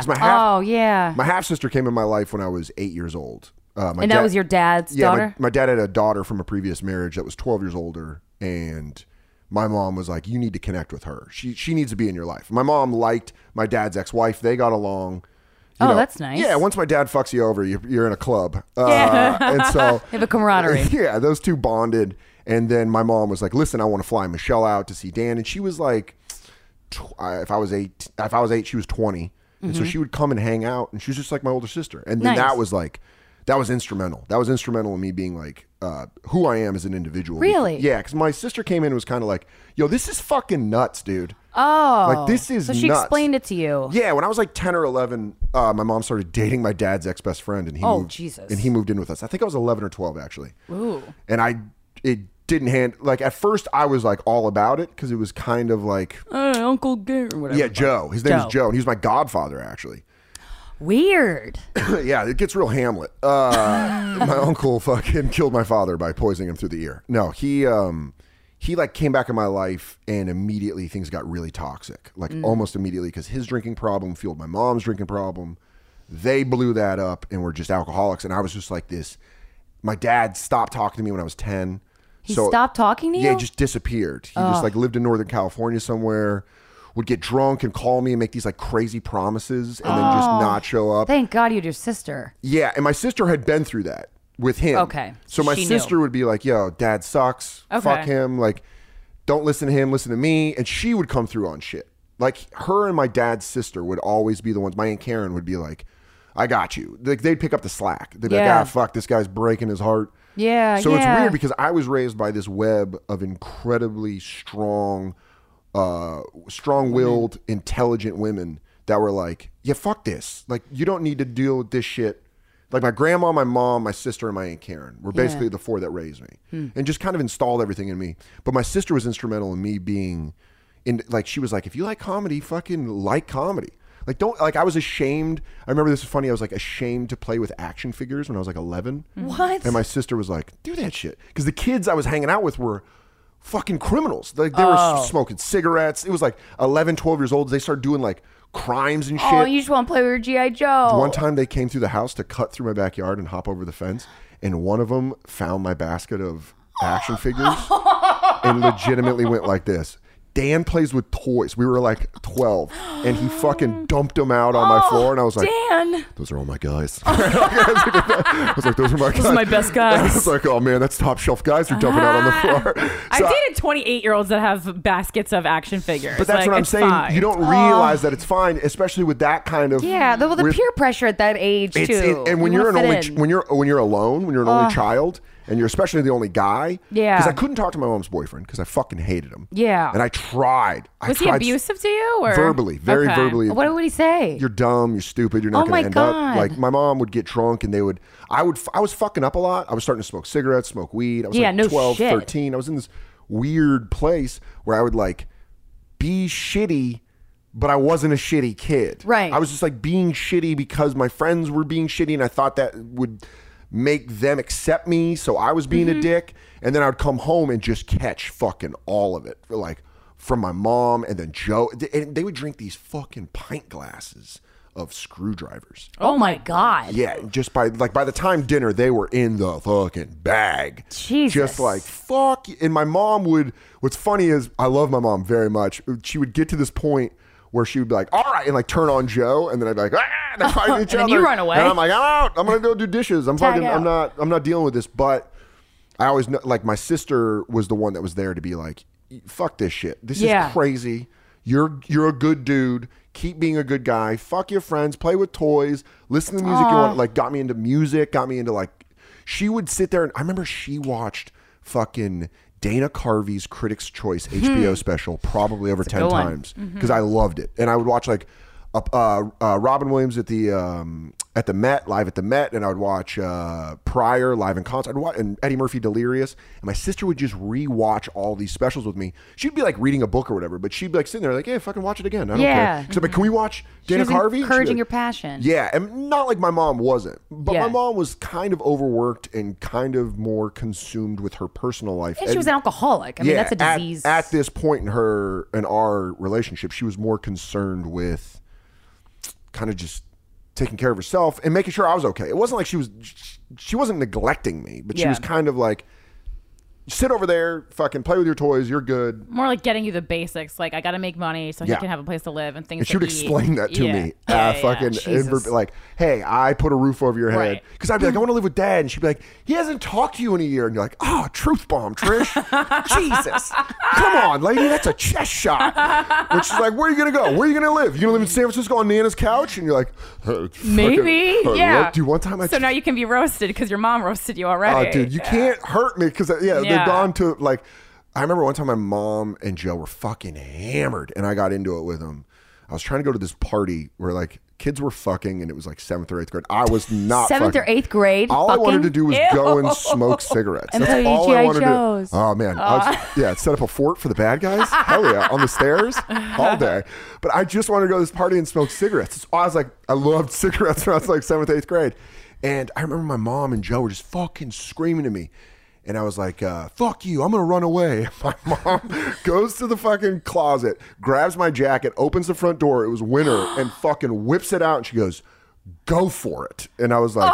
Speaker 5: Mm-hmm. my half-
Speaker 2: oh yeah.
Speaker 5: My half sister came in my life when I was eight years old. Uh, my
Speaker 2: and
Speaker 5: dad-
Speaker 2: that was your dad's
Speaker 5: yeah,
Speaker 2: daughter.
Speaker 5: My, my dad had a daughter from a previous marriage that was 12 years older, and my mom was like, "You need to connect with her. She she needs to be in your life." My mom liked my dad's ex wife. They got along. You
Speaker 2: Oh, that's nice.
Speaker 5: Yeah, once my dad fucks you over, you're, you're in a club, uh, and so
Speaker 2: They have a camaraderie.
Speaker 5: yeah, those two bonded, and then my mom was like, "Listen, I want to fly Michelle out to see Dan," and she was like, tw- I- "If I was eight, if I was eight, she was 20. and so she would come and hang out, and she was just like my older sister, and then
Speaker 2: Mm-hmm. Nice.
Speaker 5: that was like, that was instrumental. That was instrumental in me being like, uh, who I am as an individual.
Speaker 2: Really?
Speaker 5: Yeah, because my sister came in and was kind of like, "Yo, this is fucking nuts, dude."
Speaker 2: oh.
Speaker 5: Like this is
Speaker 2: So she
Speaker 5: nuts.
Speaker 2: explained it to you.
Speaker 5: Yeah, when I was like ten or eleven, uh, my mom started dating my dad's ex best friend, and he
Speaker 2: Oh,
Speaker 5: moved,
Speaker 2: Jesus.
Speaker 5: and he moved in with us. I think I was eleven or twelve actually. Ooh. And I it didn't hand like at first I was like all about it because it was kind of like
Speaker 2: Uh, Uncle Gary. Whatever.
Speaker 5: yeah Joe. His name
Speaker 2: Joe.
Speaker 5: is Joe, and he was my godfather actually.
Speaker 2: Weird.
Speaker 5: yeah, it gets real Hamlet. Uh, my uncle fucking killed my father by poisoning him through the ear. No, he um he like came back in my life and immediately things got really toxic. Like
Speaker 2: Mm.
Speaker 5: almost immediately because his drinking problem fueled my mom's drinking problem. They blew that up and were just alcoholics and I was just like this my dad stopped talking to me when I was 10.
Speaker 2: He stopped talking to
Speaker 5: Yeah,
Speaker 2: you?
Speaker 5: he just disappeared. He just like lived in Northern California somewhere. Would get drunk and call me and make these like crazy promises and then just not show up.
Speaker 2: Thank God you had your sister.
Speaker 5: Yeah, and my sister had been through that with him.
Speaker 2: Okay,
Speaker 5: So my
Speaker 2: she knew.
Speaker 5: sister would be like, "Yo, dad sucks. Fuck him. Like, don't listen to him. Listen to me." And she would come through on shit. Like her and my dad's sister would always be the ones. My aunt Karen would be like, "I got you." Like they'd pick up the slack. They'd be
Speaker 2: Yeah.
Speaker 5: like, "Ah, fuck, this guy's breaking his heart."
Speaker 2: Yeah,
Speaker 5: So
Speaker 2: yeah.
Speaker 5: it's weird because I was raised by this web of incredibly strong, uh, strong-willed, intelligent women that were like, "Yeah, fuck this. Like, you don't need to deal with this shit." Like my grandma, my mom, my sister, and my aunt Karen were basically the four that raised me,
Speaker 2: Hmm.
Speaker 5: and just kind of installed everything in me. But my sister was instrumental in me being, in like she was like, "If you like comedy, fucking like comedy." Like don't like I was ashamed. I remember this is funny. I was like ashamed to play with action figures when I was like 11.
Speaker 2: What?
Speaker 5: And my sister was like, "Do that shit," because the kids I was hanging out with were fucking criminals. Like they were
Speaker 2: Oh.
Speaker 5: smoking cigarettes. It was like 11, 12 years old. They started doing like crimes and shit.
Speaker 2: Oh, you just want to play with your G.I. Joe.
Speaker 5: One time they came through the house to cut through my backyard and hop over the fence, and one of them found my basket of action figures and legitimately went like this. Dan plays with toys. We were like 12, and he fucking dumped them out on
Speaker 2: Oh,
Speaker 5: my floor, and I was like,
Speaker 3: Dan.
Speaker 5: those are all my guys. I was like, those are my guys. Those
Speaker 1: my best guys.
Speaker 5: I was like, oh man, that's top shelf guys are dumping out
Speaker 2: Ah,
Speaker 5: on the floor.
Speaker 1: I've
Speaker 5: So I-
Speaker 1: dated 28 year olds that have baskets of action figures.
Speaker 5: but that's
Speaker 1: Like,
Speaker 5: what I'm
Speaker 1: it's
Speaker 5: saying.
Speaker 1: fine.
Speaker 5: You don't realize that it's fine, especially with that kind of
Speaker 2: Oh. yeah, the, well, the
Speaker 5: with-
Speaker 2: peer pressure at that age,
Speaker 5: It's,
Speaker 2: too.
Speaker 5: it- and when
Speaker 2: You
Speaker 5: you're
Speaker 2: wanna
Speaker 5: an
Speaker 2: fit
Speaker 5: only
Speaker 2: in.
Speaker 5: ch- when you're when you're alone, when you're an only child, and you're especially the only guy.
Speaker 2: Yeah.
Speaker 5: Because I couldn't talk to my mom's boyfriend because I fucking hated him.
Speaker 2: Yeah.
Speaker 5: And I tried. I
Speaker 1: Was he
Speaker 5: tried s-
Speaker 1: abusive to you? Or?
Speaker 5: Verbally, very
Speaker 1: Okay.
Speaker 5: verbally.
Speaker 2: what would he say?
Speaker 5: you're dumb, you're stupid, you're not
Speaker 2: Oh
Speaker 5: going
Speaker 2: my
Speaker 5: to end
Speaker 2: God.
Speaker 5: up. Like my mom would get drunk and they would I would f- I was fucking up a lot. I was starting to smoke cigarettes, smoke weed. I was
Speaker 2: Yeah,
Speaker 5: like
Speaker 2: no
Speaker 5: 12,
Speaker 2: shit.
Speaker 5: 13. I was in this weird place where I would like be shitty but I wasn't a shitty kid.
Speaker 2: Right.
Speaker 5: I was just like being shitty because my friends were being shitty and I thought that would make them accept me, so I was being a dick and then I would come home and just catch fucking all of it. Like from my mom and then Joe. And they would drink these fucking pint glasses of screwdrivers.
Speaker 2: oh, my God.
Speaker 5: Yeah, just by like by the time dinner, they were in the fucking bag.
Speaker 2: Jesus.
Speaker 5: Just like fuck. you. And my mom would. What's funny is I love my mom very much. She would get to this point where she would be like, "All right," and like turn on Joe, and then I'd be like, "Ah!" And, they're fighting each
Speaker 2: And then
Speaker 5: other.
Speaker 2: you run away.
Speaker 5: And I'm like, "I'm out. I'm gonna go do dishes. I'm
Speaker 2: Tag
Speaker 5: fucking.
Speaker 2: out.
Speaker 5: I'm not. I'm not dealing with this." But I always know, like my sister was the one that was there to be like, "E, "Fuck this shit. This
Speaker 2: Yeah.
Speaker 5: is crazy. You're you're a good dude. Keep being a good guy. Fuck your friends. Play with toys. Listen to music you want." Like got me into music. Got me into like. She would sit there and I remember she watched fucking Dana Carvey's Critics Choice HBO special probably over ten times because I loved it and I would watch like. Uh, uh, uh, Robin Williams at the um, at the Met, live at the Met, and I would watch uh, Pryor live in concert. I'd watch, and Eddie Murphy Delirious. And my sister would just re-watch all these specials with me. She'd be like reading a book or whatever, but she'd be like sitting there like, "Hey, fucking watch it again. I don't
Speaker 2: Yeah.
Speaker 5: care." Except like, can we watch Dana
Speaker 2: was
Speaker 5: Carvey? She'd be
Speaker 2: encouraging
Speaker 5: like-
Speaker 2: your passion.
Speaker 5: Yeah, and not like my mom wasn't, but
Speaker 2: Yeah.
Speaker 5: my mom was kind of overworked and kind of more consumed with her personal life.
Speaker 2: And she was an alcoholic. I mean, that's a
Speaker 5: at-
Speaker 2: disease.
Speaker 5: At, this point in her in our relationship, she was more concerned with kind of just taking care of herself and making sure I was okay. It wasn't like she was sh- she wasn't neglecting me, but she
Speaker 1: Yeah.
Speaker 5: was kind of like sit over there, fucking play with your toys, you're good.
Speaker 1: More like getting you the basics. Like, I got to make money so
Speaker 5: Yeah.
Speaker 1: he can have a place to live and things
Speaker 5: And she
Speaker 1: to
Speaker 5: would
Speaker 1: eat.
Speaker 5: explain that to
Speaker 1: Yeah.
Speaker 5: me.
Speaker 1: Yeah,
Speaker 5: uh,
Speaker 1: yeah,
Speaker 5: fucking
Speaker 1: yeah.
Speaker 5: and verb- like, hey, I put a roof over your head.
Speaker 1: Right.
Speaker 5: Because I'd be like, I want to live with dad. And she'd be like, he hasn't talked to you in a year. And you're like, oh, truth bomb, Trish. Jesus. Come on, lady. That's a chest shot. And she's like, where are you going to go? Where are you going to live? You going to live in San Francisco on Nana's couch? And you're like, "Uh, fucking-
Speaker 1: Maybe,
Speaker 5: uh,
Speaker 1: yeah.
Speaker 5: what? Dude, one time I
Speaker 1: So now you can be roasted because your mom roasted you
Speaker 5: Oh,
Speaker 1: already.
Speaker 5: dude, you can't hurt me because yeah, they've
Speaker 1: Yeah.
Speaker 5: gone to like. I remember one time my mom and Joe were fucking hammered, and I got into it with them. I was trying to go to this party where like Kids were fucking, and it was like seventh or eighth grade. I was not
Speaker 2: Seventh or
Speaker 5: fucking.
Speaker 2: eighth grade.
Speaker 5: All I wanted to
Speaker 2: fucking?
Speaker 5: do was go and smoke cigarettes.
Speaker 2: And
Speaker 5: That's
Speaker 2: play
Speaker 5: all I
Speaker 2: G.I.
Speaker 5: wanted
Speaker 2: Joes.
Speaker 5: to do. Oh man, I was, yeah, set up a fort for the bad guys. Hell yeah, on the stairs all day. But I just wanted to go to this party and smoke cigarettes. It's- I was like, I loved cigarettes when I was like seventh, eighth grade, and I remember my mom and Joe were just fucking screaming at me. And I was like, uh, fuck you, I'm gonna run away. My mom goes to the fucking closet, grabs my jacket, opens the front door. It was winter, and fucking whips it out. And she goes, go for it. And I was like,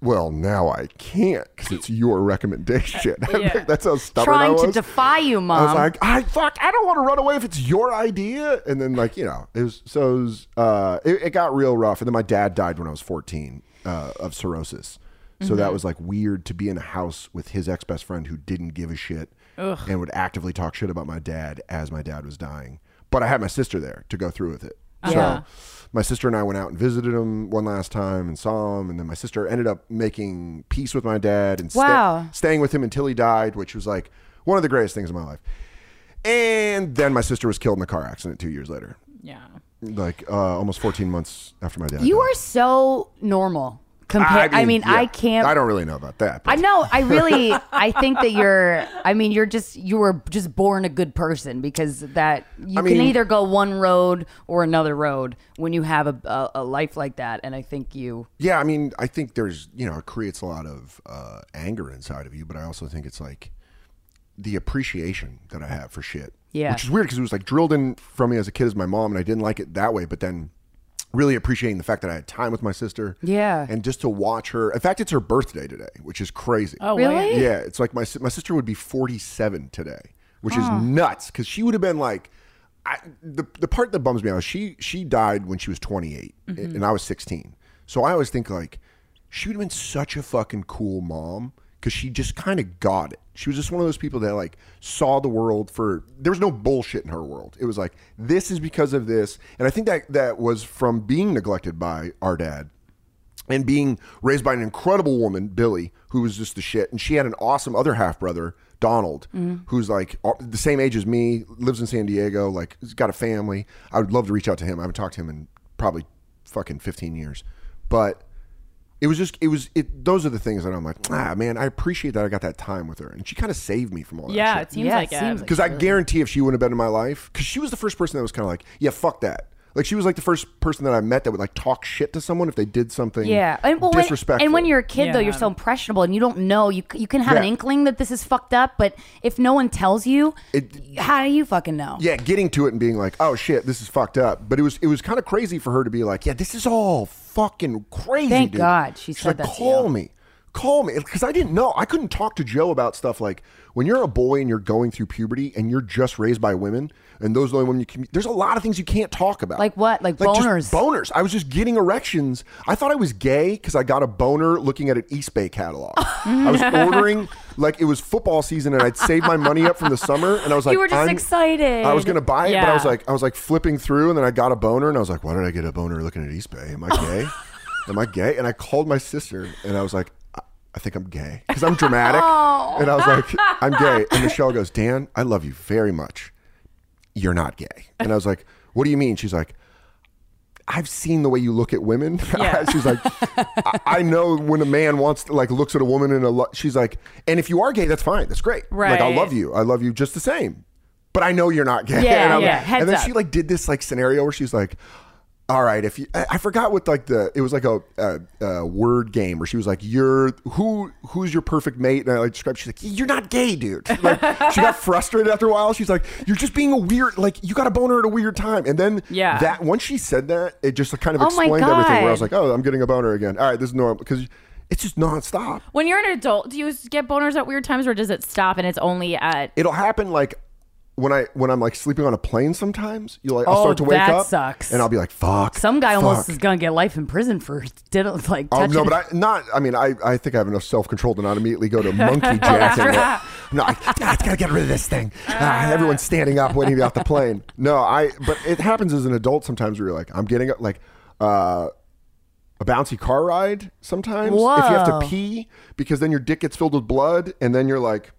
Speaker 5: well, now I can't because it's your recommendation. I think That's how stubborn I
Speaker 2: Trying
Speaker 5: was.
Speaker 2: to defy you, mom.
Speaker 5: I was like, I fuck, I don't want to run away if it's your idea. And then like you know, it was so it, was, uh, it, it got real rough. And then my dad died when I was fourteen uh, of cirrhosis. So that was like weird to be in a house with his ex best friend who didn't give a shit and would actively talk shit about my dad as my dad was dying. But I had my sister there to go through with it.
Speaker 2: Yeah.
Speaker 5: So my sister and I went out and visited him one last time and saw him. And then my sister ended up making peace with my dad and sta-
Speaker 2: Wow.
Speaker 5: staying with him until he died, which was like one of the greatest things in my life. And then my sister was killed in a car accident two years later,
Speaker 1: Yeah.
Speaker 5: like uh, almost 14 months after my dad.
Speaker 2: you
Speaker 5: died.
Speaker 2: are so normal. Compared, I mean, I,
Speaker 5: yeah.
Speaker 2: can't.
Speaker 5: I don't really know about that.
Speaker 2: I
Speaker 5: but-
Speaker 2: know. I really. I think that you're. I mean, you're just. You were just born a good person because that you
Speaker 5: mean-
Speaker 2: can either go one road or another road when you have a, a, a life like that. And I think you.
Speaker 5: Yeah, I mean, I think there's, you know, it creates a lot of uh, anger inside of you, but I also think it's like the appreciation that I have for shit.
Speaker 2: Yeah.
Speaker 5: Which is weird because it was like drilled in from me as a kid as my mom, and I didn't like it that way, but then really appreciating the fact that I had time with my sister.
Speaker 2: Yeah.
Speaker 5: And just to watch her. In fact, it's her birthday today, which is crazy.
Speaker 1: Oh,
Speaker 2: Really?
Speaker 5: Yeah, it's like my si- my sister would be 47 today, which is nuts because she would have been like, I, the the part that bums me out. is She she died when she was 28, and I was 16. So I always think like she would have been such a fucking cool mom because she just kind of got it. She was just one of those people that like saw the world for there was no bullshit in her world. It was like this is because of this, and I think that that was from being neglected by our dad and being raised by an incredible woman, Billy, who was just the shit. And she had an awesome other half brother, Donald, who's like uh, the same age as me, lives in San Diego, like he's got a family. I would love to reach out to him. I haven't talked to him in probably fucking 15 years. But it was just, it was, it, those are the things that I'm like, ah, man, I appreciate that I got that time with her. And she kind of saved me from all that
Speaker 1: Yeah,
Speaker 5: shit.
Speaker 1: it seems
Speaker 2: Yeah,
Speaker 1: like
Speaker 2: it
Speaker 1: it.
Speaker 2: seems like-
Speaker 5: Because I guarantee if she wouldn't have been in my life, because she was the first person that was kind of like, yeah, fuck that. Like she was like the first person that I met that would like talk shit to someone if they did something
Speaker 2: Yeah, and well, when,
Speaker 5: disrespectful.
Speaker 2: and when you're a kid though,
Speaker 1: Yeah.
Speaker 2: you're so impressionable, and you don't know. You c- you can have an
Speaker 5: Yeah.
Speaker 2: inkling that this is fucked up, but if no one tells you,
Speaker 5: It-
Speaker 2: how do you fucking know?
Speaker 5: yeah, getting to it and being like, oh shit, this is fucked up. But it was it was kind of crazy for her to be like, yeah, this is all fucking crazy.
Speaker 2: Thank
Speaker 5: dude.
Speaker 2: God she
Speaker 5: She's
Speaker 2: said
Speaker 5: like,
Speaker 2: that to
Speaker 5: Call
Speaker 2: you."
Speaker 5: me, call me, because I didn't know. I couldn't talk to Joe about stuff like when you're a boy and you're going through puberty and you're just raised by women and those are the only women you can. There's a lot of things you can't talk about.
Speaker 2: Like what? Like
Speaker 5: just
Speaker 2: boners.
Speaker 5: boners. I was just getting erections. I thought I was gay because I got a boner looking at an East Bay catalog. I was ordering like it was football season and I'd saved my money up from the summer and I was like,
Speaker 3: You were just
Speaker 5: I'm-
Speaker 3: excited.
Speaker 5: I was gonna buy it, but I was
Speaker 1: Yeah.
Speaker 5: like, I was like flipping through, and then I got a boner, and I was like, why did I get a boner looking at East Bay? Am I gay? Am I gay? And I called my sister, and I was like. I- I think I'm gay because I'm dramatic.
Speaker 3: Oh.
Speaker 5: And I was like, I'm gay. And Michelle goes, Dan, I love you very much. You're not gay. And I was like, What do you mean? She's like, I've seen the way you look at women.
Speaker 1: Yeah.
Speaker 5: she's like, I, I know when a man wants to, like looks at a woman and a lo- she's like, and if you are gay, that's fine. That's great. Like I
Speaker 1: Right.
Speaker 5: love you. I love you just the same. But I know you're not gay.
Speaker 2: Yeah,
Speaker 5: and, I'm-
Speaker 2: yeah. Heads
Speaker 5: and then
Speaker 2: up.
Speaker 5: she like did this like scenario where she's like, all right, if you, I, I forgot what like the it was like a, a, a word game where she was like, you're who who's your perfect mate, and I like described. She's like, you're not gay, dude. Like she got frustrated after a while. She's like, you're just being a weird like you got a boner at a weird time, and then
Speaker 1: Yeah.
Speaker 5: that once she said that, it just kind of
Speaker 2: Oh my
Speaker 5: explained everything. Where I was
Speaker 2: God.
Speaker 5: like, oh, I'm getting a boner again. All right, this is normal because it's just nonstop.
Speaker 1: When you're an adult, do you get boners at weird times or does it stop and it's only at.
Speaker 5: it'll happen like when I when I'm like sleeping on a plane sometimes, you'll like I'll
Speaker 2: Oh,
Speaker 5: start to wake
Speaker 2: that
Speaker 5: up
Speaker 2: sucks.
Speaker 5: and I'll be like, fuck.
Speaker 2: Some guy almost
Speaker 5: fuck.
Speaker 2: is gonna get life in prison for didn't like.
Speaker 5: Oh
Speaker 2: touching-
Speaker 5: no, but I not I mean I, I think I have enough self control to not immediately go to monkey jacking. it. no, I, I gotta get rid of this thing. Ah, everyone's standing up waiting to get off the plane. No, I but it happens as an adult sometimes where you're like, I'm getting up like uh a bouncy car ride sometimes if you have
Speaker 2: Whoa.
Speaker 5: to pee because then your dick gets filled with blood and then you're like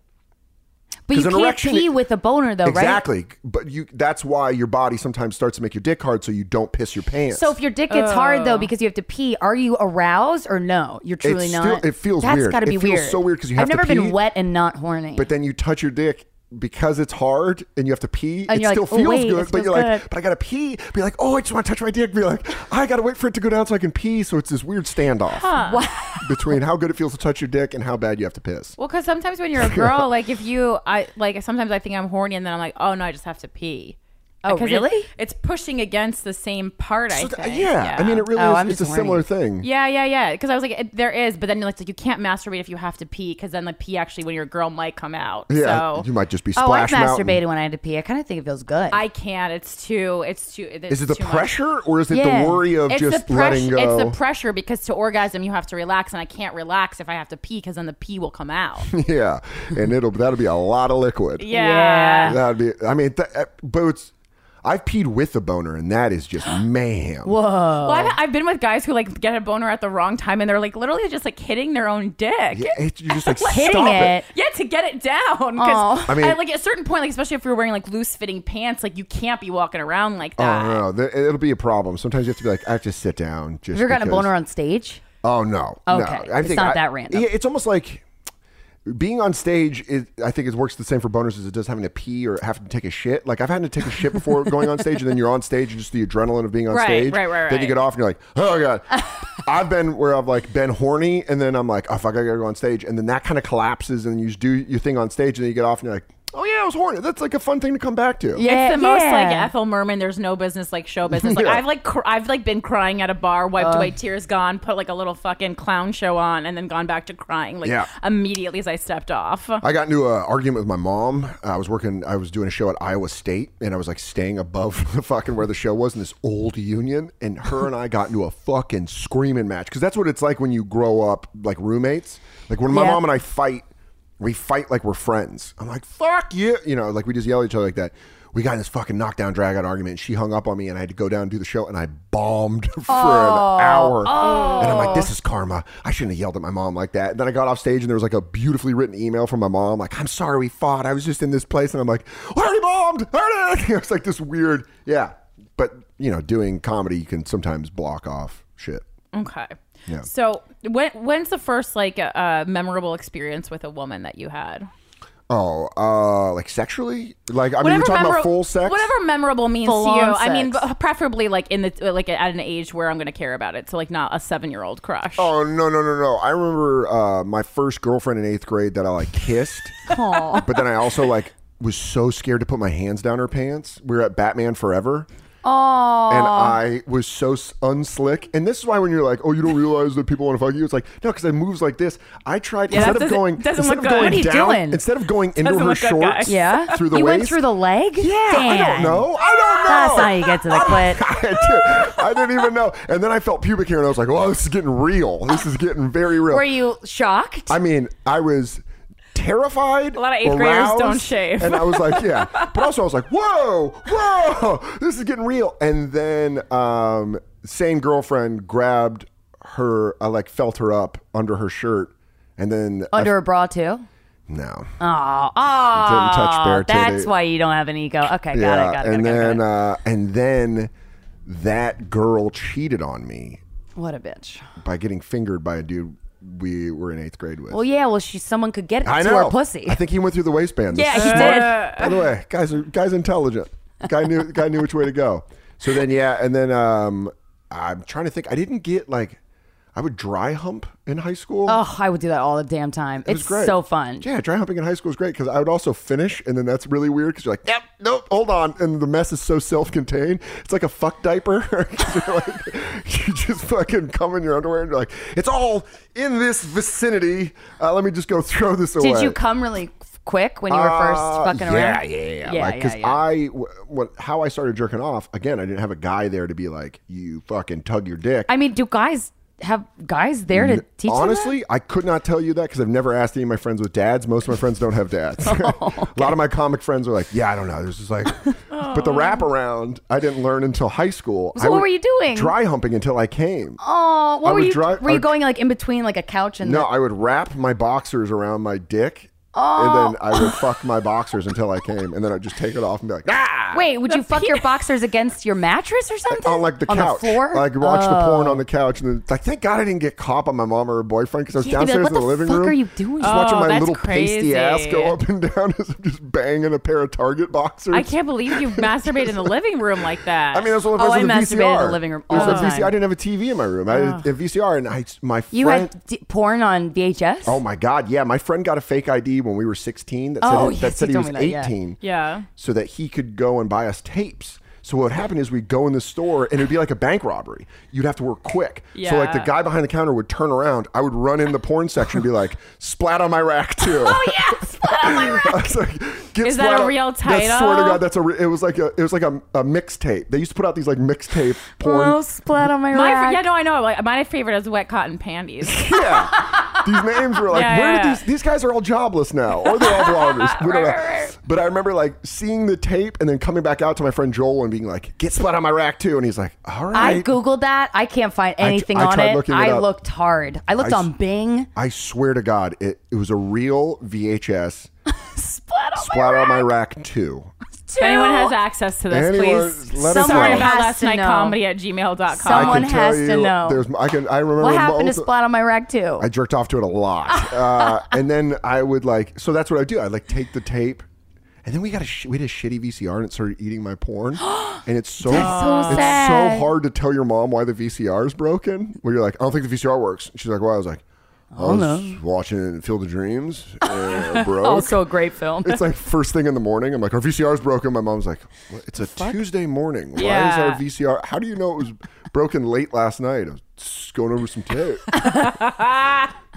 Speaker 2: But you
Speaker 5: an
Speaker 2: can't
Speaker 5: erection-
Speaker 2: pee with a boner though, Oh, right?
Speaker 5: Exactly, but you—that's why your body sometimes starts to make your dick hard, so you don't piss your pants.
Speaker 2: So if your dick gets hard though because you have to pee, are you aroused or no? You're truly
Speaker 5: It's
Speaker 2: not.
Speaker 5: still- it feels
Speaker 2: That's
Speaker 5: weird.
Speaker 2: gotta be
Speaker 5: It feels
Speaker 2: weird.
Speaker 5: so weird 'cause you have
Speaker 2: I've
Speaker 5: to
Speaker 2: never been
Speaker 5: pee.
Speaker 2: wet and not horny.
Speaker 5: but then you touch your dick because it's hard and you have to pee.
Speaker 2: And
Speaker 5: it
Speaker 2: you're
Speaker 5: still
Speaker 2: like, "Oh,
Speaker 5: feels
Speaker 2: wait,
Speaker 5: good,
Speaker 2: this
Speaker 5: but you're
Speaker 2: feels
Speaker 5: like,
Speaker 2: good."
Speaker 5: but I gotta pee. Be like, oh, I just want to touch my dick. Be like, I gotta wait for it to go down so I can pee. So it's this weird standoff between how good it feels to touch your dick and how bad you have to piss.
Speaker 1: Well, because sometimes when you're a girl, like if you, I like sometimes I think I'm horny, and then I'm like, oh no, I just have to pee. Uh,
Speaker 2: Oh,
Speaker 1: 'Cause it-
Speaker 2: really?
Speaker 1: it's pushing against the same part. I
Speaker 5: So th-
Speaker 1: think.
Speaker 5: yeah, I mean, it really
Speaker 2: Oh, I'm
Speaker 5: is. It's a
Speaker 2: just horny.
Speaker 5: similar thing.
Speaker 1: Yeah, yeah, yeah. Because I was like, it, there is, but then like, it's like you can't masturbate if you have to pee, because then the pee actually when you're a girl might come out.
Speaker 5: Yeah,
Speaker 1: so
Speaker 5: you might just be
Speaker 2: oh, I
Speaker 5: splash mountain.
Speaker 2: masturbated when I had to pee. I kind of think it feels good.
Speaker 1: I can't. It's too. It's too. It's
Speaker 5: Is it the
Speaker 1: too much.
Speaker 5: pressure or is it
Speaker 2: Yeah.
Speaker 5: the worry of
Speaker 1: It's
Speaker 5: just
Speaker 1: the
Speaker 5: letting
Speaker 1: pressure.
Speaker 5: go?
Speaker 1: It's the pressure because to orgasm you have to relax, and I can't relax if I have to pee because then the pee will come out.
Speaker 5: yeah, and it'll that'll be a lot of liquid.
Speaker 1: yeah.
Speaker 5: That'd be. I mean, th- uh, but it's. I've peed with a boner, and that is just mayhem.
Speaker 1: Well, I've, I've been with guys who like get a boner at the wrong time, and they're like literally just like hitting their own dick.
Speaker 5: Yeah,
Speaker 1: Yeah.
Speaker 5: it's you're just like
Speaker 2: hitting
Speaker 5: stop
Speaker 2: it.
Speaker 1: to get it down.
Speaker 2: Aw.
Speaker 1: Because
Speaker 5: I mean-
Speaker 1: like at a certain point, like especially if you're wearing like loose fitting pants, like you can't be walking around like
Speaker 5: Oh
Speaker 1: that.
Speaker 5: no, no, th- it'll be a problem. Sometimes you have to be like, I have to sit down. Just
Speaker 2: Have you ever gotten a
Speaker 5: because-
Speaker 2: boner on stage?
Speaker 5: Oh no,
Speaker 2: Okay,
Speaker 5: no. I
Speaker 2: it's
Speaker 5: think
Speaker 2: not
Speaker 5: I-
Speaker 2: that random.
Speaker 5: Yeah, it's almost like being on stage. Is, I think it works the same for boners as it does having to pee or having to take a shit. Like I've had to take a shit before going on stage, and then you're on stage and just the adrenaline of being on
Speaker 1: Right,
Speaker 5: stage.
Speaker 1: right, right,
Speaker 5: Then you
Speaker 1: right.
Speaker 5: get off and you're like, oh god. I've been where I've like been horny, and then I'm like, oh fuck, I gotta go on stage, and then that kind of collapses, and you just do your thing on stage, and then you get off and you're like, oh yeah, I was horny. That's like a fun thing to come back to.
Speaker 2: Yeah,
Speaker 1: it's the most like
Speaker 2: yeah.
Speaker 1: Ethel Merman. There's no business like show business. Like
Speaker 5: Yeah. Uh.
Speaker 1: I've like cr- I've like been crying at a bar, wiped away tears, gone, put like a little fucking clown show on, and then gone back to crying like
Speaker 5: Yeah. Uh,
Speaker 1: immediately as I stepped off.
Speaker 5: I got into an argument with my mom. I was working, I was doing a show at Iowa State, and I was like staying above the fucking where the show was in this old union. And her and I got into a fucking screaming match because that's what it's like when you grow up like roommates. Like when my
Speaker 2: Yeah.
Speaker 5: mom and I fight, we fight like we're friends. I'm like, fuck you. You know, like we just yell at each other like that. We got in this fucking knockdown drag out argument. And she hung up on me, and I had to go down and do the show, and I bombed for an hour. And I'm like, this is karma. I shouldn't have yelled at my mom like that. And then I got off stage, and there was like a beautifully written email from my mom, like, I'm sorry we fought. I was just in this place, and I'm like, I already bombed. I already-" It was like this weird, yeah. But you know, doing comedy, you can sometimes block off shit.
Speaker 1: Okay.
Speaker 5: Yeah.
Speaker 1: So when when's the first like uh, memorable experience with a woman that you had?
Speaker 5: Oh, uh, like sexually? Like, I mean, we're talking about
Speaker 1: memora-
Speaker 5: full sex.
Speaker 1: Whatever memorable means
Speaker 2: Full
Speaker 1: to you.
Speaker 2: on
Speaker 1: I mean,
Speaker 2: sex.
Speaker 1: but preferably like in the like at an age where I'm going to care about it. So like not a seven year old crush.
Speaker 5: Oh no no no no! I remember uh, my first girlfriend in eighth grade that I like kissed, but then I also like was so scared to put my hands down her pants. We were at Batman Forever. Oh. And I was so s- unslick. And this is why when you're like, oh, you don't realize that people want to fuck you, it's like, no, because it moves like this. I tried,
Speaker 1: that
Speaker 5: instead of
Speaker 1: doesn't-
Speaker 5: going,
Speaker 1: doesn't
Speaker 5: instead
Speaker 1: look
Speaker 5: of
Speaker 1: good.
Speaker 5: going
Speaker 1: What
Speaker 2: are you
Speaker 5: down,
Speaker 2: doing?
Speaker 5: instead of going into
Speaker 1: Doesn't
Speaker 5: her
Speaker 1: look good, guy.
Speaker 5: shorts
Speaker 2: Yeah.
Speaker 5: through the
Speaker 2: you
Speaker 5: waist.
Speaker 2: went through the leg?
Speaker 5: yeah, I don't
Speaker 2: Damn.
Speaker 5: know. Oh, I don't know.
Speaker 2: That's how you get to the clit.
Speaker 5: I, did. I didn't even know. And then I felt pubic hair, and I was like, "Oh, this is getting real. This is getting very real."
Speaker 2: Were you shocked?
Speaker 5: I mean, I was terrified. A
Speaker 1: lot of eighth graders don't shave.
Speaker 5: And I was like, yeah. But also, I was like, whoa, whoa, this is getting real. And then, um, same girlfriend grabbed her, I like felt her up under her shirt. And then, I-
Speaker 2: Under a bra too?
Speaker 5: no.
Speaker 2: Oh, oh.
Speaker 5: Didn't touch bare titty.
Speaker 2: That's why you don't have an ego. Okay, got
Speaker 5: yeah.
Speaker 2: it, got it, got it,
Speaker 5: and
Speaker 2: got it, got
Speaker 5: then,
Speaker 2: it.
Speaker 5: Uh, and then that girl cheated on me
Speaker 2: What a bitch.
Speaker 5: by getting fingered by a dude we were in eighth grade with.
Speaker 2: Well, yeah, well, she, someone could get it
Speaker 5: I
Speaker 2: to
Speaker 5: know.
Speaker 2: her pussy.
Speaker 5: I think he went through the waistband.
Speaker 2: Yeah, he
Speaker 5: smart-
Speaker 2: did.
Speaker 5: By the way, guys are guys intelligent. Guy knew guy knew which way to go. So then yeah, and then um I'm trying to think. I didn't get like I would dry hump in high school.
Speaker 2: Oh, I would do that all the damn time.
Speaker 5: It
Speaker 2: It's
Speaker 5: was great.
Speaker 2: so fun.
Speaker 5: Yeah, dry humping in high school is great because I would also finish, and then that's really weird because you're like, yep, nope, hold on, and the mess is so self-contained. It's like a fuck diaper. 'Cause you're like, you just fucking come in your underwear, and you're like, it's all in this vicinity. Uh, let me just go throw this away.
Speaker 2: Did you come really f- quick when you were
Speaker 5: Uh,
Speaker 2: first fucking
Speaker 5: yeah,
Speaker 2: around?
Speaker 5: Yeah, yeah,
Speaker 2: Yeah,
Speaker 5: yeah. Because
Speaker 2: yeah, yeah.
Speaker 5: I, w- what, how I started jerking off again. I didn't have a guy there to be like, you fucking tug your dick.
Speaker 2: I mean, do guys have guys there to teach them that?
Speaker 5: Honestly, I could not tell you that because I've never asked any of my friends with dads. Most of my friends don't have dads.
Speaker 2: Oh.
Speaker 5: a lot of my comic friends are like, yeah, I don't know. There's just like, but the wraparound I didn't learn until high school.
Speaker 2: So
Speaker 5: I
Speaker 2: what
Speaker 5: would
Speaker 2: were you doing?
Speaker 5: Dry humping until I came.
Speaker 2: Oh, what
Speaker 5: I
Speaker 2: were
Speaker 5: would
Speaker 2: you?
Speaker 5: drive-
Speaker 2: were
Speaker 5: I
Speaker 2: you
Speaker 5: would-
Speaker 2: going like in between like a couch and
Speaker 5: No,
Speaker 2: the-
Speaker 5: I would wrap my boxers around my dick And then I
Speaker 2: Oh.
Speaker 5: would fuck my boxers until I came, and then I'd just take it off and be like, ah!
Speaker 2: Wait, would you fuck your boxers against your mattress or something?
Speaker 5: on like the
Speaker 2: on
Speaker 5: couch,
Speaker 2: the floor. Oh,
Speaker 5: like watch the porn on the couch, and then like thank God I didn't get caught by my mom or her boyfriend because I was
Speaker 2: Yeah, they'd be
Speaker 5: downstairs
Speaker 2: like,
Speaker 5: in the,
Speaker 2: "What the
Speaker 5: living
Speaker 2: fuck
Speaker 5: room,
Speaker 2: are you doing?"
Speaker 5: just watching
Speaker 1: Oh,
Speaker 5: my
Speaker 1: that's
Speaker 5: little pasty ass go
Speaker 1: crazy.
Speaker 5: up and down as I'm just banging a pair of Target boxers.
Speaker 1: I can't believe you masturbated in the living room like that.
Speaker 5: I mean, that's all
Speaker 2: Oh,
Speaker 5: I was with
Speaker 2: I
Speaker 5: a
Speaker 2: masturbated in
Speaker 5: VCR.
Speaker 2: the living room Oh,
Speaker 5: It was
Speaker 2: all
Speaker 5: a
Speaker 2: the time.
Speaker 5: VCR. I didn't have a TV in my room. I had a VCR, and I my friend.
Speaker 2: You had d- porn on VHS.
Speaker 5: Oh my God! Yeah, my friend got a fake ID when we were 16 that said,
Speaker 2: Oh,
Speaker 5: that
Speaker 2: yes,
Speaker 5: said
Speaker 2: he
Speaker 5: he
Speaker 2: told
Speaker 5: was
Speaker 2: me that, yeah.
Speaker 5: 18,
Speaker 1: yeah.
Speaker 5: so that he could go and buy us tapes. So what happened is we'd go in the store and it'd be like a bank robbery. You'd have to work quick. So like the
Speaker 1: Yeah.
Speaker 5: guy behind the counter would turn around. I would run in the porn section and be like, "Splat on my rack too." Oh yeah, splat on my rack. Get
Speaker 1: Is that
Speaker 5: splat
Speaker 1: a
Speaker 5: on-"
Speaker 1: real
Speaker 5: That's, swear to
Speaker 1: title?
Speaker 5: God, that's a. Re- it was like a. It was like a, a mixtape. They used to put out these like mixtape porn.
Speaker 2: Oh, splat on my,
Speaker 1: My
Speaker 2: rack.
Speaker 1: yeah, no, I know. Like, my favorite is wet cotton panties.
Speaker 5: yeah. These names were like,
Speaker 1: Yeah,
Speaker 5: where did
Speaker 1: yeah.
Speaker 5: these these guys are all jobless now, or they're all bloggers. We don't know. But I remember like seeing the tape and then coming back out to my friend Joel and being like, "Get splat on my rack too," and he's like, "All right."
Speaker 2: I googled that. I can't find
Speaker 5: I
Speaker 2: anything on
Speaker 5: tried
Speaker 2: it.
Speaker 5: looking it
Speaker 2: I
Speaker 5: up.
Speaker 2: looked hard. I looked
Speaker 5: I s-
Speaker 2: on Bing.
Speaker 5: I swear to God, it, it was a real VHS
Speaker 2: Splat on
Speaker 5: splat on my rack too.
Speaker 1: If anyone has access to this,
Speaker 5: Anyone,
Speaker 1: please.
Speaker 5: let
Speaker 2: us
Speaker 1: Sorry
Speaker 2: know.
Speaker 1: about
Speaker 2: Has
Speaker 1: last
Speaker 2: to
Speaker 1: night
Speaker 2: know.
Speaker 1: comedy at gmail.com.
Speaker 5: I
Speaker 2: Someone-
Speaker 5: can tell
Speaker 2: has to
Speaker 5: you,
Speaker 2: know.
Speaker 5: There's I can I remember
Speaker 2: What happened to
Speaker 5: both-
Speaker 2: splat on my rack too?
Speaker 5: I jerked off to it a lot, uh, and then I would like. So that's what I would do. I would like take the tape, and then we got a sh- we had a shitty VCR, and it started eating my porn. And it's so
Speaker 2: so
Speaker 5: it's
Speaker 2: sad.
Speaker 5: so hard to tell your mom why the VCR is broken. Where you're like, I don't think the VCR works. And she's like, Why? I was like, I
Speaker 2: Oh,
Speaker 5: was watching Field of Dreams, and it broke.
Speaker 1: also a great film.
Speaker 5: it's like first thing in the morning. I'm like, our VCR's broken. My mom's like, what? it's a Tuesday morning. Why
Speaker 1: Yeah.
Speaker 5: is our VCR? How do you know it was broken late last night? I was just going over some tape.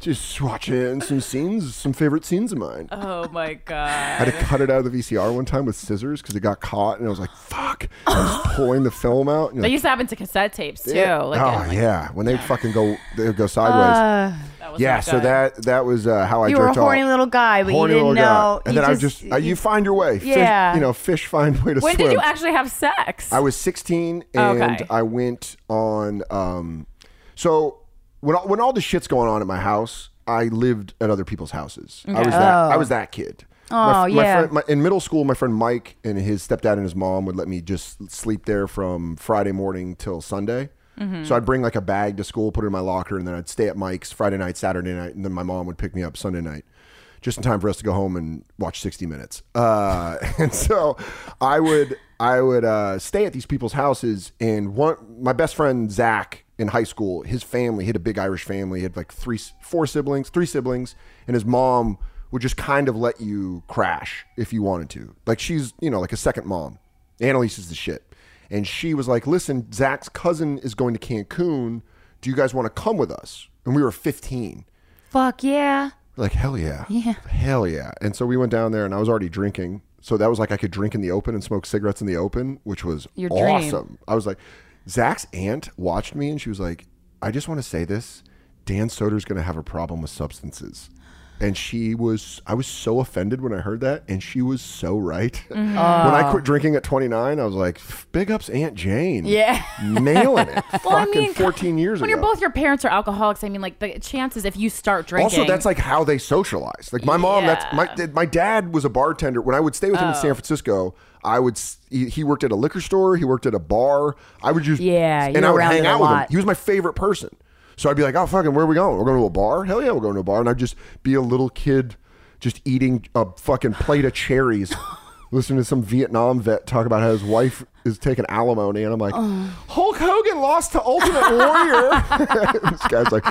Speaker 5: just watching some scenes, some favorite scenes of mine.
Speaker 1: oh my god.
Speaker 5: I had to cut it out of the VCR one time with scissors because it got caught, and I was like, fuck. I was pulling the film out.
Speaker 1: That
Speaker 5: And you're like,
Speaker 1: used to happen to cassette tapes too. Like,
Speaker 5: oh
Speaker 1: like,
Speaker 5: yeah, when they fucking go, they would go sideways.
Speaker 1: that was
Speaker 5: yeah,
Speaker 1: not
Speaker 5: so
Speaker 1: good.
Speaker 5: that that was uh, how I
Speaker 2: you were a
Speaker 5: jerked off.
Speaker 2: horny little guy, but you
Speaker 5: Horny
Speaker 2: didn't
Speaker 5: little guy.
Speaker 2: know.
Speaker 5: And
Speaker 2: you
Speaker 5: then I was just, uh, you find your way.
Speaker 2: Yeah.
Speaker 5: Fish, you know, fish find way to
Speaker 1: When
Speaker 5: swim.
Speaker 1: did you actually have sex?
Speaker 5: I was 16 and
Speaker 1: Okay.
Speaker 5: I went on. Um, so when all, when all the shit's going on at my house, I lived at other people's houses. I was that I was that kid.
Speaker 2: Oh,
Speaker 5: my, f- my
Speaker 2: yeah.
Speaker 5: friend- my- in middle school, my friend Mike and his stepdad and his mom would let me just sleep there from Friday morning till Sunday.
Speaker 2: Mm-hmm.
Speaker 5: So I'd bring like a bag to school, put it in my locker, and then I'd stay at Mike's Friday night, Saturday night, and then my mom would pick me up Sunday night, just in time for us to go home and watch 60 Minutes. Uh, and so I would I would uh, stay at these people's houses, and one my best friend Zach in high school, his family he had a big Irish family, he had like three four siblings, three siblings, and his mom would just kind of let you crash if you wanted to. Like she's, you know, like a second mom. Annalise is the shit. And she was like, listen, Zach's cousin is going to Cancun. Do you guys want to come with us? And we were 15.
Speaker 2: Fuck yeah.
Speaker 5: We're like, hell yeah. Yeah. Hell yeah. And so we went down there and I was already drinking. So that was like I could drink in the open and smoke cigarettes in the open, which was
Speaker 2: Your dream.
Speaker 5: awesome. I was like, Zach's aunt watched me and she was like, I just want to say this. Dan Soder's going to have a problem with substances. And she was, I was so offended when I heard that. And she was so right.
Speaker 1: Mm-hmm.
Speaker 5: When I quit drinking at 29, I was like, big ups Aunt Jane.
Speaker 2: Yeah.
Speaker 5: Nailing it. Fucking
Speaker 1: Well, I mean,
Speaker 5: 14 years
Speaker 1: when
Speaker 5: ago.
Speaker 1: you're both your parents are alcoholics, I mean, like the chances if you start drinking.
Speaker 5: Also, that's like how they socialize. Like my mom, that's
Speaker 1: Yeah. Oh.
Speaker 5: my th- my dad was a bartender. When I would stay with him in San Francisco, I would s- he, he worked at a liquor store, he worked at a bar. I would just
Speaker 2: Yeah, you
Speaker 5: and
Speaker 2: were
Speaker 5: I would
Speaker 2: around
Speaker 5: hang
Speaker 2: it a
Speaker 5: out with him.
Speaker 2: lot.
Speaker 5: He was my favorite person. So I'd be like, oh fucking, where are we going? We're going to a bar. Hell yeah, we're going to a bar. And I'd just be a little kid, just eating a fucking plate of cherries. Listening to some Vietnam vet talk about how his wife is taking alimony, and I'm like, Hulk Hogan lost to Ultimate Warrior. this guy's like,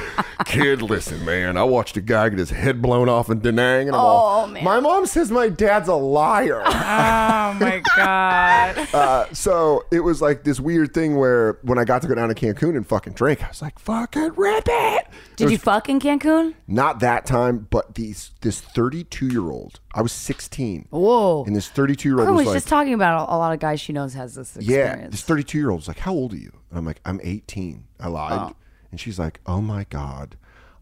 Speaker 5: kid, listen, man, I watched a guy get his head blown off in Da Nang, and I'm
Speaker 2: Oh,
Speaker 5: all, my mom says my dad's a liar.
Speaker 1: oh my god.
Speaker 5: uh, so it was like this weird thing where when I got to go down to Cancun and fucking drink, I was like, fucking rip it. It
Speaker 2: Did
Speaker 5: was
Speaker 2: you fuck in Cancun?
Speaker 5: not that time, but these this 32 year old. I was 16.
Speaker 2: Whoa.
Speaker 5: And this 32 year
Speaker 2: Her
Speaker 5: old
Speaker 2: was
Speaker 5: was like,
Speaker 2: just talking about a, a lot of guys she knows has this
Speaker 5: yeah,
Speaker 2: experience.
Speaker 5: this 32 year old was like, how old are you? And I'm like, I'm 18. I lied. And she's like, oh my god,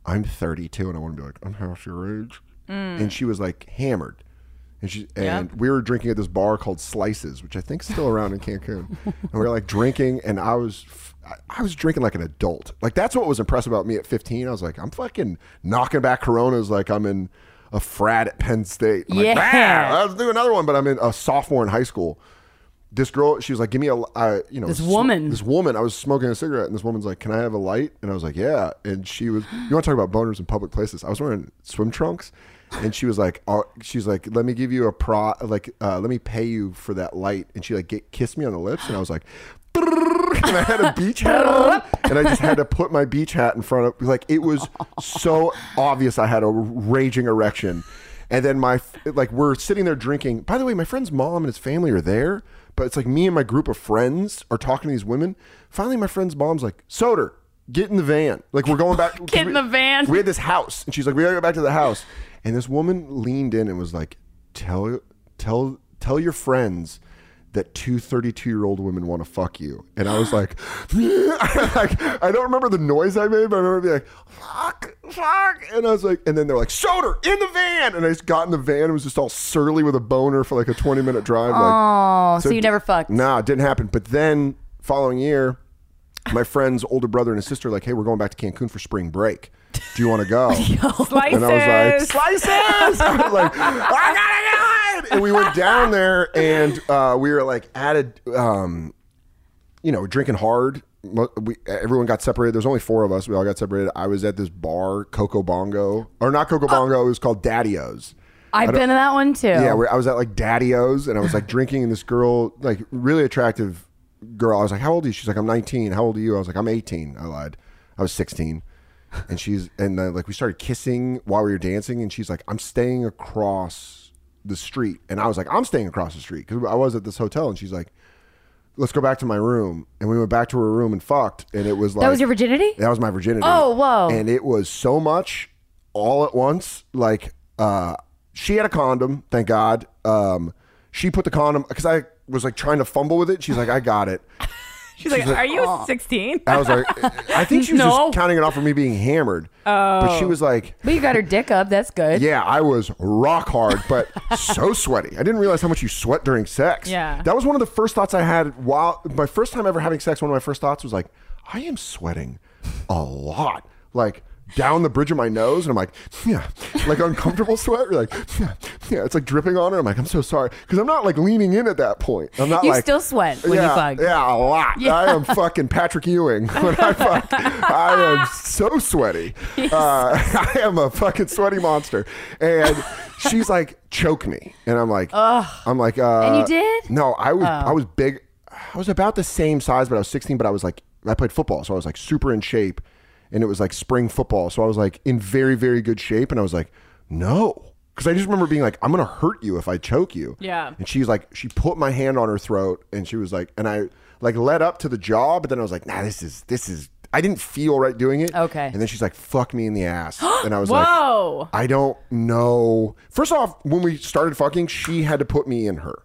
Speaker 5: I'm 32, and I want to be like, I'm half your age.
Speaker 2: Mm.
Speaker 5: And she was like hammered. And, she, and we were drinking at this bar called Slices, which I think is still around in Cancun. and we were like drinking, and I was, f- I- I was drinking like an adult. Like that's what was impressive about me at 15. I was like, I'm fucking knocking back Coronas like I'm in a frat at Penn State. I'm like,
Speaker 2: Yeah.
Speaker 5: "Rah!" I'll do another one, but I'm in a sophomore in high school. This girl, she was like, "Give me a, li- I, you know,
Speaker 2: This
Speaker 5: sm-
Speaker 2: woman.
Speaker 5: this woman." I was smoking a cigarette, and this woman's like, "Can I have a light?" And I was like, "Yeah." And she was, you want to talk about boners in public places? I was wearing swim trunks, and she was like, oh, "She's like, let me give you a pro, like, uh, let me pay you for that light." And she like get, kissed me on the lips, and I was like. And I had a beach hat on, and I just had to put my beach hat in front of like it was so obvious. I had a raging erection, and then my like we're sitting there drinking. By the way, my friend's mom and his family are there, but it's like me and my group of friends are talking to these women. Finally, my friend's mom's like, "Soder, get in the van." Like we're going back.
Speaker 2: Get in the van.
Speaker 5: We had this house, and she's like, "We gotta go back to the house." And this woman leaned in and was like, "Tell, tell, tell your friends." that two 32 year old women want to fuck you. And I was like, like, I don't remember the noise I made, but I remember being like, fuck, fuck. And I was like, and then they're like, Soder, in the van. And I just got in the van and was just all surly with a boner for like a 20 minute drive. Like,
Speaker 2: Oh, so, you never fucked.
Speaker 5: Nah, it didn't happen. But then following year, my friend's older brother and his sister were like, hey, we're going back to Cancun for spring break. Do you want to go?
Speaker 1: Slices.
Speaker 5: And I was like, slices! I was like, I gotta go! in!" And we went down there and uh, we were like at a, um, you know, drinking hard. Mo- We, everyone got separated. There's only four of us. We all got separated. I was at this bar, Coco Bongo, or not Coco Bongo. It was called Daddy-O's.
Speaker 2: I've been in that one too.
Speaker 5: Yeah, where I was at like Daddy-O's and I was like drinking and this girl, like really attractive girl. I was like, how old are you? She's like, I'm 19. How old are you? I was like, I'm 18. I lied. I was 16. And she's, and then like we started kissing while we were dancing and she's like, I'm staying across the street. And I was like, I'm staying across the street because I was at this hotel and she's like, let's go back to my room. And we went back to her room and fucked. And it was like,
Speaker 3: That was your virginity?
Speaker 5: that was my virginity.
Speaker 2: Oh, whoa.
Speaker 5: And it was so much all at once. Like, uh, she had a condom, thank God. Um, she put the condom because I was like trying to fumble with it. She's like, I got it.
Speaker 1: She's like, "Are you 16?"
Speaker 5: I was like, I think she was
Speaker 1: No.
Speaker 5: just counting it off for me being hammered. Oh. But she was like,
Speaker 2: But you got her dick up. That's good.
Speaker 5: yeah, I was rock hard, but so sweaty. I didn't realize how much you sweat during sex.
Speaker 1: Yeah.
Speaker 5: That was one of the first thoughts I had while my first time ever having sex. One of my first thoughts was like, I am sweating a lot. Like, down the bridge of my nose, and I'm like, yeah, like uncomfortable sweat. You're like, yeah, yeah, it's like dripping on her. I'm like, I'm so sorry. Because I'm not like leaning in at that point. I'm not
Speaker 2: You
Speaker 5: like,
Speaker 2: still sweat when
Speaker 5: yeah,
Speaker 2: you fuck.
Speaker 5: Yeah, a lot. I am fucking Patrick Ewing when I fuck. I am so sweaty. Uh, I am a fucking sweaty monster. And she's like, choke me. And I'm like, I'm like, uh,
Speaker 2: And you did?
Speaker 5: No, I was,
Speaker 1: Oh.
Speaker 5: I was big. I was about the same size, but I was 16, but I was like, I played football. So I was like super in shape. And it was like spring football. So I was like in very, very good shape. And I was like, no. Because I just remember being like, I'm going to hurt you if I choke you.
Speaker 1: Yeah.
Speaker 5: And she's like, she put my hand on her throat, and she was like, and I like led up to the jaw, but then I was like, nah, this is this is. I didn't feel right doing it.
Speaker 2: Okay.
Speaker 5: And then she's like, fuck me in the ass, and I was like,
Speaker 1: Whoa.
Speaker 5: I don't know. First off, when we started fucking, she had to put me in her,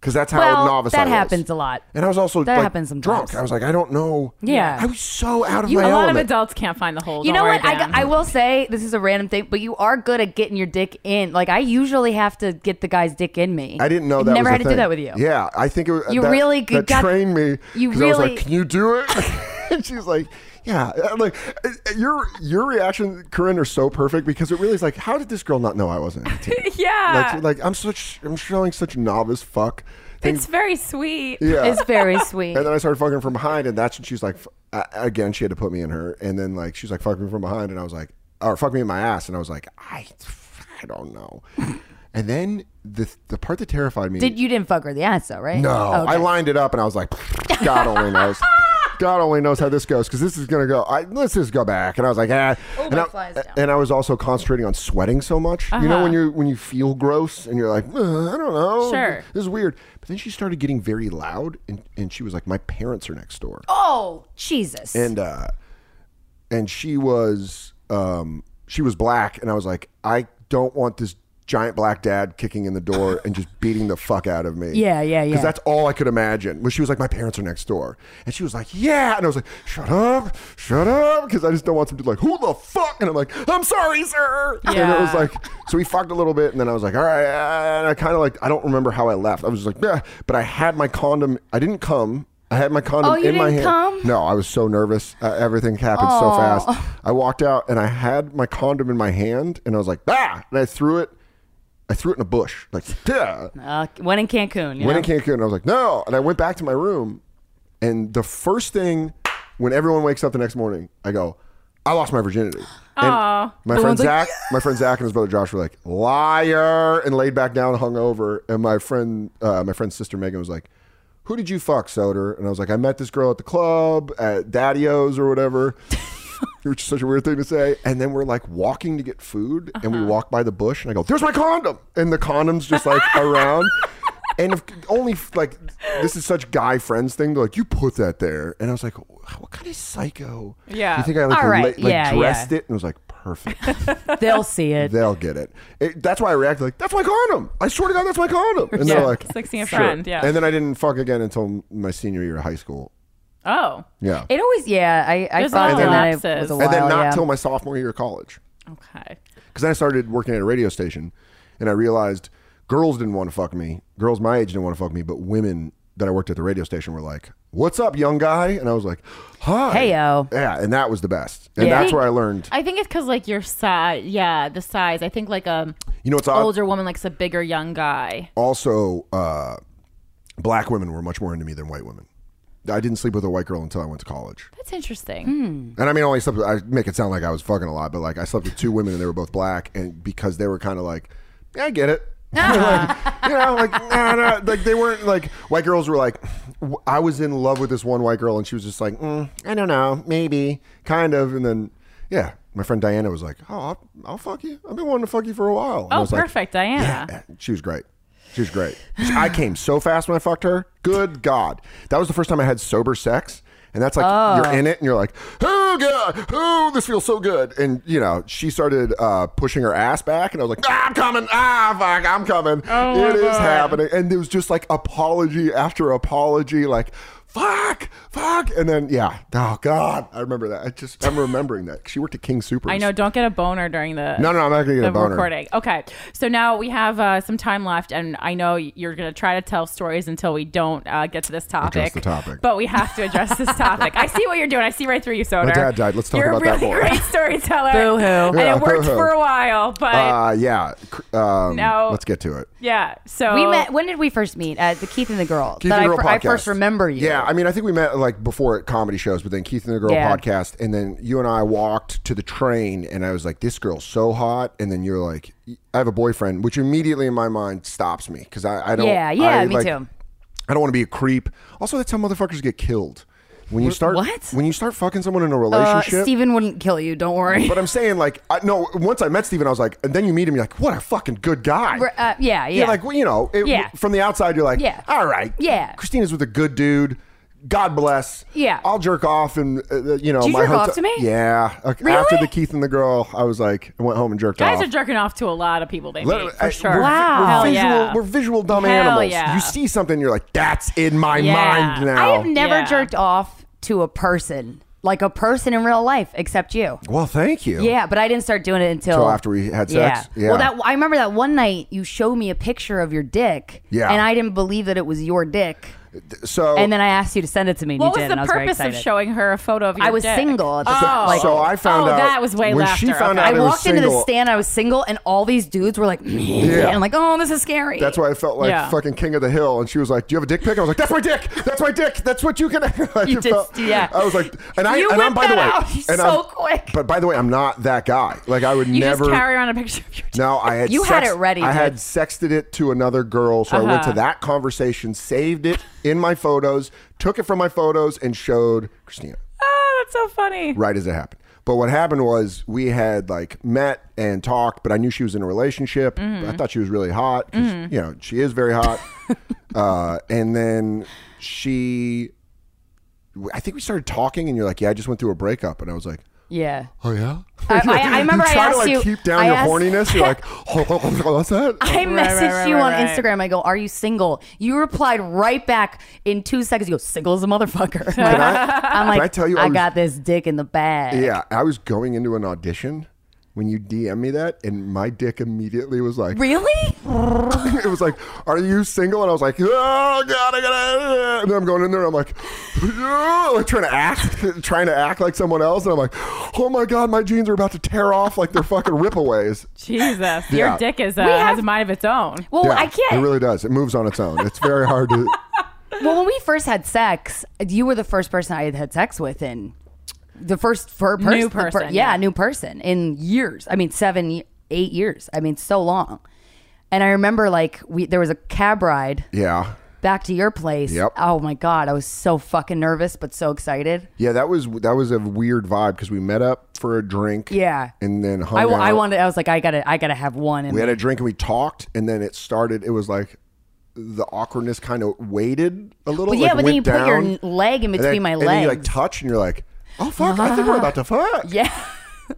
Speaker 5: because that's how
Speaker 2: Well,
Speaker 5: novice
Speaker 2: that
Speaker 5: I was.
Speaker 2: happens a lot.
Speaker 5: And I was also
Speaker 2: That
Speaker 5: like,
Speaker 2: happens sometimes.
Speaker 5: drunk. I was like, I don't know.
Speaker 2: Yeah.
Speaker 5: I was so out of
Speaker 1: You,
Speaker 5: my
Speaker 1: a lot of
Speaker 5: element.
Speaker 1: adults can't find the hole.
Speaker 2: You
Speaker 1: Don't
Speaker 2: know
Speaker 1: worry,
Speaker 2: what? I,
Speaker 1: Dan.
Speaker 2: I will say this is a random thing, but you are good at getting your dick in. Like I usually have to get the guy's dick in me.
Speaker 5: I didn't know that.
Speaker 2: Never
Speaker 5: was a
Speaker 2: had to do
Speaker 5: thing.
Speaker 2: that with you.
Speaker 5: Yeah, I think it was.
Speaker 2: You
Speaker 5: that,
Speaker 2: really
Speaker 5: that
Speaker 2: got-
Speaker 5: trained me.
Speaker 2: you
Speaker 5: 'cause I was
Speaker 2: really-
Speaker 5: like, "Can you do it?" and she's like, "Yeah." I'm like uh, your your reaction, Corinne, are so perfect because it really is like, how did this girl not know I wasn't eighteen?
Speaker 1: yeah.
Speaker 5: like, like I'm such I'm showing such novice fuck.
Speaker 1: it's very sweet.
Speaker 5: yeah.
Speaker 2: It's very sweet.
Speaker 5: and uh, then I started fucking from behind, and that's when she's like, f- I- again, she had to put me in her, and then like she's like, fuck me from behind, and I was like, or fuck me in my ass, and I was like, I, I don't know. and then the the part that terrified me.
Speaker 2: Did you didn't fuck her in the ass though, right? Oh,
Speaker 5: No,
Speaker 2: Okay.
Speaker 5: I lined it up and I was like, God only knows. God only knows how this goes because this is gonna go. I, let's just go back. And I was like, ah. and,
Speaker 2: my
Speaker 5: I,
Speaker 2: flies down. Uh-huh.
Speaker 5: and I was also concentrating on sweating so much. You know when you when you feel gross and you're like, "Uh, I don't know,
Speaker 1: Sure.
Speaker 5: this is weird. But then she started getting very loud and and she was like, my parents are next door
Speaker 2: Oh Jesus.
Speaker 5: and uh and she was um she was black and i was like i don't want this giant black dad kicking in the door and just beating the fuck out of me
Speaker 2: Yeah, yeah, yeah.
Speaker 5: because that's all i could imagine when she was like my parents are next door and she was like yeah and i was like shut up shut up because i just don't want some dude like who the fuck and i'm like i'm sorry sir and it
Speaker 1: Yeah.
Speaker 5: was like so we fucked a little bit and then i was like all right uh," and i kind of like i don't remember how i left i was just like yeah but i had my condom i didn't come I had my condom
Speaker 2: Oh, you
Speaker 5: in my
Speaker 2: didn't
Speaker 5: hand.
Speaker 2: come?
Speaker 5: No, I was so nervous. Uh, everything happened so fast. I walked out and I had my condom in my hand, and I was like, "Ah!" And I threw it. I threw it in a bush. Like, yeah.
Speaker 2: Uh, when in Cancun. You
Speaker 5: Went
Speaker 2: know?
Speaker 5: in Cancun, I was like, "No!" And I went back to my room, and the first thing when everyone wakes up the next morning, I go, "I lost my virginity." And my friend
Speaker 3: Everyone's
Speaker 5: Zach,
Speaker 3: like,
Speaker 5: my friend Zach and his brother Josh were like, "Liar!" and laid back down, hung over. And my friend, uh, my friend's sister Megan was like, "Who did you fuck, Soder?" And I was like, "I met this girl at the club at Daddy-O's or whatever." Which is such a weird thing to say. And then we're like walking to get food, and
Speaker 2: Uh-huh.
Speaker 5: we walk by the bush, and I go, "There's my condom!" And the condom's just like around. And if, only like this is such guy friends thing. They're like, "You put that there," and I was like, "What kind of psycho?"
Speaker 1: Yeah.
Speaker 5: you think I like,
Speaker 2: All right.
Speaker 5: la- like
Speaker 2: Yeah, yeah.
Speaker 5: dressed it and was like, "Perfect."
Speaker 2: They'll see it.
Speaker 5: They'll get it. It- That's why I react like, that's my condom. I swear to God, that's my condom. And
Speaker 1: Yeah.
Speaker 5: they're like,
Speaker 1: It's like seeing a
Speaker 5: "Sure."
Speaker 1: friend, yeah.
Speaker 5: And then I didn't fuck again until my senior year of high school.
Speaker 1: Oh.
Speaker 5: Yeah.
Speaker 2: It always, yeah. I, I
Speaker 1: There's
Speaker 2: thought
Speaker 5: no
Speaker 2: that it
Speaker 1: lapses.
Speaker 2: was a
Speaker 1: And
Speaker 2: while.
Speaker 5: and then not
Speaker 2: yeah.
Speaker 5: till my sophomore year of college.
Speaker 1: Okay.
Speaker 5: Because then I started working at a radio station and I realized girls didn't want to fuck me. Girls my age didn't want to fuck me, but women that I worked at the radio station were like, what's up, young guy? And I was like, hi.
Speaker 2: Heyo.
Speaker 5: Yeah. And that was the best. And
Speaker 2: Yeah.
Speaker 5: that's where I learned.
Speaker 6: I think it's because like your size, yeah, the size. I think like a
Speaker 5: You know what's
Speaker 2: Uh,
Speaker 5: odd?
Speaker 6: older woman likes a bigger young guy.
Speaker 5: also uh, black women were much more into me than white women. I didn't sleep with a white girl until I went to college.
Speaker 6: That's interesting.
Speaker 2: Hmm.
Speaker 5: And I mean, I only slept. With, I make it sound like I was fucking a lot, but like I slept with two women and they were both black, and because they were kind of like, yeah, I get it. like, you know, like nah, nah, like they weren't like white girls were like, w- I was in love with this one white girl, and she was just like, mm, I don't know, maybe, kind of, and then yeah, my friend Diana was like, oh, I'll, I'll fuck you. I've been wanting to fuck you for a while. And I
Speaker 1: Oh,
Speaker 5: was like,
Speaker 1: perfect, Diana.
Speaker 5: yeah, she was great. She was great. I came so fast when I fucked her. Good God. That was the first time I had sober sex. And that's like, you're in it and you're like, oh God, oh, this feels so good. And, you know, she started uh, pushing her ass back and I was like, ah, I'm coming. Ah, fuck, I'm coming.
Speaker 1: Oh
Speaker 5: it is happening. And it was just like apology after apology, like, fuck, fuck. And then, yeah, oh God, I remember that. I just, I'm remembering that. She worked at King Super.
Speaker 1: I know. Don't get a boner during the.
Speaker 5: No, no, I'm not going to get
Speaker 1: the
Speaker 5: a boner.
Speaker 1: recording. Okay, so now we have uh, some time left, and I know you're going to try to tell stories until we don't uh, get to this topic.
Speaker 5: Address the topic.
Speaker 1: but we have to address this topic. I see what you're doing. I see right through you, Soder.
Speaker 5: dad died. Let's talk
Speaker 1: you're
Speaker 5: about
Speaker 1: a
Speaker 5: that
Speaker 1: really
Speaker 5: more.
Speaker 1: Great storyteller.
Speaker 2: Boo-hoo.
Speaker 1: And
Speaker 5: Yeah,
Speaker 1: it worked
Speaker 5: boo-hoo.
Speaker 1: for a while, but
Speaker 5: Uh, yeah. Cr- Um,
Speaker 1: No.
Speaker 5: Let's get to it.
Speaker 1: yeah. So
Speaker 2: We met. When did we first meet? At the Keith and the Girl.
Speaker 5: Keith
Speaker 2: that
Speaker 5: and
Speaker 2: I,
Speaker 5: the Girl
Speaker 2: fir- I
Speaker 5: podcast.
Speaker 2: first remember you.
Speaker 5: Yeah, I mean, I think we met like before at comedy shows, but then Keith and the Girl
Speaker 2: Yeah.
Speaker 5: podcast, and then you and I walked to the train, and I was like, "This girl's so hot," and then you're like, "I have a boyfriend," which immediately in my mind stops me because I, I don't.
Speaker 2: Yeah, yeah,
Speaker 5: I,
Speaker 2: me
Speaker 5: like,
Speaker 2: too.
Speaker 5: I don't want to be a creep. Also, that's how motherfuckers get killed. When you start,
Speaker 2: what?
Speaker 5: When you start fucking someone in a
Speaker 2: Uh,
Speaker 5: relationship,
Speaker 2: Steven wouldn't kill you. Don't worry.
Speaker 5: but I'm saying like, I, no. Once I met Steven, I was like, and then you meet him, you're like, what a fucking good guy.
Speaker 2: We're- uh, yeah, yeah.
Speaker 5: Yeah, like well, you know, it,
Speaker 2: Yeah.
Speaker 5: from the outside, you're like,
Speaker 2: Yeah.
Speaker 5: all right,
Speaker 2: Yeah.
Speaker 5: Christina's with a good dude. God bless.
Speaker 2: Yeah.
Speaker 5: I'll jerk off and uh, you know
Speaker 2: you
Speaker 5: my
Speaker 2: jerk off
Speaker 5: hotel-
Speaker 2: to me?
Speaker 5: Yeah, Uh,
Speaker 2: Really?
Speaker 5: after the Keith and the girl, I was like, I went home and jerked
Speaker 1: guys
Speaker 5: off.
Speaker 1: are jerking off to a lot of people they
Speaker 5: Oh. Let-
Speaker 1: meet,
Speaker 5: I-
Speaker 1: for sure.
Speaker 5: We're,
Speaker 2: Wow.
Speaker 5: We're visual,
Speaker 1: yeah.
Speaker 5: we're visual dumb
Speaker 1: Hell
Speaker 5: animals.
Speaker 1: yeah.
Speaker 5: You see something, you're like, that's in my
Speaker 1: Yeah.
Speaker 5: mind now.
Speaker 2: I have never
Speaker 1: Yeah.
Speaker 2: jerked off to a person, like a person in real life, except you.
Speaker 5: well, thank you.
Speaker 2: Yeah, but I didn't start doing it until
Speaker 5: Till after we had sex?
Speaker 2: Yeah.
Speaker 5: Yeah.
Speaker 2: Well, that I remember that one night you showed me a picture of your dick.
Speaker 5: Yeah.
Speaker 2: And I didn't believe that it was your dick.
Speaker 5: So
Speaker 2: And then I asked you to send it to me. And
Speaker 1: What
Speaker 2: you
Speaker 1: was
Speaker 2: did,
Speaker 1: the
Speaker 2: and I was very
Speaker 1: purpose of
Speaker 2: excited.
Speaker 1: showing her a photo of your
Speaker 2: I was
Speaker 1: dick?
Speaker 2: single at the
Speaker 1: oh,
Speaker 2: time, like-
Speaker 5: so I found
Speaker 1: oh,
Speaker 5: out
Speaker 1: that was way
Speaker 5: when
Speaker 1: laughter.
Speaker 5: she found
Speaker 1: Okay.
Speaker 5: out
Speaker 2: I
Speaker 5: I was
Speaker 2: walked into the
Speaker 5: single-
Speaker 2: stand. I was single, and all these dudes were like, and I'm like, oh, this is scary.
Speaker 5: That's why I felt like
Speaker 1: Yeah.
Speaker 5: fucking king of the hill. And she was like, "Do you have a dick pic?" I was like, "That's my dick. That's my dick. That's what you can." I
Speaker 2: You
Speaker 5: just
Speaker 2: just- yeah.
Speaker 5: I was like, and I
Speaker 2: You
Speaker 5: and I'm
Speaker 2: whipped
Speaker 5: by the
Speaker 2: that
Speaker 5: way,
Speaker 2: out
Speaker 5: and
Speaker 2: so
Speaker 5: I'm-
Speaker 2: quick.
Speaker 5: But by the way, I'm not that guy. Like I would
Speaker 1: You
Speaker 5: never.
Speaker 1: just carry on a picture of your
Speaker 5: no, I had
Speaker 2: You had
Speaker 5: sex-
Speaker 2: it ready,
Speaker 5: I
Speaker 2: dude. Uh-huh.
Speaker 5: had sexted it to another girl, so I went to that conversation, saved it in my photos, took it from my photos, and showed Christina
Speaker 1: Oh, that's so funny.
Speaker 5: right as it happened. But what happened was we had like met and talked, but I knew she was in a relationship. I
Speaker 2: Mm-hmm.
Speaker 5: thought she was really hot. 'cause, You know, she is very hot. uh, and then she, I think we started talking, and you're like, "Yeah, I just went through a breakup," and I was like,
Speaker 2: yeah.
Speaker 5: "Oh yeah."
Speaker 2: I- I- I remember
Speaker 5: you
Speaker 2: I
Speaker 5: try
Speaker 2: asked
Speaker 5: to like
Speaker 2: you-
Speaker 5: keep down
Speaker 2: I
Speaker 5: your
Speaker 2: asked-
Speaker 5: horniness. You're like, "Oh, oh, oh, oh, what's that?"
Speaker 2: I messaged
Speaker 1: right,
Speaker 2: you
Speaker 1: right,
Speaker 2: on
Speaker 1: right.
Speaker 2: Instagram. I go, "Are you single?" You replied right back in two seconds. You go, "Single as a motherfucker."
Speaker 5: Can I-
Speaker 2: I'm
Speaker 5: can
Speaker 2: like,
Speaker 5: I tell you,
Speaker 2: I,
Speaker 5: was-
Speaker 2: got this dick in the bag.
Speaker 5: Yeah, I was going into an audition when you DM me that, and my dick immediately was like,
Speaker 2: Really?
Speaker 5: it was like, "Are you single?" And I was like, "Oh God, I gotta." And then I'm going in there, and I'm like, "Oh," like trying to act, trying to act like someone else, and I'm like, "Oh my God, my jeans are about to tear off like they're fucking ripaways."
Speaker 1: Jesus,
Speaker 5: Yeah.
Speaker 1: your dick is uh, has a mind of its own.
Speaker 2: Well,
Speaker 5: Yeah,
Speaker 2: I can't.
Speaker 5: It really does. It moves on its own. It's very hard to.
Speaker 2: well, when we first had sex, you were the first person I had had sex with in the first fir- pers-
Speaker 1: New
Speaker 2: the fir-
Speaker 1: person,
Speaker 2: yeah,
Speaker 1: yeah.
Speaker 2: new person in years. I mean, seven, ye- eight years. I mean, so long. And I remember like we there was a cab ride
Speaker 5: Yeah.
Speaker 2: back to your place.
Speaker 5: Yep.
Speaker 2: Oh my god, I was so fucking nervous but so excited.
Speaker 5: Yeah, that was that was a weird vibe because we met up for a drink.
Speaker 2: Yeah.
Speaker 5: and then hung
Speaker 2: I, wa- I
Speaker 5: out.
Speaker 2: wanted. I was like, I gotta, I gotta have one. in
Speaker 5: We had
Speaker 2: me.
Speaker 5: a drink and we talked, and then it started. It was like the awkwardness kind of waited a little.
Speaker 2: Well, yeah,
Speaker 5: like,
Speaker 2: but then you
Speaker 5: went
Speaker 2: put your
Speaker 5: down,
Speaker 2: n- leg in
Speaker 5: and
Speaker 2: between
Speaker 5: then-
Speaker 2: my
Speaker 5: and then you like
Speaker 2: legs.
Speaker 5: touch, and you're like, "Oh fuck, I think we're about to fuck."
Speaker 2: yeah,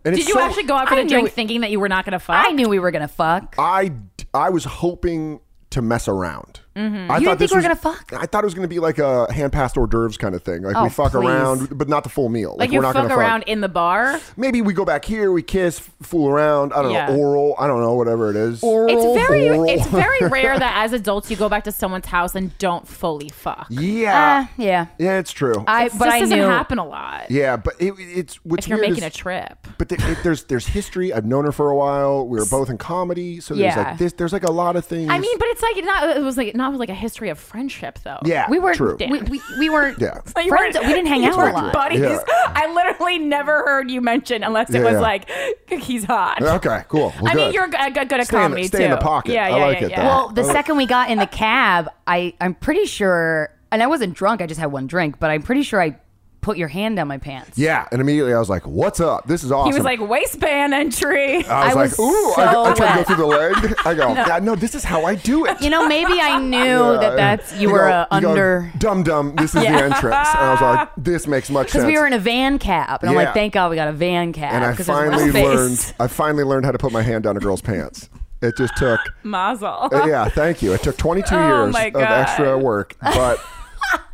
Speaker 5: And it's
Speaker 6: Did you
Speaker 5: so-
Speaker 6: actually go out for
Speaker 2: I
Speaker 6: the
Speaker 2: knew
Speaker 6: drink
Speaker 2: it.
Speaker 6: thinking that you were not going to fuck?
Speaker 2: I knew we were gonna fuck.
Speaker 5: I I was hoping to mess around. I
Speaker 2: Mm-hmm. You didn't
Speaker 5: thought
Speaker 2: think
Speaker 5: this
Speaker 2: we were
Speaker 5: was-
Speaker 2: gonna fuck?
Speaker 5: I thought it was gonna be like a hand passed hors d'oeuvres kind of thing. Like
Speaker 2: Oh,
Speaker 5: we fuck
Speaker 2: please.
Speaker 5: around, but not the full meal.
Speaker 6: like
Speaker 5: we're
Speaker 6: you
Speaker 5: not
Speaker 6: fuck
Speaker 5: gonna
Speaker 6: around in the bar.
Speaker 5: Maybe we go back here, we kiss, f- fool around. I don't
Speaker 6: Yeah.
Speaker 5: know, oral. I don't know, whatever it is. Oral.
Speaker 6: It's very
Speaker 5: oral.
Speaker 6: it's very rare that as adults you go back to someone's house and don't fully fuck.
Speaker 5: yeah,
Speaker 2: Uh, yeah.
Speaker 5: yeah. It's true.
Speaker 2: I,
Speaker 6: This
Speaker 2: but I
Speaker 6: doesn't
Speaker 2: knew.
Speaker 6: happen a lot.
Speaker 5: Yeah, but it, it's what's
Speaker 6: If you're
Speaker 5: weird
Speaker 6: making a
Speaker 5: is-
Speaker 6: trip,
Speaker 5: But the, it, there's there's history. I've known her for a while. We were both in comedy, so there's
Speaker 2: Yeah.
Speaker 5: like this. There's like a lot of things.
Speaker 6: I mean, but it's like it not. It was like not like a history of friendship though.
Speaker 5: yeah,
Speaker 2: We weren't.
Speaker 5: true.
Speaker 2: We, we, we weren't.
Speaker 5: Yeah.
Speaker 1: But you
Speaker 2: Friends-
Speaker 1: weren't-
Speaker 2: we didn't hang
Speaker 1: you
Speaker 2: out a
Speaker 1: weren't
Speaker 2: lot.
Speaker 1: Buddies.
Speaker 5: Yeah.
Speaker 1: I literally never heard you mention unless it
Speaker 5: Yeah,
Speaker 1: was
Speaker 5: yeah.
Speaker 1: like he's hot.
Speaker 5: Okay, cool. Well,
Speaker 1: I mean,
Speaker 5: good.
Speaker 1: you're good, good, good at
Speaker 5: Stay in the-
Speaker 1: comedy
Speaker 5: stay
Speaker 1: too.
Speaker 5: in the pocket.
Speaker 1: Yeah,
Speaker 5: I
Speaker 1: yeah,
Speaker 5: like
Speaker 1: yeah,
Speaker 5: it,
Speaker 1: yeah.
Speaker 5: though.
Speaker 2: Well, the
Speaker 5: Oh.
Speaker 2: second we got in the cab, I I'm pretty sure, and I wasn't drunk. I just had one drink, but I'm pretty sure I put your hand down my pants.
Speaker 5: Yeah, and immediately I was like, "What's up? This is awesome." Uh,
Speaker 1: he was like waistband entry.
Speaker 5: I was
Speaker 2: I
Speaker 5: like,
Speaker 2: was
Speaker 5: "Ooh, I,
Speaker 2: so
Speaker 5: I try to go through the leg." I go, "God, no, this is how I do it."
Speaker 2: You know, maybe I knew that that's you,
Speaker 5: go-
Speaker 2: were uh
Speaker 5: you go,
Speaker 2: under
Speaker 5: Dum dum. This is the entrance, and I was like, "This makes much sense."
Speaker 2: because we were in a van cab, and I'm
Speaker 5: Yeah.
Speaker 2: like, thank God we got a van cab.
Speaker 5: and I
Speaker 2: 'cause there's one
Speaker 5: finally
Speaker 2: space.
Speaker 5: learned. I finally learned how to put my hand down a girl's pants. It just took.
Speaker 1: Mazel.
Speaker 5: Uh, yeah, thank you. It took 22
Speaker 1: Oh
Speaker 5: years
Speaker 1: my
Speaker 5: of
Speaker 1: God.
Speaker 5: extra work, but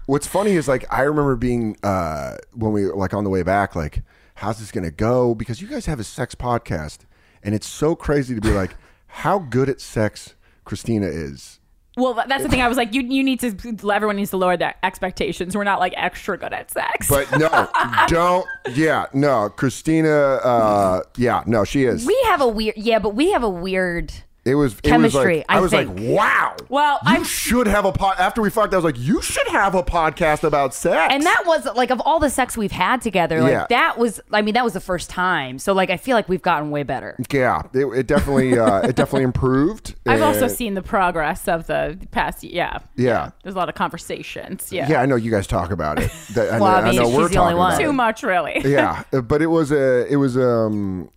Speaker 5: what's funny is like I remember being uh, when we were, like on the way back, like how's this gonna go? Because you guys have a sex podcast, and it's so crazy to be like how good at sex Christina is.
Speaker 1: Well, tha- that's the thing. I was like, you you need to. Everyone needs to lower their expectations. We're not like extra good at sex.
Speaker 5: But no, don't. Yeah, no, Christina. Uh, yeah, no, she is.
Speaker 2: we have a weird, yeah, but we have a weird.
Speaker 5: it was it Was
Speaker 2: chemistry,
Speaker 5: like, I,
Speaker 2: I
Speaker 5: was
Speaker 2: think.
Speaker 5: like, wow.
Speaker 1: Well,
Speaker 5: you
Speaker 1: I'm-
Speaker 5: should have a pod. After we fucked, I was like, you should have a podcast about sex.
Speaker 2: And that was like of all the sex we've had together, like
Speaker 5: Yeah.
Speaker 2: that was. I mean, that was the first time. So like, I feel like we've gotten way better.
Speaker 5: Yeah, it, it definitely uh, it definitely improved.
Speaker 1: I've also
Speaker 5: And-
Speaker 1: seen the progress of the past. Yeah,
Speaker 5: Yeah.
Speaker 1: There's a lot of conversations. Yeah,
Speaker 5: Yeah. I know you guys talk about it. That- I know,
Speaker 2: Well,
Speaker 5: I
Speaker 2: obviously,
Speaker 5: know we're
Speaker 2: she's the only
Speaker 5: talking about
Speaker 2: one.
Speaker 1: too
Speaker 5: it.
Speaker 1: much really.
Speaker 5: Yeah, uh, but it was a it was um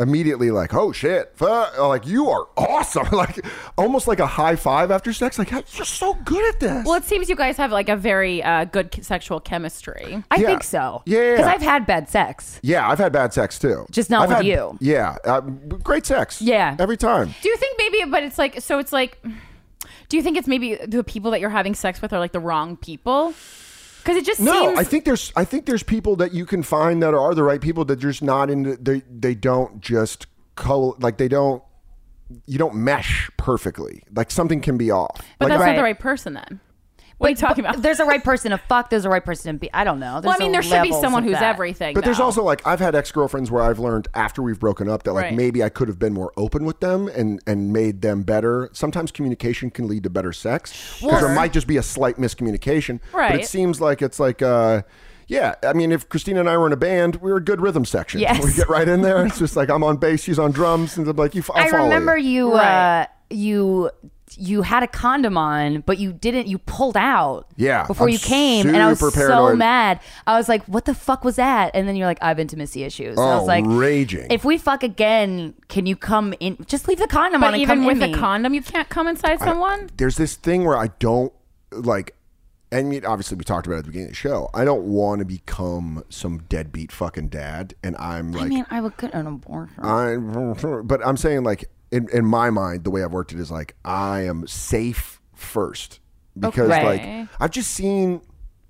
Speaker 5: immediately like oh shit fuck like you are awesome like almost like a high five after sex like you're so good at this.
Speaker 6: Well, it seems you guys have like a very uh, good c- sexual chemistry.
Speaker 2: I
Speaker 5: Yeah.
Speaker 2: think so.
Speaker 5: Yeah.
Speaker 2: because I've had bad sex.
Speaker 5: yeah, I've had bad sex too.
Speaker 2: Just not
Speaker 5: I've
Speaker 2: with
Speaker 5: had-
Speaker 2: you.
Speaker 5: Yeah, uh, great sex.
Speaker 2: Yeah.
Speaker 5: every time.
Speaker 6: Do you think maybe? But it's like so. It's like, do you think it's maybe the people that you're having sex with are like the wrong people? Because it just
Speaker 5: No,
Speaker 6: seems
Speaker 5: I think there's I think there's people that you can find that are the right people that just not into they they don't just co like they don't you don't mesh perfectly. Like something can be off.
Speaker 6: But
Speaker 5: like
Speaker 6: that's
Speaker 2: Right.
Speaker 6: not the right person then. What are you talking about?
Speaker 2: There's a right person to fuck. There's a right person to be. I don't know.
Speaker 6: well, I
Speaker 2: There's
Speaker 6: mean, there should be
Speaker 2: levels
Speaker 6: someone
Speaker 2: of
Speaker 6: who's
Speaker 2: that.
Speaker 6: everything.
Speaker 5: but there's
Speaker 6: though.
Speaker 5: also like I've had ex girlfriends where I've learned after we've broken up that like
Speaker 6: Right.
Speaker 5: maybe I could have been more open with them and and made them better. Sometimes communication can lead to better sex because there might just be a slight miscommunication. But it
Speaker 6: Right.
Speaker 5: seems like it's like uh, yeah. I mean, if Christina and I were in a band, we were a good rhythm section.
Speaker 2: Yes.
Speaker 5: we get right in there. It's just like I'm on bass, she's on drums, and I'm like you. I'll
Speaker 2: I
Speaker 5: follow
Speaker 2: remember
Speaker 5: you.
Speaker 2: you.
Speaker 6: Right.
Speaker 2: Uh, you. You had a condom on, but you didn't. You pulled out.
Speaker 5: Yeah,
Speaker 2: Before
Speaker 5: I'm
Speaker 2: you came, and I was
Speaker 5: super
Speaker 2: so
Speaker 5: paranoid.
Speaker 2: mad. I was like, "What the fuck was that?" And then you're like, "I have intimacy issues." And I
Speaker 5: Oh,
Speaker 2: was like,
Speaker 5: raging.
Speaker 2: If we fuck again, can you come in? Just leave the condom on.
Speaker 6: But
Speaker 2: and
Speaker 6: even
Speaker 2: come
Speaker 6: with
Speaker 2: in
Speaker 6: a
Speaker 2: me."
Speaker 6: condom, you can't come inside someone.
Speaker 5: There's this thing where I don't like. I mean, obviously, we talked about it at the beginning of the show. I don't want to become some deadbeat fucking dad, and I'm like,
Speaker 2: I mean, I would get an abortion.
Speaker 5: I, but I'm saying like in, in my mind, the way I've worked it is like I am safe first because
Speaker 2: Okay.
Speaker 5: like I've just seen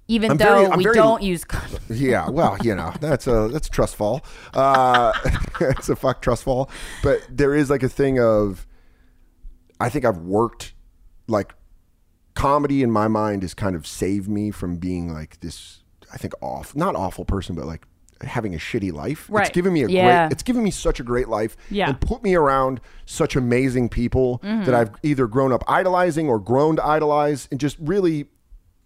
Speaker 2: even
Speaker 5: I'm
Speaker 2: though
Speaker 5: very- I'm
Speaker 2: we
Speaker 5: very-
Speaker 2: don't use condoms.
Speaker 5: Yeah, well, you know, that's a that's trust fall. Uh, it's a fuck trust fall. But there is like a thing of, I think I've worked, like, comedy in my mind has kind of saved me from being like this. I think off, not awful person, but like having a shitty life.
Speaker 6: Right.
Speaker 5: It's given me a
Speaker 2: Yeah.
Speaker 5: great. It's given me such a great life.
Speaker 6: Yeah. Mm-hmm.
Speaker 5: And put me around such amazing people that I've either grown up idolizing or grown to idolize, and just really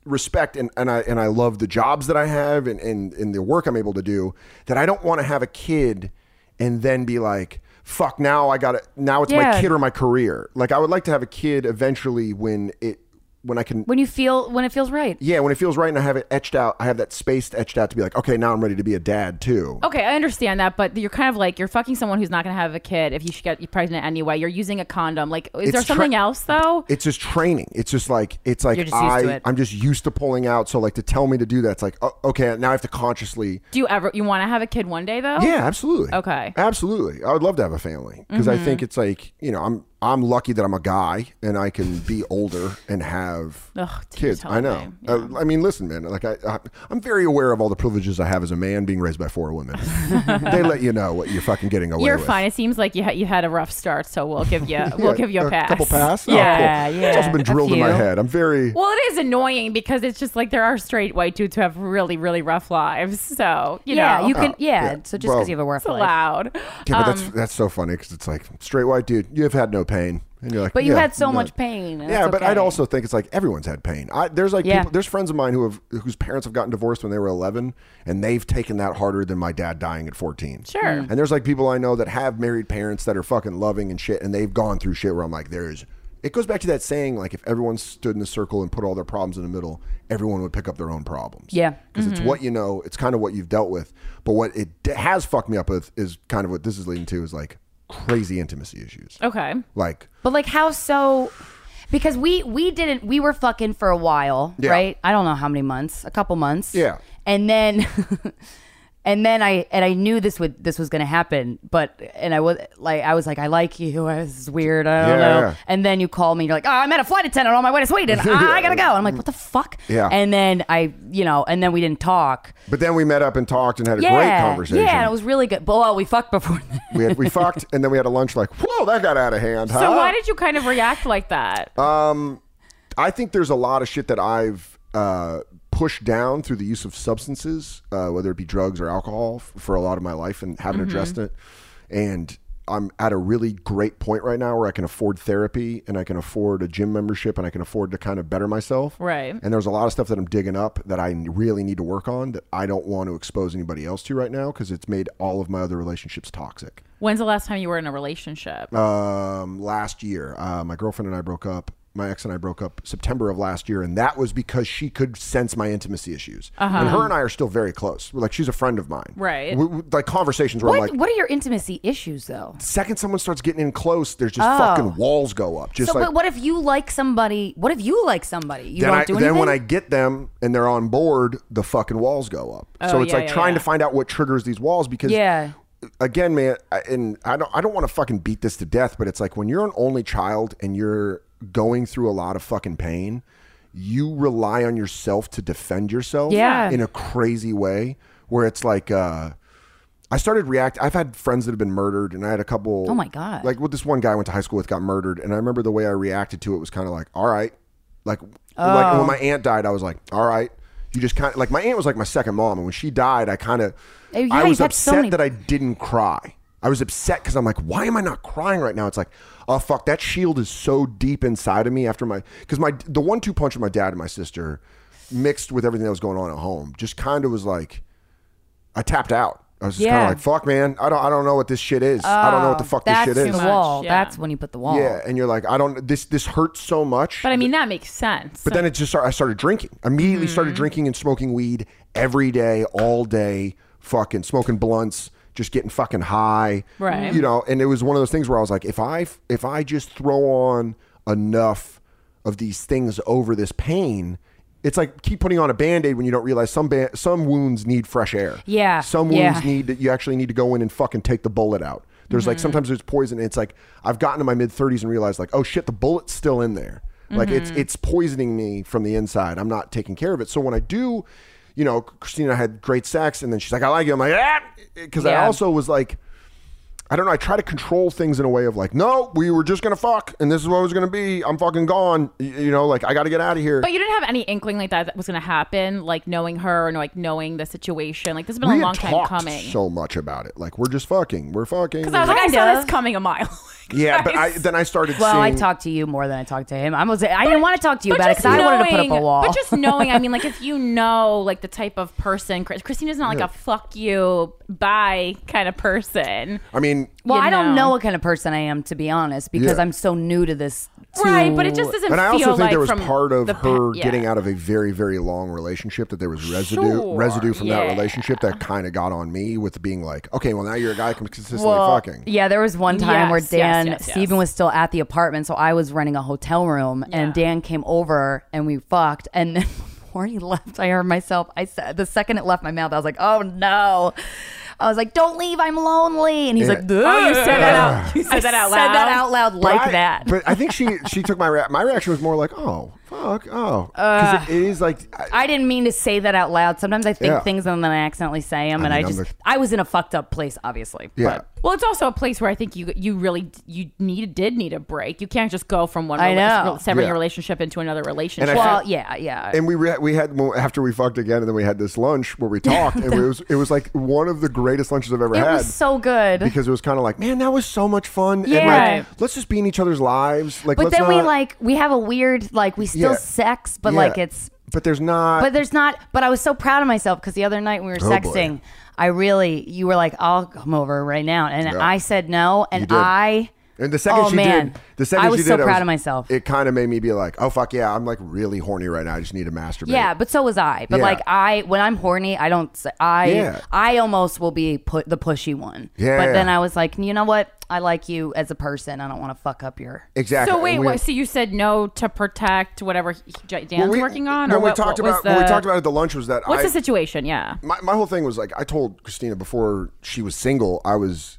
Speaker 5: respect and, and I and I love the jobs that I have and, and, and the work I'm able to do that I don't want to have a kid and then be like, fuck now I gotta now it's my
Speaker 6: Yeah.
Speaker 5: kid or my career. Like I would like to have a kid eventually when it when I can
Speaker 6: when you feel when it feels right.
Speaker 5: yeah, when it feels right and I have it etched out, I have that space etched out to be like, okay, now I'm ready to be a dad too.
Speaker 2: Oh.
Speaker 6: Okay, I understand that, but you're kind of like you're fucking someone who's not gonna have a kid if you should get pregnant anyway. You're using a condom. Like, is
Speaker 5: It's
Speaker 6: there
Speaker 5: tra-
Speaker 6: something else though?
Speaker 5: It's just training. It's just like it's like
Speaker 2: You're just used
Speaker 5: I
Speaker 2: to it.
Speaker 5: I'm just used to pulling out. So like to tell me to do that, it's like oh, okay, now I have to consciously
Speaker 6: Do you ever you want to have a kid one day though?
Speaker 5: Yeah, absolutely.
Speaker 6: Oh. Okay. Mm-hmm.
Speaker 5: Absolutely. I would love to have a family because I think it's like, you know, I'm I'm lucky that I'm a guy and I can be older and have
Speaker 6: Ugh, dude,
Speaker 5: kids.
Speaker 6: tell
Speaker 5: I
Speaker 6: me.
Speaker 5: know. Uh, I mean, listen, man, like I, I I'm very aware of all the privileges I have as a man being raised by four women. they let you know what you're fucking getting away
Speaker 6: You're
Speaker 5: with.
Speaker 6: fine. It seems like you ha- you had a rough start, so we'll give you
Speaker 5: Yeah,
Speaker 6: we'll give you a, pass.
Speaker 5: couple pass.
Speaker 6: Yeah,
Speaker 5: oh, cool.
Speaker 6: yeah.
Speaker 5: It's also been drilled in my head. I'm very
Speaker 6: Well, it is annoying because it's just like there are straight white dudes who have really, really rough lives. So you
Speaker 2: yeah,
Speaker 6: know,
Speaker 2: you can. yeah,
Speaker 5: yeah.
Speaker 2: so just because
Speaker 5: Well-
Speaker 2: you have a work
Speaker 6: it's
Speaker 2: life.
Speaker 6: allowed.
Speaker 5: yeah, but
Speaker 6: um,
Speaker 5: that's that's so funny because it's like straight white dude, you've had no pain, and you're like,
Speaker 2: But you
Speaker 5: yeah,
Speaker 2: had so
Speaker 5: no.
Speaker 2: much pain. and
Speaker 5: Yeah,
Speaker 2: that's
Speaker 5: but
Speaker 2: okay.
Speaker 5: I'd also think it's like everyone's had pain. I, there's like
Speaker 2: Yeah.
Speaker 5: people, there's friends of mine who have whose parents have gotten divorced when they were 11, and they've taken that harder than my dad dying at 14.
Speaker 6: Sure.
Speaker 5: And there's like people I know that have married parents that are fucking loving and shit, and they've gone through shit where I'm like, there's. It goes back to that saying, like if everyone stood in a circle and put all their problems in the middle, everyone would pick up their own problems.
Speaker 2: Yeah. Mm-hmm.
Speaker 5: because it's what you know, it's kind of what you've dealt with. But what it d- has fucked me up with is kind of what this is leading to is like crazy intimacy issues.
Speaker 2: Oh.
Speaker 6: okay.
Speaker 5: Like
Speaker 2: But like how so because we we didn't we were fucking for a while,
Speaker 5: Yeah.
Speaker 2: right? I don't know how many months, a couple months.
Speaker 5: Yeah.
Speaker 2: And then and then I and I knew this would this was going to happen, but and I was like I was like I like you. This is weird. I don't
Speaker 5: Yeah,
Speaker 2: know.
Speaker 5: yeah.
Speaker 2: And then you call me and you're like, "Oh, I'm at a flight attendant on my way to Sweden. Ah, I got to go." I'm like, "What the fuck?"
Speaker 5: Yeah.
Speaker 2: And then I, you know, and then we didn't talk.
Speaker 5: But then we met up and talked and had a
Speaker 2: yeah.
Speaker 5: great conversation.
Speaker 2: Yeah, and it was really good. But well, we fucked before that.
Speaker 5: we had, we fucked and then we had a lunch like, whoa, that got out of hand.
Speaker 6: So why did you kind of react like that?
Speaker 5: uh, I think there's a lot of shit that I've uh, pushed down through the use of substances, uh, whether it be drugs or alcohol, f- for a lot of my life and haven't addressed it. And I'm at a really great point right now where I can afford therapy and I can afford a gym membership and I can afford to kind of better myself.
Speaker 6: Right.
Speaker 5: And there's a lot of stuff that I'm digging up that I really need to work on that I don't want to expose anybody else to right now because it's made all of my other relationships toxic.
Speaker 6: When's the last time you were in a relationship?
Speaker 5: um, last year. Uh, my girlfriend and I broke up. My ex and I broke up September of last year, and that was because she could sense my intimacy issues. And
Speaker 2: Uh-huh.
Speaker 5: her and I are still very close. We're Like she's a friend of mine.
Speaker 6: Right.
Speaker 5: We, we- like conversations where
Speaker 2: What,
Speaker 5: I'm like,
Speaker 2: what are your intimacy issues though?
Speaker 5: second someone starts getting in close, there's just fucking walls go up. Just
Speaker 2: Oh. So,
Speaker 5: like
Speaker 2: but what if you like somebody? What if you like somebody? You
Speaker 5: then
Speaker 2: don't
Speaker 5: I
Speaker 2: do
Speaker 5: then
Speaker 2: anything.
Speaker 5: when I get them and they're on board, the fucking walls go up.
Speaker 2: Oh,
Speaker 5: so it's
Speaker 6: yeah,
Speaker 5: like
Speaker 6: yeah,
Speaker 5: trying
Speaker 6: yeah.
Speaker 5: to find out what triggers these walls because
Speaker 2: Yeah.
Speaker 5: again, man, I, and I don't I don't want to fucking beat this to death, but it's like when you're an only child and you're going through a lot of fucking pain, you rely on yourself to defend yourself
Speaker 6: Yeah.
Speaker 5: in a crazy way where it's like uh I started react. I've had friends that have been murdered, and I had a couple.
Speaker 2: Oh my God.
Speaker 5: Like, well, this one guy I went to high school with got murdered, and I remember the way I reacted to it was kind of like, all right, like,
Speaker 2: Oh.
Speaker 5: like when my aunt died, I was like, all right. You just kind of like my aunt was like my second mom, and when she died, I kind of
Speaker 2: Oh, yeah,
Speaker 5: I was
Speaker 2: you've had so
Speaker 5: upset
Speaker 2: many-
Speaker 5: that I didn't cry. I was upset because I'm like, why am I not crying right now? It's like, oh fuck, that shield is so deep inside of me after my because my the one two punch of my dad and my sister, mixed with everything that was going on at home, just kind of was like, I tapped out. I was just kind
Speaker 2: Yeah. Oh,
Speaker 5: of like, "Fuck, man! I don't, I don't know what this shit is. I don't know what the fuck this
Speaker 2: That's
Speaker 5: shit is."
Speaker 2: the wall.
Speaker 6: Yeah.
Speaker 2: That's when you put the wall.
Speaker 5: Yeah, and you're like, "I don't. This, this hurts so much."
Speaker 6: but I mean, that makes sense.
Speaker 5: But then it just started, I started drinking. Immediately started
Speaker 2: Mm.
Speaker 5: drinking and smoking weed every day, all day, fucking smoking blunts, just getting fucking high.
Speaker 6: Right.
Speaker 5: You know, and it was one of those things where I was like, if I if I just throw on enough of these things over this pain, it's like keep putting on a band-aid when you don't realize some ba- some wounds need fresh air.
Speaker 2: Yeah,
Speaker 5: Some
Speaker 2: yeah.
Speaker 5: wounds need that you actually need to go in and fucking take the bullet out.
Speaker 1: Mm-hmm.
Speaker 5: There's like sometimes there's poison. And it's like I've gotten to my mid 30s and realized like, oh shit, the bullet's still in there. Like it's
Speaker 1: Mm-hmm.
Speaker 5: it's poisoning me from the inside. I'm not taking care of it. So when I do, you know, Christina had great sex, and then she's like, "I like you." I'm like, "Ah," because I
Speaker 7: Yeah.
Speaker 5: also was like. I don't know. I try to control things in a way of like, no, we were just gonna fuck, and this is what it was gonna be. I'm fucking gone. Y- You know, like I got to get out of here.
Speaker 1: But you didn't have any inkling like that, that was going to happen, like knowing her and like knowing the situation. Like this has been
Speaker 5: we
Speaker 1: a long
Speaker 5: had
Speaker 1: time
Speaker 5: talked
Speaker 1: coming.
Speaker 5: so much about it. Like we're just fucking, we're fucking.
Speaker 1: Because I was
Speaker 5: we're-
Speaker 1: like, I saw
Speaker 2: Kinda.
Speaker 1: this coming a mile.
Speaker 5: yeah, but I, then I started.
Speaker 2: Well, I
Speaker 5: seeing,
Speaker 2: talked to you more than I talked to him. I was I didn't want to talk to you
Speaker 1: But
Speaker 2: about it because
Speaker 1: just
Speaker 2: I wanted to put up a
Speaker 1: knowing-
Speaker 2: wall.
Speaker 1: But just knowing, I mean, like if you know, like the type of person, Chris, Christina's not like a fuck you, bye kind of person,
Speaker 5: I mean,
Speaker 2: well,
Speaker 1: you
Speaker 2: I don't
Speaker 1: know.
Speaker 2: know what kind of person I am to be honest because
Speaker 5: Yeah.
Speaker 2: I'm so new to this.
Speaker 1: right? But
Speaker 2: to-
Speaker 1: it just doesn't.
Speaker 5: and I also
Speaker 1: feel
Speaker 5: think
Speaker 1: like
Speaker 5: there was
Speaker 1: from
Speaker 5: part of
Speaker 1: the pa-
Speaker 5: her
Speaker 1: yeah.
Speaker 5: getting out of a very, very long relationship that there was residue,
Speaker 1: Sure,
Speaker 5: residue from
Speaker 1: yeah.
Speaker 5: that relationship that kind of got on me with being like, okay, well now you're a guy com- consistently fucking.
Speaker 2: Yeah, there was one time where
Speaker 1: Yes, yes,
Speaker 2: Dan,
Speaker 1: yes, yes.
Speaker 2: Steven was still at the apartment, so I was renting a hotel room, and Dan came over and we fucked, and then before he left, I heard myself. I said the second it left my mouth, I was like, "Oh no!" I was like, "Don't leave, I'm lonely," and he's
Speaker 5: Yeah.
Speaker 2: like,
Speaker 1: Oh, you said that
Speaker 2: "Ugh."
Speaker 1: out. You said that out loud.
Speaker 2: Said that out loud
Speaker 5: But
Speaker 2: like
Speaker 5: I-
Speaker 2: that.
Speaker 5: But I think she she took my rea- my reaction was more like, oh fuck, oh, 'Cause
Speaker 1: Uh,
Speaker 5: it- it is like I,
Speaker 2: I didn't mean to say that out loud. Sometimes I think
Speaker 5: Yeah.
Speaker 2: things and then I accidentally say them, and
Speaker 5: mean,
Speaker 2: I
Speaker 5: I'm
Speaker 2: just
Speaker 5: the-
Speaker 2: I was in a fucked up place, obviously.
Speaker 5: yeah.
Speaker 2: but-
Speaker 1: Well, it's also a place where I think you you really you need did need a break. You can't just go from one
Speaker 2: I
Speaker 1: rela-
Speaker 2: know.
Speaker 1: severing
Speaker 5: Yeah.
Speaker 1: a relationship into another relationship.
Speaker 5: I
Speaker 2: well,
Speaker 5: feel-
Speaker 2: yeah, yeah.
Speaker 5: and we re- we had well, after we fucked again, and then we had this lunch where we talked, and it was it was like one of the greatest lunches I've ever
Speaker 2: it
Speaker 5: had.
Speaker 2: was so good.
Speaker 5: because it was kind of like, man, that was so much fun.
Speaker 2: Yeah.
Speaker 5: And like, let's just be in each other's lives. Like,
Speaker 2: but
Speaker 5: let's
Speaker 2: then we
Speaker 5: not-
Speaker 2: like we have a weird like we still
Speaker 5: Yeah.
Speaker 2: sex, but
Speaker 5: Yeah.
Speaker 2: like it's
Speaker 5: But there's not.
Speaker 2: but there's not. But I was so proud of myself because the other night we were
Speaker 5: Oh, boy.
Speaker 2: sexting. I really you were like I'll come over right now, and
Speaker 5: Yeah.
Speaker 2: I said no, and
Speaker 5: did.
Speaker 2: I
Speaker 5: and the second
Speaker 2: oh,
Speaker 5: she
Speaker 2: man.
Speaker 5: did, the second
Speaker 2: I was
Speaker 5: she did,
Speaker 2: so
Speaker 5: I
Speaker 2: proud of myself.
Speaker 5: It kind of made me be like, oh fuck yeah, I'm like really horny right now. I just need to masturbate.
Speaker 2: Yeah, but so was I. But
Speaker 5: Yeah.
Speaker 2: like I, when I'm horny, I don't. s- I
Speaker 5: Yeah.
Speaker 2: I almost will be put the pushy one.
Speaker 5: Yeah.
Speaker 2: But then I was like, you know what? I like you as a person. I don't want to fuck up your.
Speaker 5: exactly.
Speaker 1: so wait,
Speaker 5: And we-
Speaker 1: what, so you said no to protect whatever he, J- Dan's
Speaker 5: when we-
Speaker 1: working on,
Speaker 5: When
Speaker 1: or
Speaker 5: we
Speaker 1: what,
Speaker 5: talked
Speaker 1: what was
Speaker 5: about when we
Speaker 1: the-
Speaker 5: talked about it at the lunch was that
Speaker 1: What's
Speaker 5: I,
Speaker 1: the situation? Yeah.
Speaker 5: my, my whole thing was like I told Christina before she was single, I was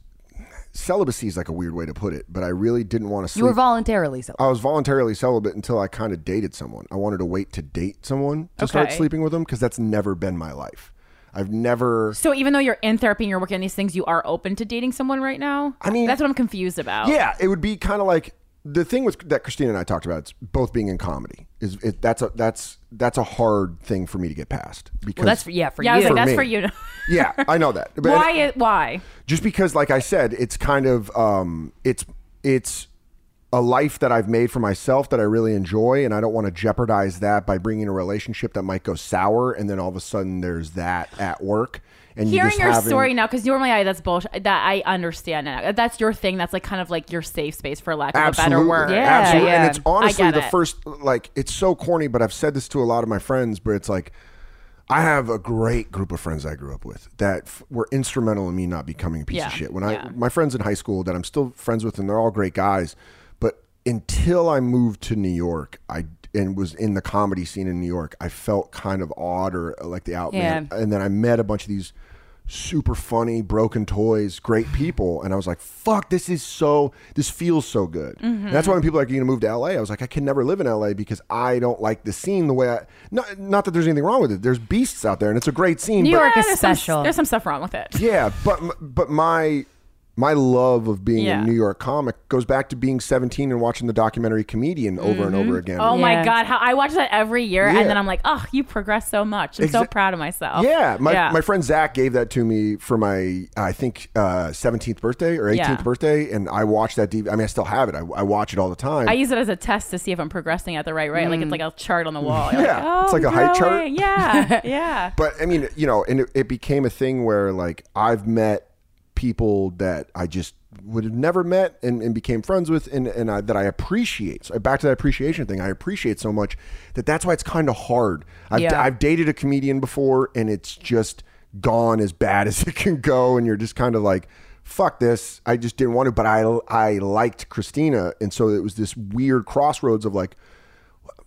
Speaker 5: celibacy is like a weird way to put it, but I really didn't want to sleep.
Speaker 2: You were voluntarily so.
Speaker 5: I was voluntarily celibate until I kind of dated someone. I wanted to wait to date someone to start
Speaker 1: Okay.
Speaker 5: sleeping with them because that's never been my life. I've never.
Speaker 1: So even though you're in therapy and you're working on these things, you are open to dating someone right now.
Speaker 5: I mean-
Speaker 1: that's what I'm confused about.
Speaker 5: Yeah, it would be kind of like the thing with that Christina and I talked about. It's both being in comedy. Is it, that's a that's that's a hard thing for me to get past because
Speaker 2: Well, that's yeah for
Speaker 1: yeah. I
Speaker 2: you.
Speaker 1: was like, that's
Speaker 5: me.
Speaker 1: for you. to-
Speaker 5: yeah, I know that. But
Speaker 1: why? it- why?
Speaker 5: just because like i said it's kind of um it's it's a life that i've made for myself that i really enjoy and i don't want to jeopardize that by bringing a relationship that might go sour and then all of a sudden there's that at work and you
Speaker 1: Hearing
Speaker 5: just
Speaker 1: your
Speaker 5: having-
Speaker 1: story now, because normally I that's bullshit. That I understand now. That's your thing. That's like kind of like your safe space for lack of
Speaker 5: absolutely,
Speaker 1: a better word.
Speaker 2: Yeah,
Speaker 5: absolutely.
Speaker 2: yeah.
Speaker 5: and it's honestly
Speaker 1: get
Speaker 5: the
Speaker 1: it.
Speaker 5: first like it's so corny but i've said this to a lot of my friends but it's like I have a great group of friends I grew up with that f- were instrumental in me not becoming a piece
Speaker 1: Yeah,
Speaker 5: of shit. When I
Speaker 1: yeah.
Speaker 5: my friends in high school that I'm still friends with, and they're all great guys, but until I moved to New York, I and was in the comedy scene in New York, I felt kind of odd or uh, like the out man. And then I met a bunch of these super funny broken toys great people and i was like fuck this is so this feels so good
Speaker 2: Mm-hmm.
Speaker 5: and that's why when people are like you're gonna move to la i was like i can never live in la because i don't like the scene the way i not, not that there's anything wrong with it there's beasts out there and it's a great scene
Speaker 2: New
Speaker 5: but
Speaker 2: York
Speaker 1: Yeah,
Speaker 2: is
Speaker 1: there's some-
Speaker 2: special.
Speaker 1: there's some stuff wrong with it.
Speaker 5: yeah, but m- but my my love of being
Speaker 1: Yeah.
Speaker 5: a New York comic goes back to being 17 and watching the documentary Comedian over and over again.
Speaker 1: Oh my
Speaker 2: Yeah.
Speaker 1: god! How I watch that every year,
Speaker 5: Yeah.
Speaker 1: and then I'm like, oh, you progress so much. I'm so
Speaker 5: Exa-
Speaker 1: proud of myself.
Speaker 5: yeah, my, my friend Zach gave that to me for my I think uh, 17th birthday or 18th
Speaker 1: Yeah.
Speaker 5: birthday, and I watched that DVD. I mean, I still have it. I, I watch it all the time.
Speaker 1: I use it as a test to see if I'm progressing at the right rate. Like it's like a chart on the wall. You're
Speaker 5: Mm. Yeah,
Speaker 1: like,
Speaker 5: it's
Speaker 1: "Oh,
Speaker 5: like
Speaker 1: I'm
Speaker 5: a height chart."
Speaker 1: growing." Yeah, yeah.
Speaker 5: but I mean, you know, and it, it became a thing where like I've met people that I just would have never met and, and became friends with and, and I, that I appreciate. So back to that appreciation thing, I appreciate so much that that's why it's kind of hard. I've,
Speaker 2: Yeah.
Speaker 5: I've dated a comedian before and it's just gone as bad as it can go. And you're just kind of like, fuck this. I just didn't want to, but I, I liked Christina. And so it was this weird crossroads of like,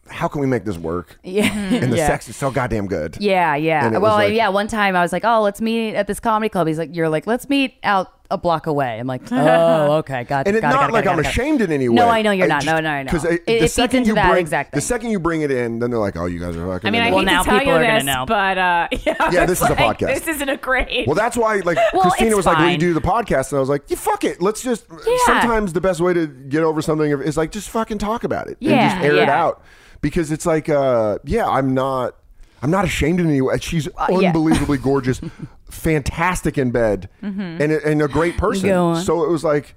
Speaker 5: how can we make this work? Yeah. And the sex is so goddamn good.
Speaker 2: Yeah, yeah.
Speaker 5: And it
Speaker 2: Well,
Speaker 5: was like-
Speaker 2: yeah. One time I was like, "Oh, let's meet at this comedy club." He's like, "You're like, let's meet out a block away. I'm like, oh, okay, got
Speaker 5: And it's
Speaker 2: got it,
Speaker 5: not
Speaker 2: got it,
Speaker 5: like
Speaker 2: got it,
Speaker 5: I'm
Speaker 2: got it.
Speaker 5: ashamed in any way.
Speaker 2: No, I know you're not. No, no, I know.
Speaker 5: Because
Speaker 2: It- it
Speaker 5: the
Speaker 2: feeds
Speaker 5: second
Speaker 2: into
Speaker 5: you
Speaker 2: that,
Speaker 5: bring
Speaker 2: exactly.
Speaker 5: the second you bring it in, then they're like, "Oh, you guys are fucking."
Speaker 6: I mean, I
Speaker 2: Well,
Speaker 6: hate
Speaker 2: now
Speaker 6: to tell
Speaker 2: people
Speaker 6: you
Speaker 2: are gonna
Speaker 6: this,
Speaker 2: know.
Speaker 6: but uh, yeah,
Speaker 5: Yeah, this
Speaker 6: it's
Speaker 5: is a
Speaker 6: like,
Speaker 5: podcast.
Speaker 6: This isn't a great.
Speaker 5: Well, that's why, like,
Speaker 6: Well,
Speaker 5: Christina
Speaker 6: it's
Speaker 5: was like,
Speaker 6: fine.
Speaker 5: "We do the podcast," and I was like, "Yeah, fuck it, let's just." Sometimes the best way to get over something is like just fucking talk about it and just
Speaker 6: Yeah,
Speaker 5: air it
Speaker 6: yeah.
Speaker 5: out because it's like, uh, yeah, I'm not, I'm not ashamed in any way. She's
Speaker 2: Uh, yeah.
Speaker 5: unbelievably gorgeous, fantastic in bed, and a- and a great person.
Speaker 2: Mm-hmm. Go on.
Speaker 5: So it was like,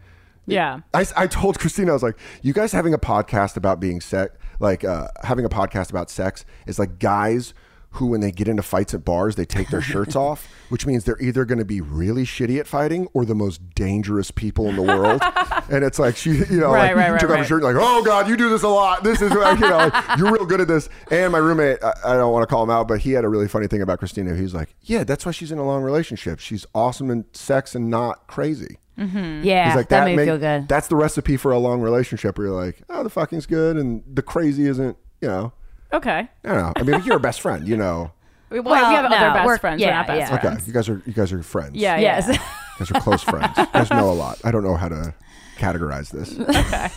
Speaker 6: yeah.
Speaker 5: I, I told Christina, I was like, you guys having a podcast about being sex, like uh, having a podcast about sex is like guys who, when they get into fights at bars, they take their shirts off, which means they're either going to be really shitty at fighting or the most dangerous people in the world. and it's like, she, you know,
Speaker 6: Right,
Speaker 5: like,
Speaker 6: right, right,
Speaker 5: took off her
Speaker 6: right.
Speaker 5: shirt, like, oh God, you do this a lot. This is, like, you know, like, you're real good at this. And my roommate, I, I don't want to call him out, but he had a really funny thing about Christina. He was like, yeah, that's why she's in a long relationship. She's awesome in sex and not crazy.
Speaker 2: Yeah,
Speaker 5: He's
Speaker 2: that,
Speaker 5: like, that
Speaker 2: made me
Speaker 5: make-
Speaker 2: feel good.
Speaker 5: That's the recipe for a long relationship where you're like, oh, the fucking's good and the crazy isn't, you know.
Speaker 6: Okay.
Speaker 5: I don't know. I mean, you're a best friend, you know.
Speaker 6: We, well,
Speaker 2: Well,
Speaker 6: we have
Speaker 2: no,
Speaker 6: other best
Speaker 2: we're-
Speaker 6: friends.
Speaker 2: yeah,
Speaker 6: we're not best
Speaker 2: yeah.
Speaker 6: friends.
Speaker 5: Okay, you guys are you guys are friends.
Speaker 6: Yeah.
Speaker 2: yes.
Speaker 6: Yeah.
Speaker 5: you guys are close friends. You guys know a lot. I don't know how to categorize this. Okay,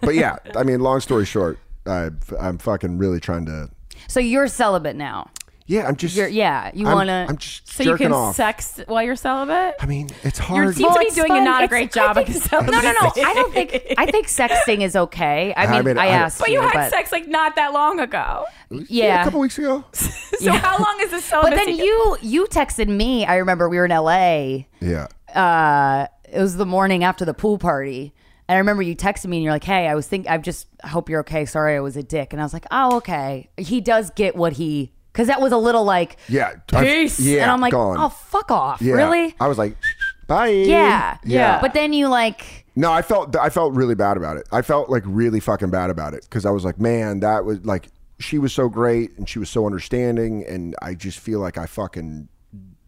Speaker 5: but yeah, I mean, long story short, I, I'm fucking really trying to.
Speaker 2: so you're celibate now.
Speaker 5: Yeah, I'm just.
Speaker 2: You're, yeah, you
Speaker 5: I'm-
Speaker 2: want to.
Speaker 5: I'm just
Speaker 6: So you
Speaker 5: jerking
Speaker 6: can
Speaker 5: off.
Speaker 6: sex while you're celibate.
Speaker 5: I mean, it's
Speaker 6: You
Speaker 5: hard.
Speaker 6: seem to be
Speaker 2: it's
Speaker 6: doing
Speaker 2: fun.
Speaker 6: a not a
Speaker 2: It's-
Speaker 6: great
Speaker 2: I
Speaker 6: job
Speaker 2: think-
Speaker 6: at celibate.
Speaker 2: No, no, no. I don't think I think sexting is okay. I mean, I,
Speaker 5: mean, I-
Speaker 2: asked
Speaker 5: But
Speaker 6: But you had
Speaker 2: but,
Speaker 6: sex like not that long ago.
Speaker 5: a
Speaker 2: Yeah.
Speaker 5: couple weeks ago.
Speaker 6: So how long is this
Speaker 2: but
Speaker 6: celibacy?
Speaker 2: then you you texted me. I remember we were in L.A.
Speaker 5: Yeah.
Speaker 2: Uh, it was the morning after the pool party, and I remember you texted me and you're like, "Hey, I was think I just I hope you're okay. Sorry, I was a dick." And I was like, "Oh, okay." He does get what he because that was a little like
Speaker 5: Yeah. I've- Yeah.
Speaker 2: and I'm like,
Speaker 5: gone.
Speaker 2: "Oh, fuck off,
Speaker 5: Yeah.
Speaker 2: really."
Speaker 5: I was like, bye.
Speaker 2: yeah.
Speaker 5: Yeah.
Speaker 2: But then you like,
Speaker 5: No, I felt I felt really bad about it. I felt like really fucking bad about it because I was like, man, that was like she was so great and she was so understanding, and I just feel like I fucking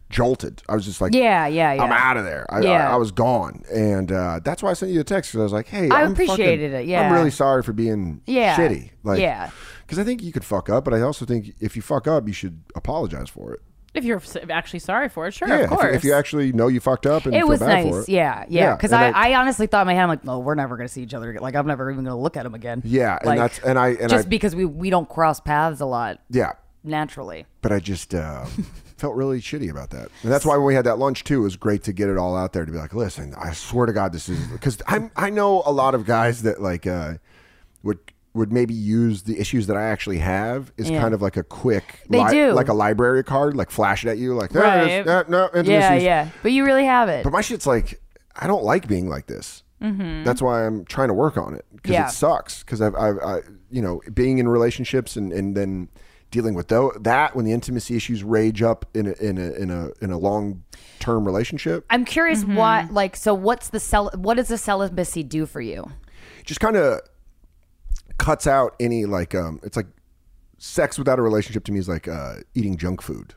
Speaker 5: jolted. I was just like,
Speaker 2: yeah, yeah, yeah.
Speaker 5: I'm out of there. I,
Speaker 2: Yeah.
Speaker 5: I, I was gone, and uh, that's why I sent you a text because I was like, hey,
Speaker 2: I
Speaker 5: I'm
Speaker 2: appreciated
Speaker 5: fucking-
Speaker 2: it, yeah.
Speaker 5: I'm really sorry for being
Speaker 2: Yeah.
Speaker 5: shitty. Like,
Speaker 2: Yeah.
Speaker 5: Because I think you could fuck up, but I also think if you fuck up, you should apologize for it.
Speaker 6: if you're s- actually sorry for it, sure,
Speaker 5: yeah,
Speaker 6: of
Speaker 5: if you-
Speaker 6: course.
Speaker 5: If, you actually know you fucked up and
Speaker 2: It
Speaker 5: feel
Speaker 2: was
Speaker 5: bad for
Speaker 2: nice,
Speaker 5: it.
Speaker 2: yeah, yeah. Because
Speaker 5: and
Speaker 2: I, I, honestly thought in my head, I'm like, oh, we're never gonna see each other again. Like, I'm never even gonna look at him again.
Speaker 5: yeah, and
Speaker 2: Like,
Speaker 5: that's and I and
Speaker 2: just
Speaker 5: I
Speaker 2: because we we don't cross paths a lot
Speaker 5: yeah.
Speaker 2: naturally.
Speaker 5: but I just uh, felt really shitty about that. And that's why when we had that lunch too, it was great to get it all out there to be like, listen, I swear to God, this is because I I know a lot of guys that like uh, would would maybe use the issues that I actually have is
Speaker 2: Yeah.
Speaker 5: kind of like a quick
Speaker 2: They do.
Speaker 5: like a library card, like flash it at you, like there it is.
Speaker 6: Right.
Speaker 5: Uh, no, mental
Speaker 2: Yeah,
Speaker 5: issues.
Speaker 2: yeah. But you really have it.
Speaker 5: But my shit's like, I don't like being like this. That's why I'm trying to work on it because
Speaker 2: Mm-hmm. Yeah.
Speaker 5: it sucks. Because I've, I've, I, you know, being in relationships and, and then dealing with tho- that when the intimacy issues rage up in a, in a, in a, in a long term relationship,
Speaker 2: I'm curious why.
Speaker 5: Mm-hmm.
Speaker 2: Like, so what's the cel? What does the celibacy do for you?
Speaker 5: just kind of cuts out any like, um, it's like sex without a relationship to me is like uh, eating junk food.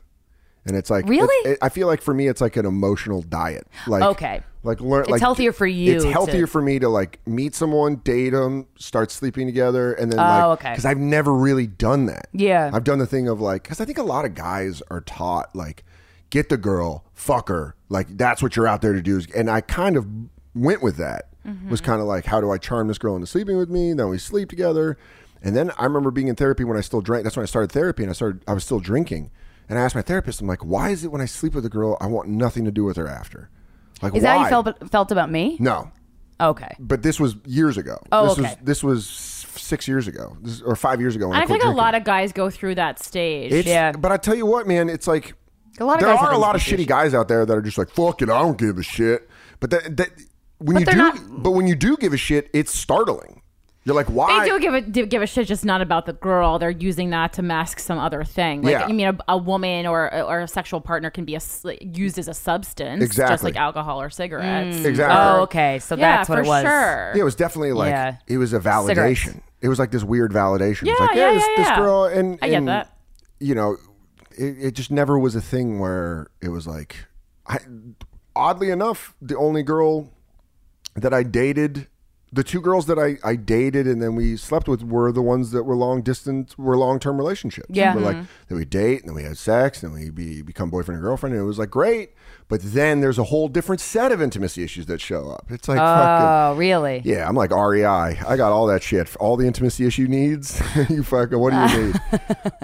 Speaker 5: And it's like
Speaker 2: Really?
Speaker 5: it- it- I feel like for me, it's like an emotional diet. Like
Speaker 2: Okay.
Speaker 5: like learn.
Speaker 2: It's healthier for you
Speaker 5: It's healthier
Speaker 2: to-
Speaker 5: for me to like meet someone, date them, start sleeping together, and then like,
Speaker 2: Oh, okay.
Speaker 5: Because I've never really done that.
Speaker 2: Yeah.
Speaker 5: I've done the thing of like, because I think a lot of guys are taught like, get the girl, fuck her, like that's what you're out there to do. And I kind of went with that.
Speaker 2: Mm-hmm.
Speaker 5: Was kind of like, how do I charm this girl into sleeping with me? Then we sleep together. And then I remember being in therapy when I still drank. That's when I started therapy, and I started. I was still drinking, and I asked my therapist, I'm like, why is it when I sleep with a girl, I want nothing to do with her after? Like,
Speaker 2: Is
Speaker 5: why?
Speaker 2: that how you felt felt about me?
Speaker 5: No,
Speaker 2: Okay.
Speaker 5: but this was years ago.
Speaker 2: Oh,
Speaker 5: this
Speaker 2: okay.
Speaker 5: was this was six years ago, this, or five years ago. When I,
Speaker 6: I feel
Speaker 5: quit
Speaker 6: like a
Speaker 5: drinking.
Speaker 6: lot of guys go through that stage.
Speaker 5: It's,
Speaker 2: Yeah.
Speaker 5: But I tell you what, man, it's like
Speaker 2: A lot of
Speaker 5: there
Speaker 2: guys have
Speaker 5: are a
Speaker 2: these
Speaker 5: lot of
Speaker 2: issues.
Speaker 5: shitty guys out there that are just like, fuck it, I don't give a shit. But that, that when you
Speaker 2: they're
Speaker 5: do,
Speaker 2: not-
Speaker 5: but when you do give a shit, it's startling. You're like, why?
Speaker 6: They do give a do give a shit, just not about the girl. They're using that to mask some other thing. Like
Speaker 5: Yeah.
Speaker 6: you mean, a, a woman or or a sexual partner can be a s used as a substance, just
Speaker 5: Exactly. Mm.
Speaker 6: like alcohol or cigarettes.
Speaker 5: Exactly.
Speaker 2: Oh, okay. So
Speaker 6: yeah,
Speaker 2: that's what
Speaker 6: for
Speaker 2: it was.
Speaker 6: sure.
Speaker 5: Yeah, it was definitely like
Speaker 2: Yeah.
Speaker 5: it was a validation.
Speaker 2: Cigarettes.
Speaker 5: It was like this weird validation. It was
Speaker 6: Yeah,
Speaker 5: like,
Speaker 6: yeah,
Speaker 5: this,
Speaker 6: yeah,
Speaker 5: this
Speaker 6: yeah.
Speaker 5: girl and,
Speaker 6: I get
Speaker 5: and,
Speaker 6: that.
Speaker 5: You know, it, it just never was a thing where it was like I oddly enough, the only girl that I dated the two girls that I, I dated and then we slept with were the ones that were long distance were long term relationships.
Speaker 2: Yeah.
Speaker 5: Were like
Speaker 6: Mm-hmm.
Speaker 5: that we date and then we had sex and we be, become boyfriend and girlfriend and it was like great. But then there's a whole different set of intimacy issues that show up. It's like fucking
Speaker 2: Oh, really?
Speaker 5: yeah, I'm like REI. I got all that shit. All the intimacy issue needs. you fucking. What do you need?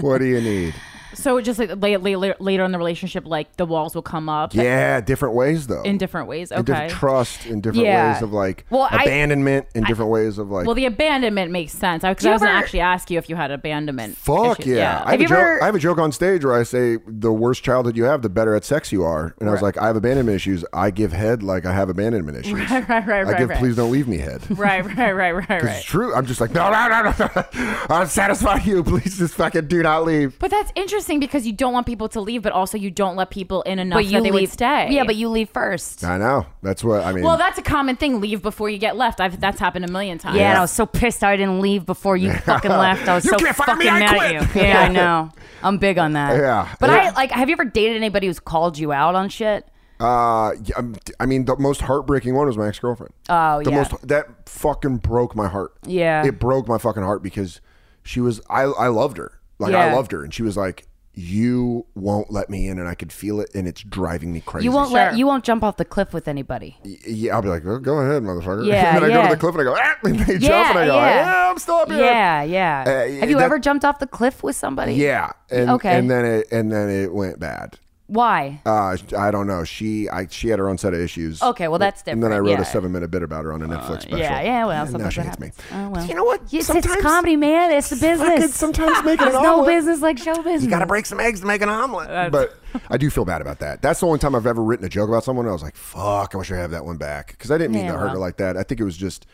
Speaker 5: what do you need?
Speaker 1: So just like la- la- la- later in the relationship, like the walls will come up
Speaker 5: Yeah, different ways though.
Speaker 1: in different ways.
Speaker 5: In
Speaker 1: Okay.
Speaker 5: different trust, in different
Speaker 1: Yeah.
Speaker 5: ways of like
Speaker 1: Well, I-
Speaker 5: abandonment, in different ways of like
Speaker 1: well, the abandonment makes sense because I,
Speaker 2: you
Speaker 1: was gonna
Speaker 2: ever-
Speaker 1: actually ask you if you had abandonment.
Speaker 5: Fuck
Speaker 1: issues.
Speaker 5: yeah. I, have
Speaker 2: Have
Speaker 5: a
Speaker 2: you
Speaker 5: joke,
Speaker 2: ever-
Speaker 5: I have a joke on stage where I say, the worse childhood you have, the better at sex you are. And I was like, I have abandonment issues. I give head like I have abandonment issues.
Speaker 1: Right, right, right,
Speaker 5: I
Speaker 1: right,
Speaker 5: give
Speaker 1: right.
Speaker 5: please don't leave me head.
Speaker 1: Right, right, right, right,
Speaker 5: It's
Speaker 1: right.
Speaker 5: true. I'm just like, no, no, no, no, no. I'll satisfy you. Please just fucking do not leave.
Speaker 1: But that's interesting because you don't want people to leave, but also you don't let people in enough
Speaker 2: But you
Speaker 1: that they
Speaker 2: leave.
Speaker 1: would stay.
Speaker 2: Yeah, but you leave first.
Speaker 5: I know. That's what I mean.
Speaker 1: well, that's a common thing. Leave before you get left. I've that's happened a million times.
Speaker 2: Yeah, and I was so pissed I didn't leave before you fucking left. I was
Speaker 5: You
Speaker 2: so
Speaker 5: can't fire
Speaker 2: fucking
Speaker 5: me, I
Speaker 2: mad
Speaker 5: quit.
Speaker 2: at you. Yeah, I know. I'm big on that.
Speaker 5: Yeah.
Speaker 2: But
Speaker 5: Yeah.
Speaker 2: I like. Have you ever dated anybody who's called you out on shit?
Speaker 5: uh, yeah, I'm- I mean, the most heartbreaking one was my ex girlfriend.
Speaker 2: Oh,
Speaker 5: the
Speaker 2: yeah.
Speaker 5: most that fucking broke my heart.
Speaker 2: Yeah.
Speaker 5: it broke my fucking heart because she was I I loved her like I
Speaker 2: Yeah.
Speaker 5: loved her and she was like you won't let me in and I could feel it and it's driving me crazy.
Speaker 2: You won't let. You won't jump off the cliff with anybody.
Speaker 5: Yeah, I'll be like, oh, go ahead, motherfucker.
Speaker 2: Yeah,
Speaker 5: and then I go
Speaker 2: yeah.
Speaker 5: to the cliff and I go, ah, and they
Speaker 2: Yeah,
Speaker 5: jump and I go,
Speaker 2: yeah.
Speaker 5: yeah, I'm still up here.
Speaker 2: Yeah, yeah.
Speaker 5: Uh,
Speaker 2: have you
Speaker 5: that-
Speaker 2: ever jumped off the cliff with somebody?
Speaker 5: Yeah. And,
Speaker 2: Okay.
Speaker 5: And then it and then it went bad.
Speaker 2: Why?
Speaker 5: Uh, I don't know. She I she had her own set of issues.
Speaker 2: Okay, well, that's
Speaker 5: And then I wrote
Speaker 2: different,
Speaker 5: a
Speaker 2: yeah. Uh,
Speaker 5: seven minute bit about her on a Netflix special.
Speaker 2: yeah, yeah, well,
Speaker 5: and now
Speaker 2: sometimes
Speaker 5: she
Speaker 2: that
Speaker 5: hates me.
Speaker 2: Oh, well.
Speaker 5: You know what?
Speaker 2: It's, it's
Speaker 5: Sometimes-
Speaker 2: comedy, man. It's the
Speaker 5: Fucking
Speaker 2: business.
Speaker 5: sometimes make it
Speaker 2: There's
Speaker 5: an
Speaker 2: no
Speaker 5: omelet.
Speaker 2: business Uh, like show business.
Speaker 5: You got to break some eggs to make an omelet. but I do feel bad about that. That's the only time I've ever written a joke about someone. And I was like, fuck, I wish I had that one back. Because I didn't mean
Speaker 2: Yeah,
Speaker 5: to hurt her
Speaker 2: well.
Speaker 5: like that. I think it was just,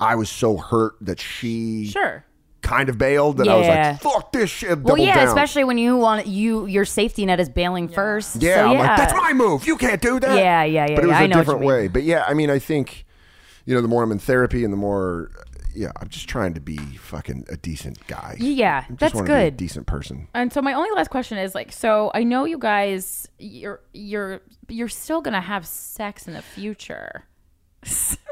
Speaker 5: I was so hurt that she
Speaker 1: Sure.
Speaker 5: kind of bailed that I was
Speaker 2: Yeah.
Speaker 5: like, fuck this shit.
Speaker 2: Well,
Speaker 5: Double
Speaker 2: yeah,
Speaker 5: down.
Speaker 2: especially when you want you your safety net is bailing first.
Speaker 5: Yeah,
Speaker 2: so,
Speaker 5: I'm
Speaker 2: yeah.
Speaker 5: like, that's my move. You can't do that.
Speaker 2: Yeah, yeah, yeah,
Speaker 5: But it was
Speaker 2: yeah,
Speaker 5: a
Speaker 2: I know what you
Speaker 5: different
Speaker 2: mean.
Speaker 5: way. But yeah, I mean, I think, you know, the more I'm in therapy and the more, yeah, I'm just trying to be fucking a decent guy.
Speaker 2: Yeah,
Speaker 5: I just
Speaker 2: that's
Speaker 5: wanna be a
Speaker 2: good.
Speaker 5: decent person.
Speaker 1: And so my only last question is like, so I know you guys, you're you're you're still gonna have sex in the future.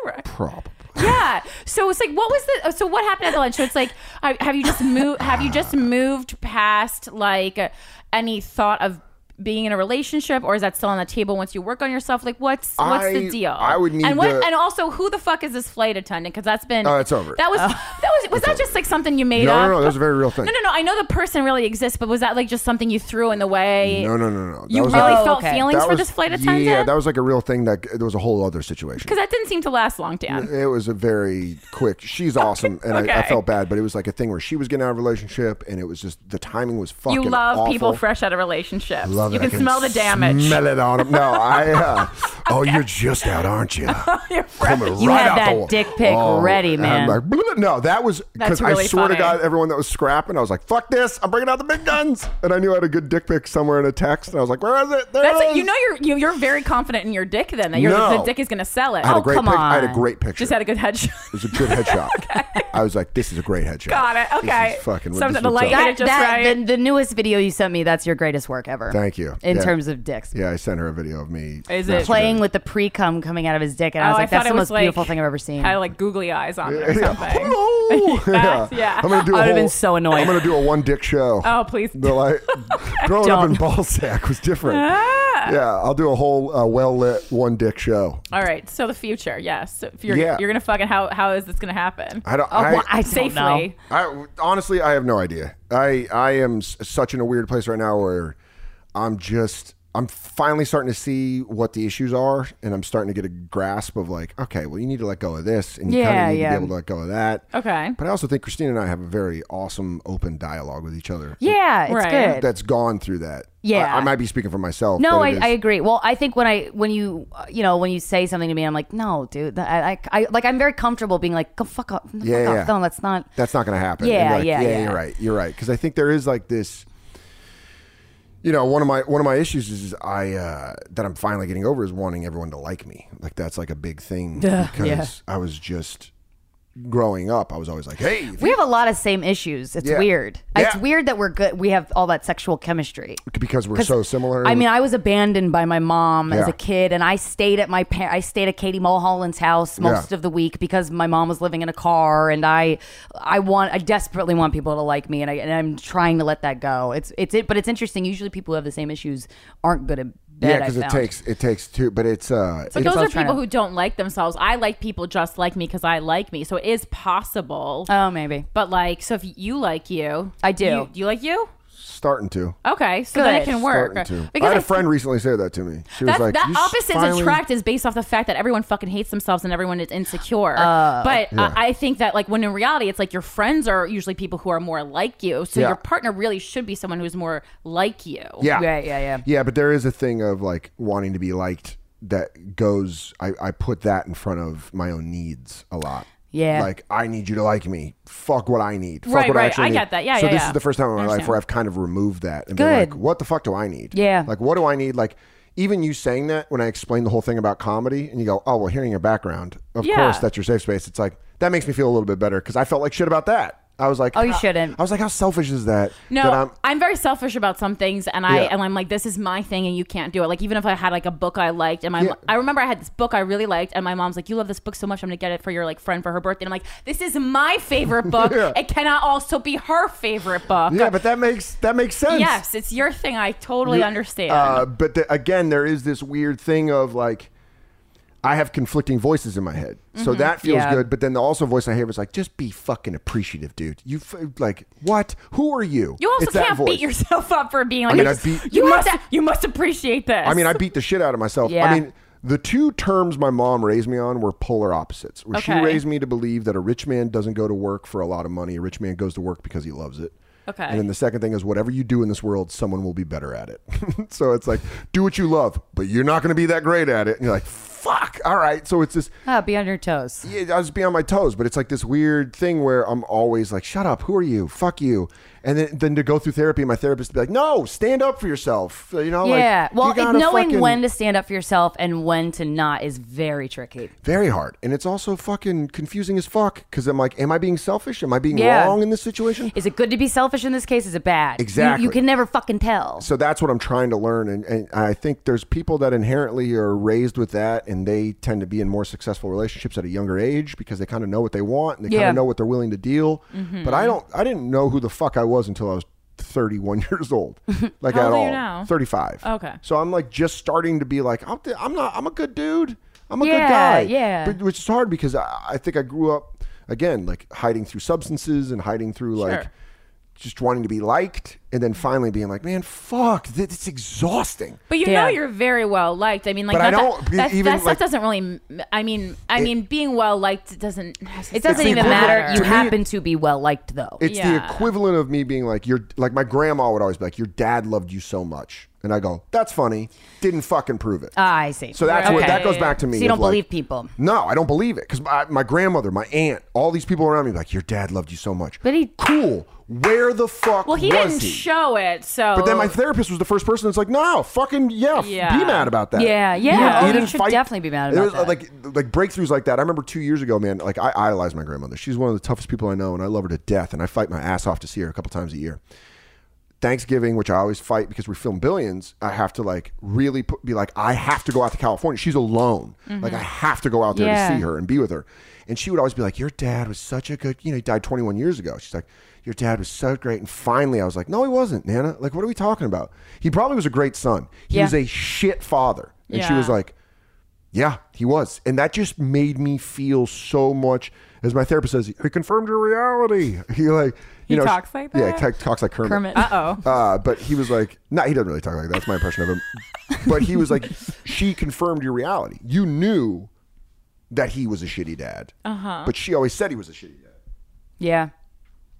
Speaker 1: Right.
Speaker 5: Probably.
Speaker 1: yeah. So it's like, what was the? uh, So what happened at the lunch? So it's like, I, have you just moved? Have you just moved past like any thought of being in a relationship, or is that still on the table once you work on yourself? Like, what's what's
Speaker 5: I-
Speaker 1: the deal?
Speaker 5: I would need
Speaker 1: and what?
Speaker 5: to-
Speaker 1: and also, who the fuck is this flight attendant? Because that's been
Speaker 5: Oh, it's over.
Speaker 1: That was that was was that just like something you made
Speaker 5: No,
Speaker 1: up?
Speaker 5: no, no, that's a very real thing.
Speaker 1: No, no, no. I know the person really exists, but was that like just something you threw in the way?
Speaker 5: No, no, no, no. That
Speaker 1: You
Speaker 5: was
Speaker 1: really
Speaker 5: a-
Speaker 2: Oh,
Speaker 1: felt
Speaker 2: okay.
Speaker 1: feelings
Speaker 5: That
Speaker 1: for
Speaker 5: was-
Speaker 1: this flight attendant?
Speaker 5: Yeah, that was like a real thing. That there was a whole other situation.
Speaker 1: because that didn't seem to last long, Dan.
Speaker 5: It was a very quick. She's awesome, and I, I
Speaker 1: Okay.
Speaker 5: felt bad, but it was like a thing where she was getting out of a relationship, and it was just the timing was fucking.
Speaker 1: You love
Speaker 5: awful.
Speaker 1: people fresh out of relationships. you
Speaker 5: Love it. I
Speaker 1: can, smell the damage.
Speaker 5: Smell it on them. No, I. Uh, Oh, you're just out, aren't you? Coming
Speaker 2: You
Speaker 5: right
Speaker 2: had
Speaker 5: out
Speaker 2: that
Speaker 5: the wa- oh,
Speaker 2: dick pic ready,
Speaker 5: I'm
Speaker 2: man.
Speaker 5: like, "Blah, blah." no, that was because
Speaker 1: That's
Speaker 5: I
Speaker 1: really
Speaker 5: swear to
Speaker 1: funny.
Speaker 5: God, everyone that was scrapping, I was like, "Fuck this! I'm bringing out the big guns!" And I knew I had a good dick pic somewhere in a text, and I was like, "Where is it?" There
Speaker 1: That's
Speaker 5: it
Speaker 1: it.
Speaker 5: is."
Speaker 1: You know you're you, you're very confident in your dick. Then that your
Speaker 5: No.
Speaker 1: the dick is going to sell it.
Speaker 5: I had
Speaker 1: Oh,
Speaker 5: a great
Speaker 2: come
Speaker 5: pic- I had a
Speaker 2: on.
Speaker 5: great picture.
Speaker 1: just had a good headshot.
Speaker 5: It was a good headshot. I was like, this is a great headshot.
Speaker 1: Got it. Okay.
Speaker 5: This is fucking
Speaker 1: Something
Speaker 5: this is
Speaker 1: to
Speaker 5: what's
Speaker 1: like.
Speaker 5: up.
Speaker 1: Get it just right.
Speaker 2: the, the newest video you sent me, that's your greatest work ever.
Speaker 5: Thank you.
Speaker 2: In
Speaker 5: Yeah.
Speaker 2: terms of dicks.
Speaker 5: Yeah, I sent her a video of me.
Speaker 1: Is it-
Speaker 2: Playing with the pre cum coming out of his dick, and I was
Speaker 1: oh,
Speaker 2: like,
Speaker 1: thought
Speaker 2: that's the
Speaker 1: it was
Speaker 2: most
Speaker 1: like,
Speaker 2: beautiful thing I've ever seen.
Speaker 1: I had like googly eyes on it or
Speaker 5: Yeah.
Speaker 1: something.
Speaker 5: Hello.
Speaker 1: That's- yeah.
Speaker 5: I'm gonna do.
Speaker 2: I
Speaker 5: a
Speaker 2: would've been
Speaker 5: whole-
Speaker 2: so annoyed.
Speaker 5: I'm gonna do a one dick show.
Speaker 1: Oh, please.
Speaker 5: They're like, growing up in Ballsack was different.
Speaker 2: Ah.
Speaker 5: yeah, I'll do a whole uh, well lit one dick show.
Speaker 1: All right. So the future. Yes. So if you're
Speaker 5: Yeah.
Speaker 1: you're gonna fucking how how is this gonna happen?
Speaker 5: I don't.
Speaker 2: Oh, well,
Speaker 5: I,
Speaker 2: I don't
Speaker 1: Safely.
Speaker 2: know.
Speaker 5: I honestly, I have no idea. I I am s- such in a weird place right now where I'm just I'm finally starting to see what the issues are, and I'm starting to get a grasp of like, okay, well, you need to let go of this, and you
Speaker 2: Yeah,
Speaker 5: kind of need to
Speaker 2: yeah.
Speaker 5: be able to let go of that.
Speaker 1: Okay.
Speaker 5: But I also think Christine and I have a very awesome, open dialogue with each other.
Speaker 2: yeah, it's
Speaker 1: Right.
Speaker 2: good.
Speaker 5: that's gone through that.
Speaker 2: Yeah.
Speaker 5: I, I might be speaking for myself.
Speaker 2: No,
Speaker 5: but
Speaker 2: I,
Speaker 5: it is-
Speaker 2: I agree. Well, I think when I when you uh, you know when you say something to me, I'm like, no, dude, that- I, I, I like I'm very comfortable being like, go fuck up,
Speaker 5: Yeah,
Speaker 2: fuck
Speaker 5: yeah.
Speaker 2: off. no, that's not.
Speaker 5: that's not going to happen.
Speaker 2: Yeah,
Speaker 5: And you're like,
Speaker 2: yeah,
Speaker 5: yeah,
Speaker 2: yeah.
Speaker 5: You're right. You're right. Because I think there is like this. You know, one of my one of my issues is, is I uh, that I'm finally getting over is wanting everyone to like me. Like that's like a big thing because I was just growing up, I was always like, hey, if
Speaker 2: We
Speaker 5: you-
Speaker 2: have a lot of same issues. It's
Speaker 5: Yeah.
Speaker 2: weird. It's
Speaker 5: Yeah.
Speaker 2: weird that we're good. We have all that sexual chemistry.
Speaker 5: because we're so similar.
Speaker 2: I mean, I was abandoned by my mom as
Speaker 5: Yeah.
Speaker 2: a kid, and I stayed at my par- I stayed at Katie Mulholland's house most
Speaker 5: Yeah.
Speaker 2: of the week because my mom was living in a car, and I, I want, I desperately want people to like me, and I, and I'm trying to let that go. It's, it's it, but it's interesting. Usually, people who have the same issues aren't good at bed.
Speaker 5: yeah,
Speaker 2: I
Speaker 5: because it
Speaker 2: found.
Speaker 5: takes it takes two, but it's uh,
Speaker 1: But those
Speaker 5: it's-
Speaker 2: what I
Speaker 1: are
Speaker 2: was trying
Speaker 1: people
Speaker 2: to-
Speaker 1: who don't like themselves. I like people just like me because I like me. So it is possible.
Speaker 2: Oh, maybe.
Speaker 1: but like, so if you like you,
Speaker 2: I do.
Speaker 1: You, you like you?
Speaker 5: starting to.
Speaker 1: Okay, so then it
Speaker 2: Good.
Speaker 1: can work.
Speaker 5: Starting to.
Speaker 1: Because
Speaker 5: I had a
Speaker 1: I-
Speaker 5: friend recently say that to me. She was
Speaker 1: That's,
Speaker 5: like,
Speaker 1: that
Speaker 5: "You should
Speaker 1: opposites
Speaker 5: finally-
Speaker 1: attract is based off the fact that everyone fucking hates themselves and everyone is insecure.
Speaker 2: Uh,
Speaker 1: but
Speaker 5: Yeah.
Speaker 1: I, I think that like when in reality it's like your friends are usually people who are more like you. So
Speaker 5: Yeah.
Speaker 1: your partner really should be someone who's more like you.
Speaker 5: Yeah.
Speaker 2: Yeah, yeah, yeah.
Speaker 5: Yeah, but there is a thing of like wanting to be liked that goes I, I put that in front of my own needs a lot.
Speaker 2: Yeah.
Speaker 5: Like I need you to like me. Fuck what I need. Fuck
Speaker 1: Right,
Speaker 5: what
Speaker 1: right.
Speaker 5: I actually
Speaker 1: I
Speaker 5: need.
Speaker 1: get that. Yeah,
Speaker 5: So
Speaker 1: yeah,
Speaker 5: this
Speaker 1: yeah.
Speaker 5: is the first time in my life
Speaker 1: Understand.
Speaker 5: where I've kind of removed that and
Speaker 2: Good.
Speaker 5: been like, what the fuck do I need?
Speaker 2: Yeah.
Speaker 5: Like what do I need? Like even you saying that when I explain the whole thing about comedy and you go, Oh well hearing your background, of
Speaker 1: Yeah.
Speaker 5: course that's your safe space. It's like that makes me feel a little bit better because I felt like shit about that. I was like
Speaker 2: Oh, you shouldn't.
Speaker 5: I was like, how selfish is that?
Speaker 1: No,
Speaker 5: that
Speaker 1: I'm,
Speaker 5: I'm-
Speaker 1: very selfish about some things, and I
Speaker 5: Yeah.
Speaker 1: and I'm like, this is my thing, and you can't do it. Like even if I had like a book I liked, and my
Speaker 5: Yeah.
Speaker 1: I remember I had this book I really liked, and my mom's like, you love this book so much, I'm gonna get it for your like friend for her birthday. And I'm like, this is my favorite book.
Speaker 5: Yeah.
Speaker 1: It cannot also be her favorite book.
Speaker 5: yeah, but that makes that makes sense.
Speaker 1: yes, it's your thing. I totally understand.
Speaker 5: Uh, but the, again, there is this weird thing of like, I have conflicting voices in my head,
Speaker 1: Mm-hmm.
Speaker 5: so that feels
Speaker 2: Yeah.
Speaker 5: good. But then the also voice I hear was like, just be fucking appreciative, dude. You f- like what? Who are you?
Speaker 1: you also
Speaker 5: It's that
Speaker 1: can't
Speaker 5: voice.
Speaker 1: beat yourself up for being like,
Speaker 5: mean, I
Speaker 1: "This-
Speaker 5: beat-
Speaker 1: you,
Speaker 5: You
Speaker 1: must you must appreciate this.
Speaker 5: I mean, I beat the shit out of myself.
Speaker 2: Yeah.
Speaker 5: I mean, the two terms my mom raised me on were polar opposites. Where she
Speaker 1: Okay.
Speaker 5: raised me to believe that a rich man doesn't go to work for a lot of money. A rich man goes to work because he loves it.
Speaker 1: Okay.
Speaker 5: And then the second thing is whatever you do in this world, someone will be better at it. so it's like, do what you love, but you're not going to be that great at it. And you're like, fuck. All right. So it's this
Speaker 2: Ah, be on your toes.
Speaker 5: yeah, I was be on my toes, but it's like this weird thing where I'm always like, "Shut up! Who are you? Fuck you!" And then, then to go through therapy, my therapist would be like, "No, stand up for yourself." You know,
Speaker 2: yeah.
Speaker 5: Like,
Speaker 2: Well,
Speaker 5: you
Speaker 2: it-
Speaker 5: gotta
Speaker 2: knowing
Speaker 5: fucking-
Speaker 2: when to stand up for yourself and when to not is very tricky.
Speaker 5: very hard, and it's also fucking confusing as fuck because I'm like, "Am I being selfish? Am I being
Speaker 2: Yeah.
Speaker 5: wrong in this situation?"
Speaker 2: Is it good to be selfish in this case? Is it bad? You- You,
Speaker 5: Exactly.
Speaker 2: can never fucking tell.
Speaker 5: so that's what I'm trying to learn, and, and I think there's people that inherently are raised with that, and they tend to be in more successful relationships at a younger age because they kind of know what they want and they
Speaker 2: Yeah.
Speaker 5: kind of know what they're willing to deal.
Speaker 1: Mm-hmm.
Speaker 5: But I don't, I didn't know who the fuck I was until I was 31 years old, like
Speaker 1: How
Speaker 5: at
Speaker 1: old are
Speaker 5: all,
Speaker 1: you now?
Speaker 5: 35.
Speaker 1: Okay.
Speaker 5: so I'm like just starting to be like, I'm, th- I'm not, I'm a good dude, I'm a
Speaker 2: Yeah,
Speaker 5: good guy,
Speaker 2: yeah.
Speaker 5: But, which is hard because I, I think I grew up again like hiding through substances and hiding through like
Speaker 1: Sure.
Speaker 5: just wanting to be liked and then finally being like man fuck th- it's exhausting
Speaker 1: But you
Speaker 2: Yeah.
Speaker 1: know you're very well liked. I mean, like
Speaker 5: But I
Speaker 1: not
Speaker 5: don't
Speaker 1: that,
Speaker 5: be-
Speaker 1: that,
Speaker 5: even,
Speaker 1: that stuff
Speaker 5: like-
Speaker 1: doesn't really. m- I mean, I mean, being well liked doesn't.
Speaker 2: it doesn't
Speaker 5: the
Speaker 2: even
Speaker 5: equivalent-
Speaker 2: matter. You
Speaker 5: to me-
Speaker 2: happen to be well liked, though.
Speaker 5: it's
Speaker 1: Yeah.
Speaker 5: the equivalent of me being like your like my grandma would always be like your dad loved you so much and i go that's funny didn't fucking prove it
Speaker 2: Ah, I see.
Speaker 5: so that's what
Speaker 2: Okay.
Speaker 5: that goes back to me
Speaker 2: So you don't
Speaker 5: of, like,
Speaker 2: believe people.
Speaker 5: no i don't believe it because my, my grandmother my aunt all these people around me like your dad loved you so much
Speaker 2: But he-
Speaker 5: cool where the fuck
Speaker 1: Well, he
Speaker 5: was
Speaker 1: didn't
Speaker 5: he?
Speaker 1: show it, so.
Speaker 5: But then
Speaker 2: Oh.
Speaker 5: my therapist was the first person that's like, no, fucking yeah, f-
Speaker 1: Yeah.
Speaker 5: be mad about that.
Speaker 2: Yeah, yeah.
Speaker 5: You-
Speaker 2: Oh,
Speaker 5: You,
Speaker 2: you
Speaker 5: didn't
Speaker 2: should
Speaker 5: fight.
Speaker 2: definitely be mad
Speaker 5: There uh,
Speaker 2: about that.
Speaker 5: Like like breakthroughs like that. I remember two years ago, man. Like I idolize my grandmother. She's one of the toughest people I know, and I love her to death. And I fight my ass off to see her a couple times a year. Thanksgiving, which I always fight because we film billions, I have to like really put, be like, I have to go out to California. She's alone. Like, I have to go out there
Speaker 2: Yeah.
Speaker 5: to see her and be with her. And she would always be like, Your dad was such a good, you know, he died 21 years ago. She's like, Your dad was so great. And finally, I was like, No, he wasn't, Nana. Like, what are we talking about? He probably was a great son. He
Speaker 2: Yeah.
Speaker 5: was a shit father. And she was
Speaker 1: Yeah.
Speaker 5: like, yeah, he was. And that just made me feel so much as my therapist says, he confirmed your reality. He like
Speaker 8: He
Speaker 5: you know,
Speaker 8: talks like
Speaker 5: Yeah,
Speaker 8: that?
Speaker 5: he ta- talks like Kermit.
Speaker 9: Kermit.
Speaker 8: Uh oh.
Speaker 5: Uh, but he was like, no, he doesn't really talk like that. That's my impression of him. but he was like, she confirmed your reality. You knew that he was a shitty dad. Uh-huh. But she always said he was a shitty dad.
Speaker 2: Yeah.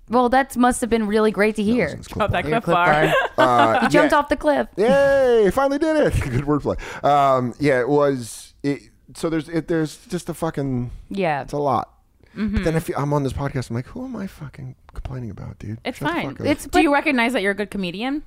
Speaker 2: Well, that must have been really great to hear.
Speaker 5: It's cool.
Speaker 8: That clip bar.
Speaker 5: Uh,
Speaker 2: He jumped
Speaker 5: yeah.
Speaker 2: off the cliff.
Speaker 5: Yay! Finally did it. Good wordplay. Um, yeah, it was. It, so there's it, there's just a fucking
Speaker 2: Yeah.
Speaker 5: It's a lot. But then I feel, I'm on this podcast. I'm like, who am I fucking complaining about, dude?
Speaker 1: It's
Speaker 5: Shut the
Speaker 1: fine.
Speaker 5: fuck up.
Speaker 1: It's, do you recognize that you're a good comedian?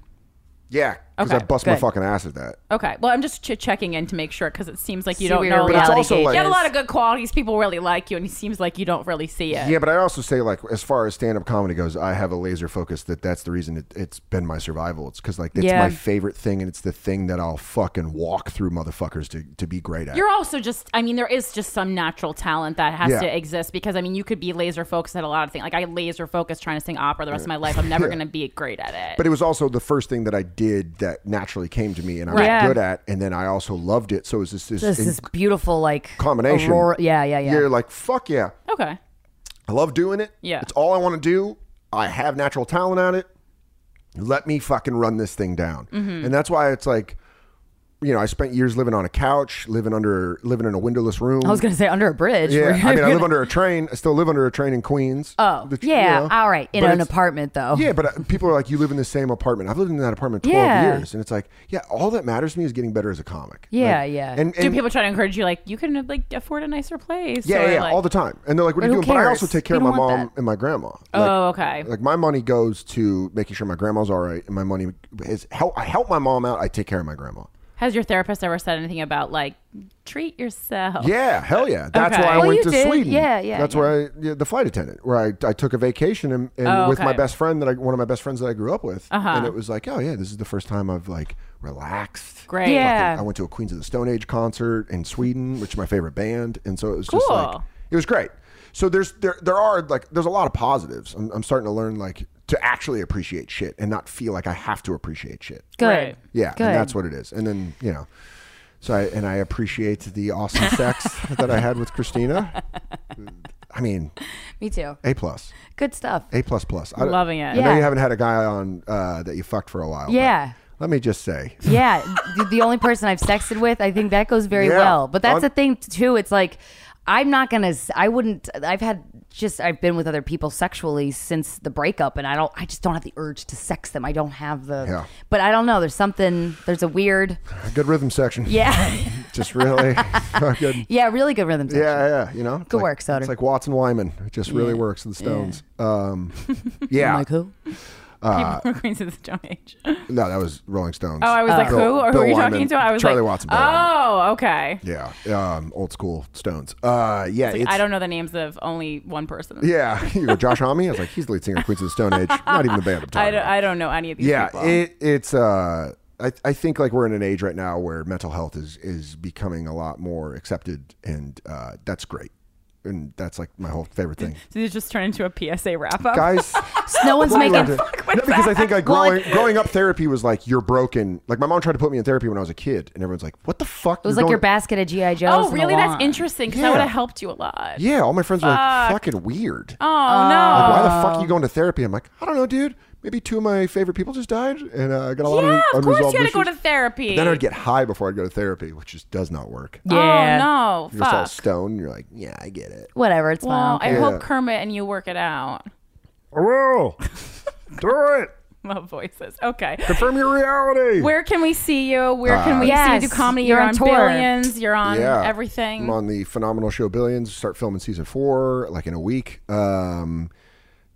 Speaker 5: yeah, because I
Speaker 1: Okay,
Speaker 5: bust my
Speaker 2: good.
Speaker 5: fucking ass at that.
Speaker 1: Okay. Well, I'm just ch- checking in to make sure because it seems like you
Speaker 2: See
Speaker 1: don't
Speaker 2: where your
Speaker 1: know.
Speaker 5: But it's
Speaker 2: reality
Speaker 5: also
Speaker 2: gauge
Speaker 5: like-
Speaker 1: You have a
Speaker 2: is.
Speaker 1: lot of good qualities. People really like you, and it seems like you don't really see it.
Speaker 5: Yeah, but I also say like as far as stand up comedy goes, I have a laser focus that that's the reason it, it's been my survival. It's because like it's
Speaker 2: Yeah.
Speaker 5: my favorite thing and it's the thing that I'll fucking walk through motherfuckers to to be great at.
Speaker 1: You're also just, I mean, there is just some natural talent that has
Speaker 5: Yeah.
Speaker 1: to exist because, I mean, you could be laser focused at a lot of things. Like, I laser focused trying to sing opera the rest of my life. I'm never going to be great at it.
Speaker 5: but it was also the first thing that I did that naturally came to me and I was
Speaker 10: Right.
Speaker 5: good at, and then I also loved it. So it was this, this,
Speaker 2: This
Speaker 5: in-
Speaker 2: is beautiful, like
Speaker 5: combination.
Speaker 2: Aurora. Yeah, yeah, yeah.
Speaker 5: You're like fuck yeah,
Speaker 1: okay.
Speaker 5: I love doing it.
Speaker 1: Yeah.
Speaker 5: it's all I want to do. I have natural talent at it. Let me fucking run this thing down,
Speaker 2: Mm-hmm.
Speaker 5: and that's why it's like. You know, I spent years living on a couch, living under, living in a windowless room.
Speaker 2: I was gonna say under a bridge.
Speaker 5: Yeah,
Speaker 2: We're
Speaker 5: I mean, I
Speaker 2: gonna-
Speaker 5: live under a train. I still live under a train in Queens.
Speaker 2: Oh,
Speaker 5: Which,
Speaker 2: yeah.
Speaker 5: you know,
Speaker 2: all right, in
Speaker 5: but
Speaker 2: an
Speaker 5: it's-
Speaker 2: apartment though.
Speaker 5: Yeah, but uh, people are like, you live in the same apartment. I've lived in that apartment twelve
Speaker 2: Yeah.
Speaker 5: years, and it's like, yeah, all that matters to me is getting better as a comic.
Speaker 2: Yeah,
Speaker 5: Like,
Speaker 2: yeah.
Speaker 5: And,
Speaker 1: Do
Speaker 5: and-
Speaker 1: people try to encourage you, like, you can, like, afford a nicer place?
Speaker 5: Yeah,
Speaker 1: or,
Speaker 5: yeah,
Speaker 1: like-
Speaker 5: all the time. And they're like, "What are
Speaker 2: But
Speaker 5: you
Speaker 2: who
Speaker 5: doing?" But I
Speaker 2: cares?
Speaker 5: also take care of
Speaker 2: We
Speaker 5: my
Speaker 2: don't want
Speaker 5: mom
Speaker 2: that.
Speaker 5: and my grandma. Like,
Speaker 1: Oh, okay.
Speaker 5: Like my money goes to making sure my grandma's all right, and my money is help. I help my mom out. I take care of my grandma.
Speaker 1: Has your therapist ever said anything about, like, treat yourself?
Speaker 5: Yeah, hell yeah. That's why I
Speaker 2: Well, Oh,
Speaker 5: went
Speaker 2: you
Speaker 5: to
Speaker 2: did.
Speaker 5: Sweden.
Speaker 2: Yeah, yeah,
Speaker 5: That's
Speaker 2: yeah.
Speaker 5: where I, yeah, the flight attendant, where I, I took a vacation and, and
Speaker 1: Oh,
Speaker 5: with my
Speaker 1: okay.
Speaker 5: best friend that I, one of my best friends that I grew up with.
Speaker 2: Uh-huh.
Speaker 5: And it was like, oh yeah, this is the first time I've like relaxed.
Speaker 1: Great.
Speaker 2: Yeah.
Speaker 5: I went to a Queens of the Stone Age concert in Sweden, which is my favorite band. And so it was just like,
Speaker 1: Cool.
Speaker 5: it was great. So there's, there, there are like, there's a lot of positives. I'm, I'm starting to learn like to actually appreciate shit and not feel like I have to appreciate shit.
Speaker 2: Good.
Speaker 1: Right.
Speaker 5: Yeah,
Speaker 2: Good.
Speaker 5: and that's what it is. And then you know, so I and I appreciate the awesome sex that I had with Christina. I mean,
Speaker 2: Me too.
Speaker 5: a plus,
Speaker 2: Good stuff.
Speaker 5: a plus plus. I,
Speaker 1: Loving it.
Speaker 5: I know
Speaker 2: Yeah.
Speaker 5: you haven't had a guy on uh, that you fucked for a while. but
Speaker 2: Yeah.
Speaker 5: Let me just say,
Speaker 2: Yeah, the, the only person I've sexted with, I think that goes very
Speaker 5: Yeah.
Speaker 2: well. But that's
Speaker 5: On-
Speaker 2: the thing too. It's like I'm not gonna. s- I wouldn't. I've had just. I've been with other people sexually since the breakup, and I don't. I just don't have the urge to sex them. I don't have the.
Speaker 5: Yeah.
Speaker 2: But I don't know. There's something. There's a weird.
Speaker 5: a good rhythm section.
Speaker 2: Yeah.
Speaker 5: Just really fucking.
Speaker 2: yeah. Really good rhythm. section.
Speaker 5: Yeah, yeah, you know. It's
Speaker 2: Good
Speaker 5: like-
Speaker 2: work, Sutter.
Speaker 5: It's like Watson Wyman. It just really works with the Stones. Um, yeah.
Speaker 2: I'm like who?
Speaker 1: People were Queens of the Stone Age.
Speaker 5: no, that was Rolling Stones.
Speaker 1: Oh, I was like, who?
Speaker 5: Uh, Bill-
Speaker 1: Or who
Speaker 5: Bill
Speaker 1: are you
Speaker 5: Wyman,
Speaker 1: talking to? I was
Speaker 5: Charlie
Speaker 1: like,
Speaker 5: Watson, Bill Wyman.
Speaker 1: Oh, okay.
Speaker 5: Yeah, um, old school Stones. Uh, yeah,
Speaker 1: Like,
Speaker 5: it's-
Speaker 1: I don't know the names of only one person.
Speaker 5: Yeah, you go Josh Homme. I was like, he's the lead singer of Queens of the Stone Age. Not even the band. I'm talking
Speaker 1: I don't,
Speaker 5: about.
Speaker 1: I don't know any of these
Speaker 5: yeah,
Speaker 1: people.
Speaker 5: it, it's. Uh, I I think like we're in an age right now where mental health is is becoming a lot more accepted, and uh, that's great. And that's like my whole favorite thing.
Speaker 1: so this just turned into a PSA wrap up.
Speaker 5: Guys,
Speaker 2: No one's
Speaker 5: what do you
Speaker 2: making.
Speaker 5: want to do? no, because I think like
Speaker 2: Well,
Speaker 5: growing, growing up, therapy was like you're broken. Like my mom tried to put me in therapy when I was a kid, and everyone's like, "What the fuck?"
Speaker 2: It was like your basket of GI Joes.
Speaker 1: oh,
Speaker 2: in the
Speaker 1: really? That's
Speaker 2: lawn.
Speaker 1: interesting because
Speaker 5: Yeah.
Speaker 1: that would have helped you a lot.
Speaker 5: Yeah, all my friends were like, "Fucking weird."
Speaker 1: Oh,
Speaker 5: Like,
Speaker 1: no.
Speaker 5: why the fuck are you going to therapy? I'm like, I don't know, dude. Maybe two of my favorite people just died, and uh, I got a lot
Speaker 1: Yeah,
Speaker 5: of
Speaker 1: of course you
Speaker 5: unresolved
Speaker 1: had to
Speaker 5: issues.
Speaker 1: go to therapy.
Speaker 5: Then I'd get high before I'd go to therapy, which just does not work.
Speaker 2: Yeah.
Speaker 1: Oh, no.
Speaker 5: You're just all
Speaker 1: Fuck.
Speaker 5: stoned. And you're like, yeah, I get it.
Speaker 2: Whatever. It's
Speaker 1: Well,
Speaker 2: fine.
Speaker 1: I
Speaker 5: Yeah.
Speaker 1: hope Kermit and you work it out.
Speaker 5: Oh, do it.
Speaker 1: Love voices. Okay.
Speaker 5: Confirm your reality.
Speaker 1: Where can we see you? Where can we
Speaker 2: Yes,
Speaker 1: see you do comedy?
Speaker 2: you're
Speaker 1: You're,
Speaker 2: on
Speaker 1: on,
Speaker 2: tour.
Speaker 1: Billions. You're on
Speaker 5: yeah,
Speaker 1: everything.
Speaker 5: I'm on the phenomenal show Billions. Start filming season four like in a week. Um,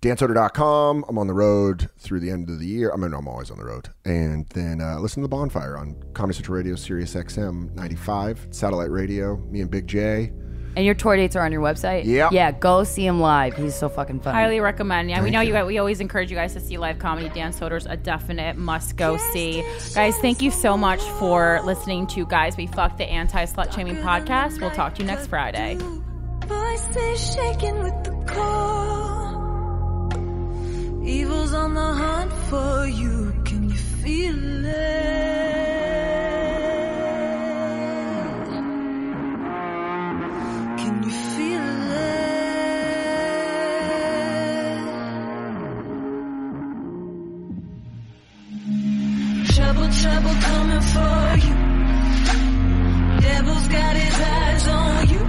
Speaker 5: danceoder.com. I'm on the road through the end of the year. I mean, I'm always on the road. And then uh, listen to the Bonfire on Comedy Central Radio, Sirius XM 95, satellite radio. Me and Big J.
Speaker 2: and your tour dates are on your website.
Speaker 5: Yeah.
Speaker 2: Yeah. Go see him live. He's so fucking funny.
Speaker 1: Highly recommend. Yeah, we know you. guys- We always encourage you guys to see live comedy. Dan Soder's a definite must go see. Guys, thank you so much for listening to Guys We Fuck the Anti Slut Shaming Podcast. We'll talk to you next Friday.
Speaker 11: Voices shaking with the call. Evil's on the hunt for you. Can you feel it? Can you feel it? Trouble, trouble coming for you. Devil's got his eyes on you.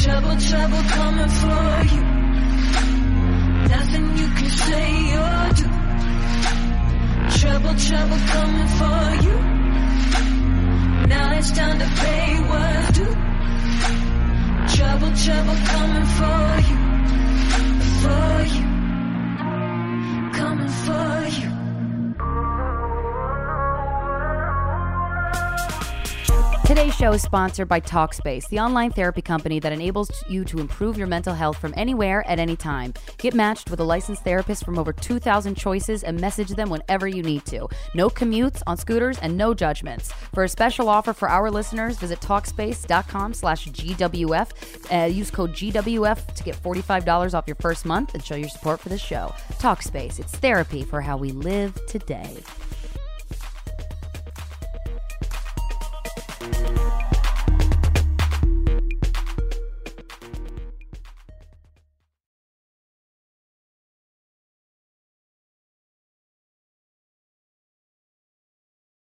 Speaker 11: Trouble, trouble coming for you. Nothing you can say or do. Trouble, trouble coming for you. Now it's time to pay what's due. Trouble, trouble coming for you. For you. Coming for you.
Speaker 2: Today's show is sponsored by Talkspace, the online therapy company that enables you to improve your mental health from anywhere at any time. Get matched with a licensed therapist from over 2,000 choices and message them whenever you need to. No commutes on scooters and no judgments. For a special offer for our listeners, visit Talkspace.com slash GWF. Uh, use code GWF to get $45 off your first month and show your support for the show. Talkspace, it's therapy for how we live today.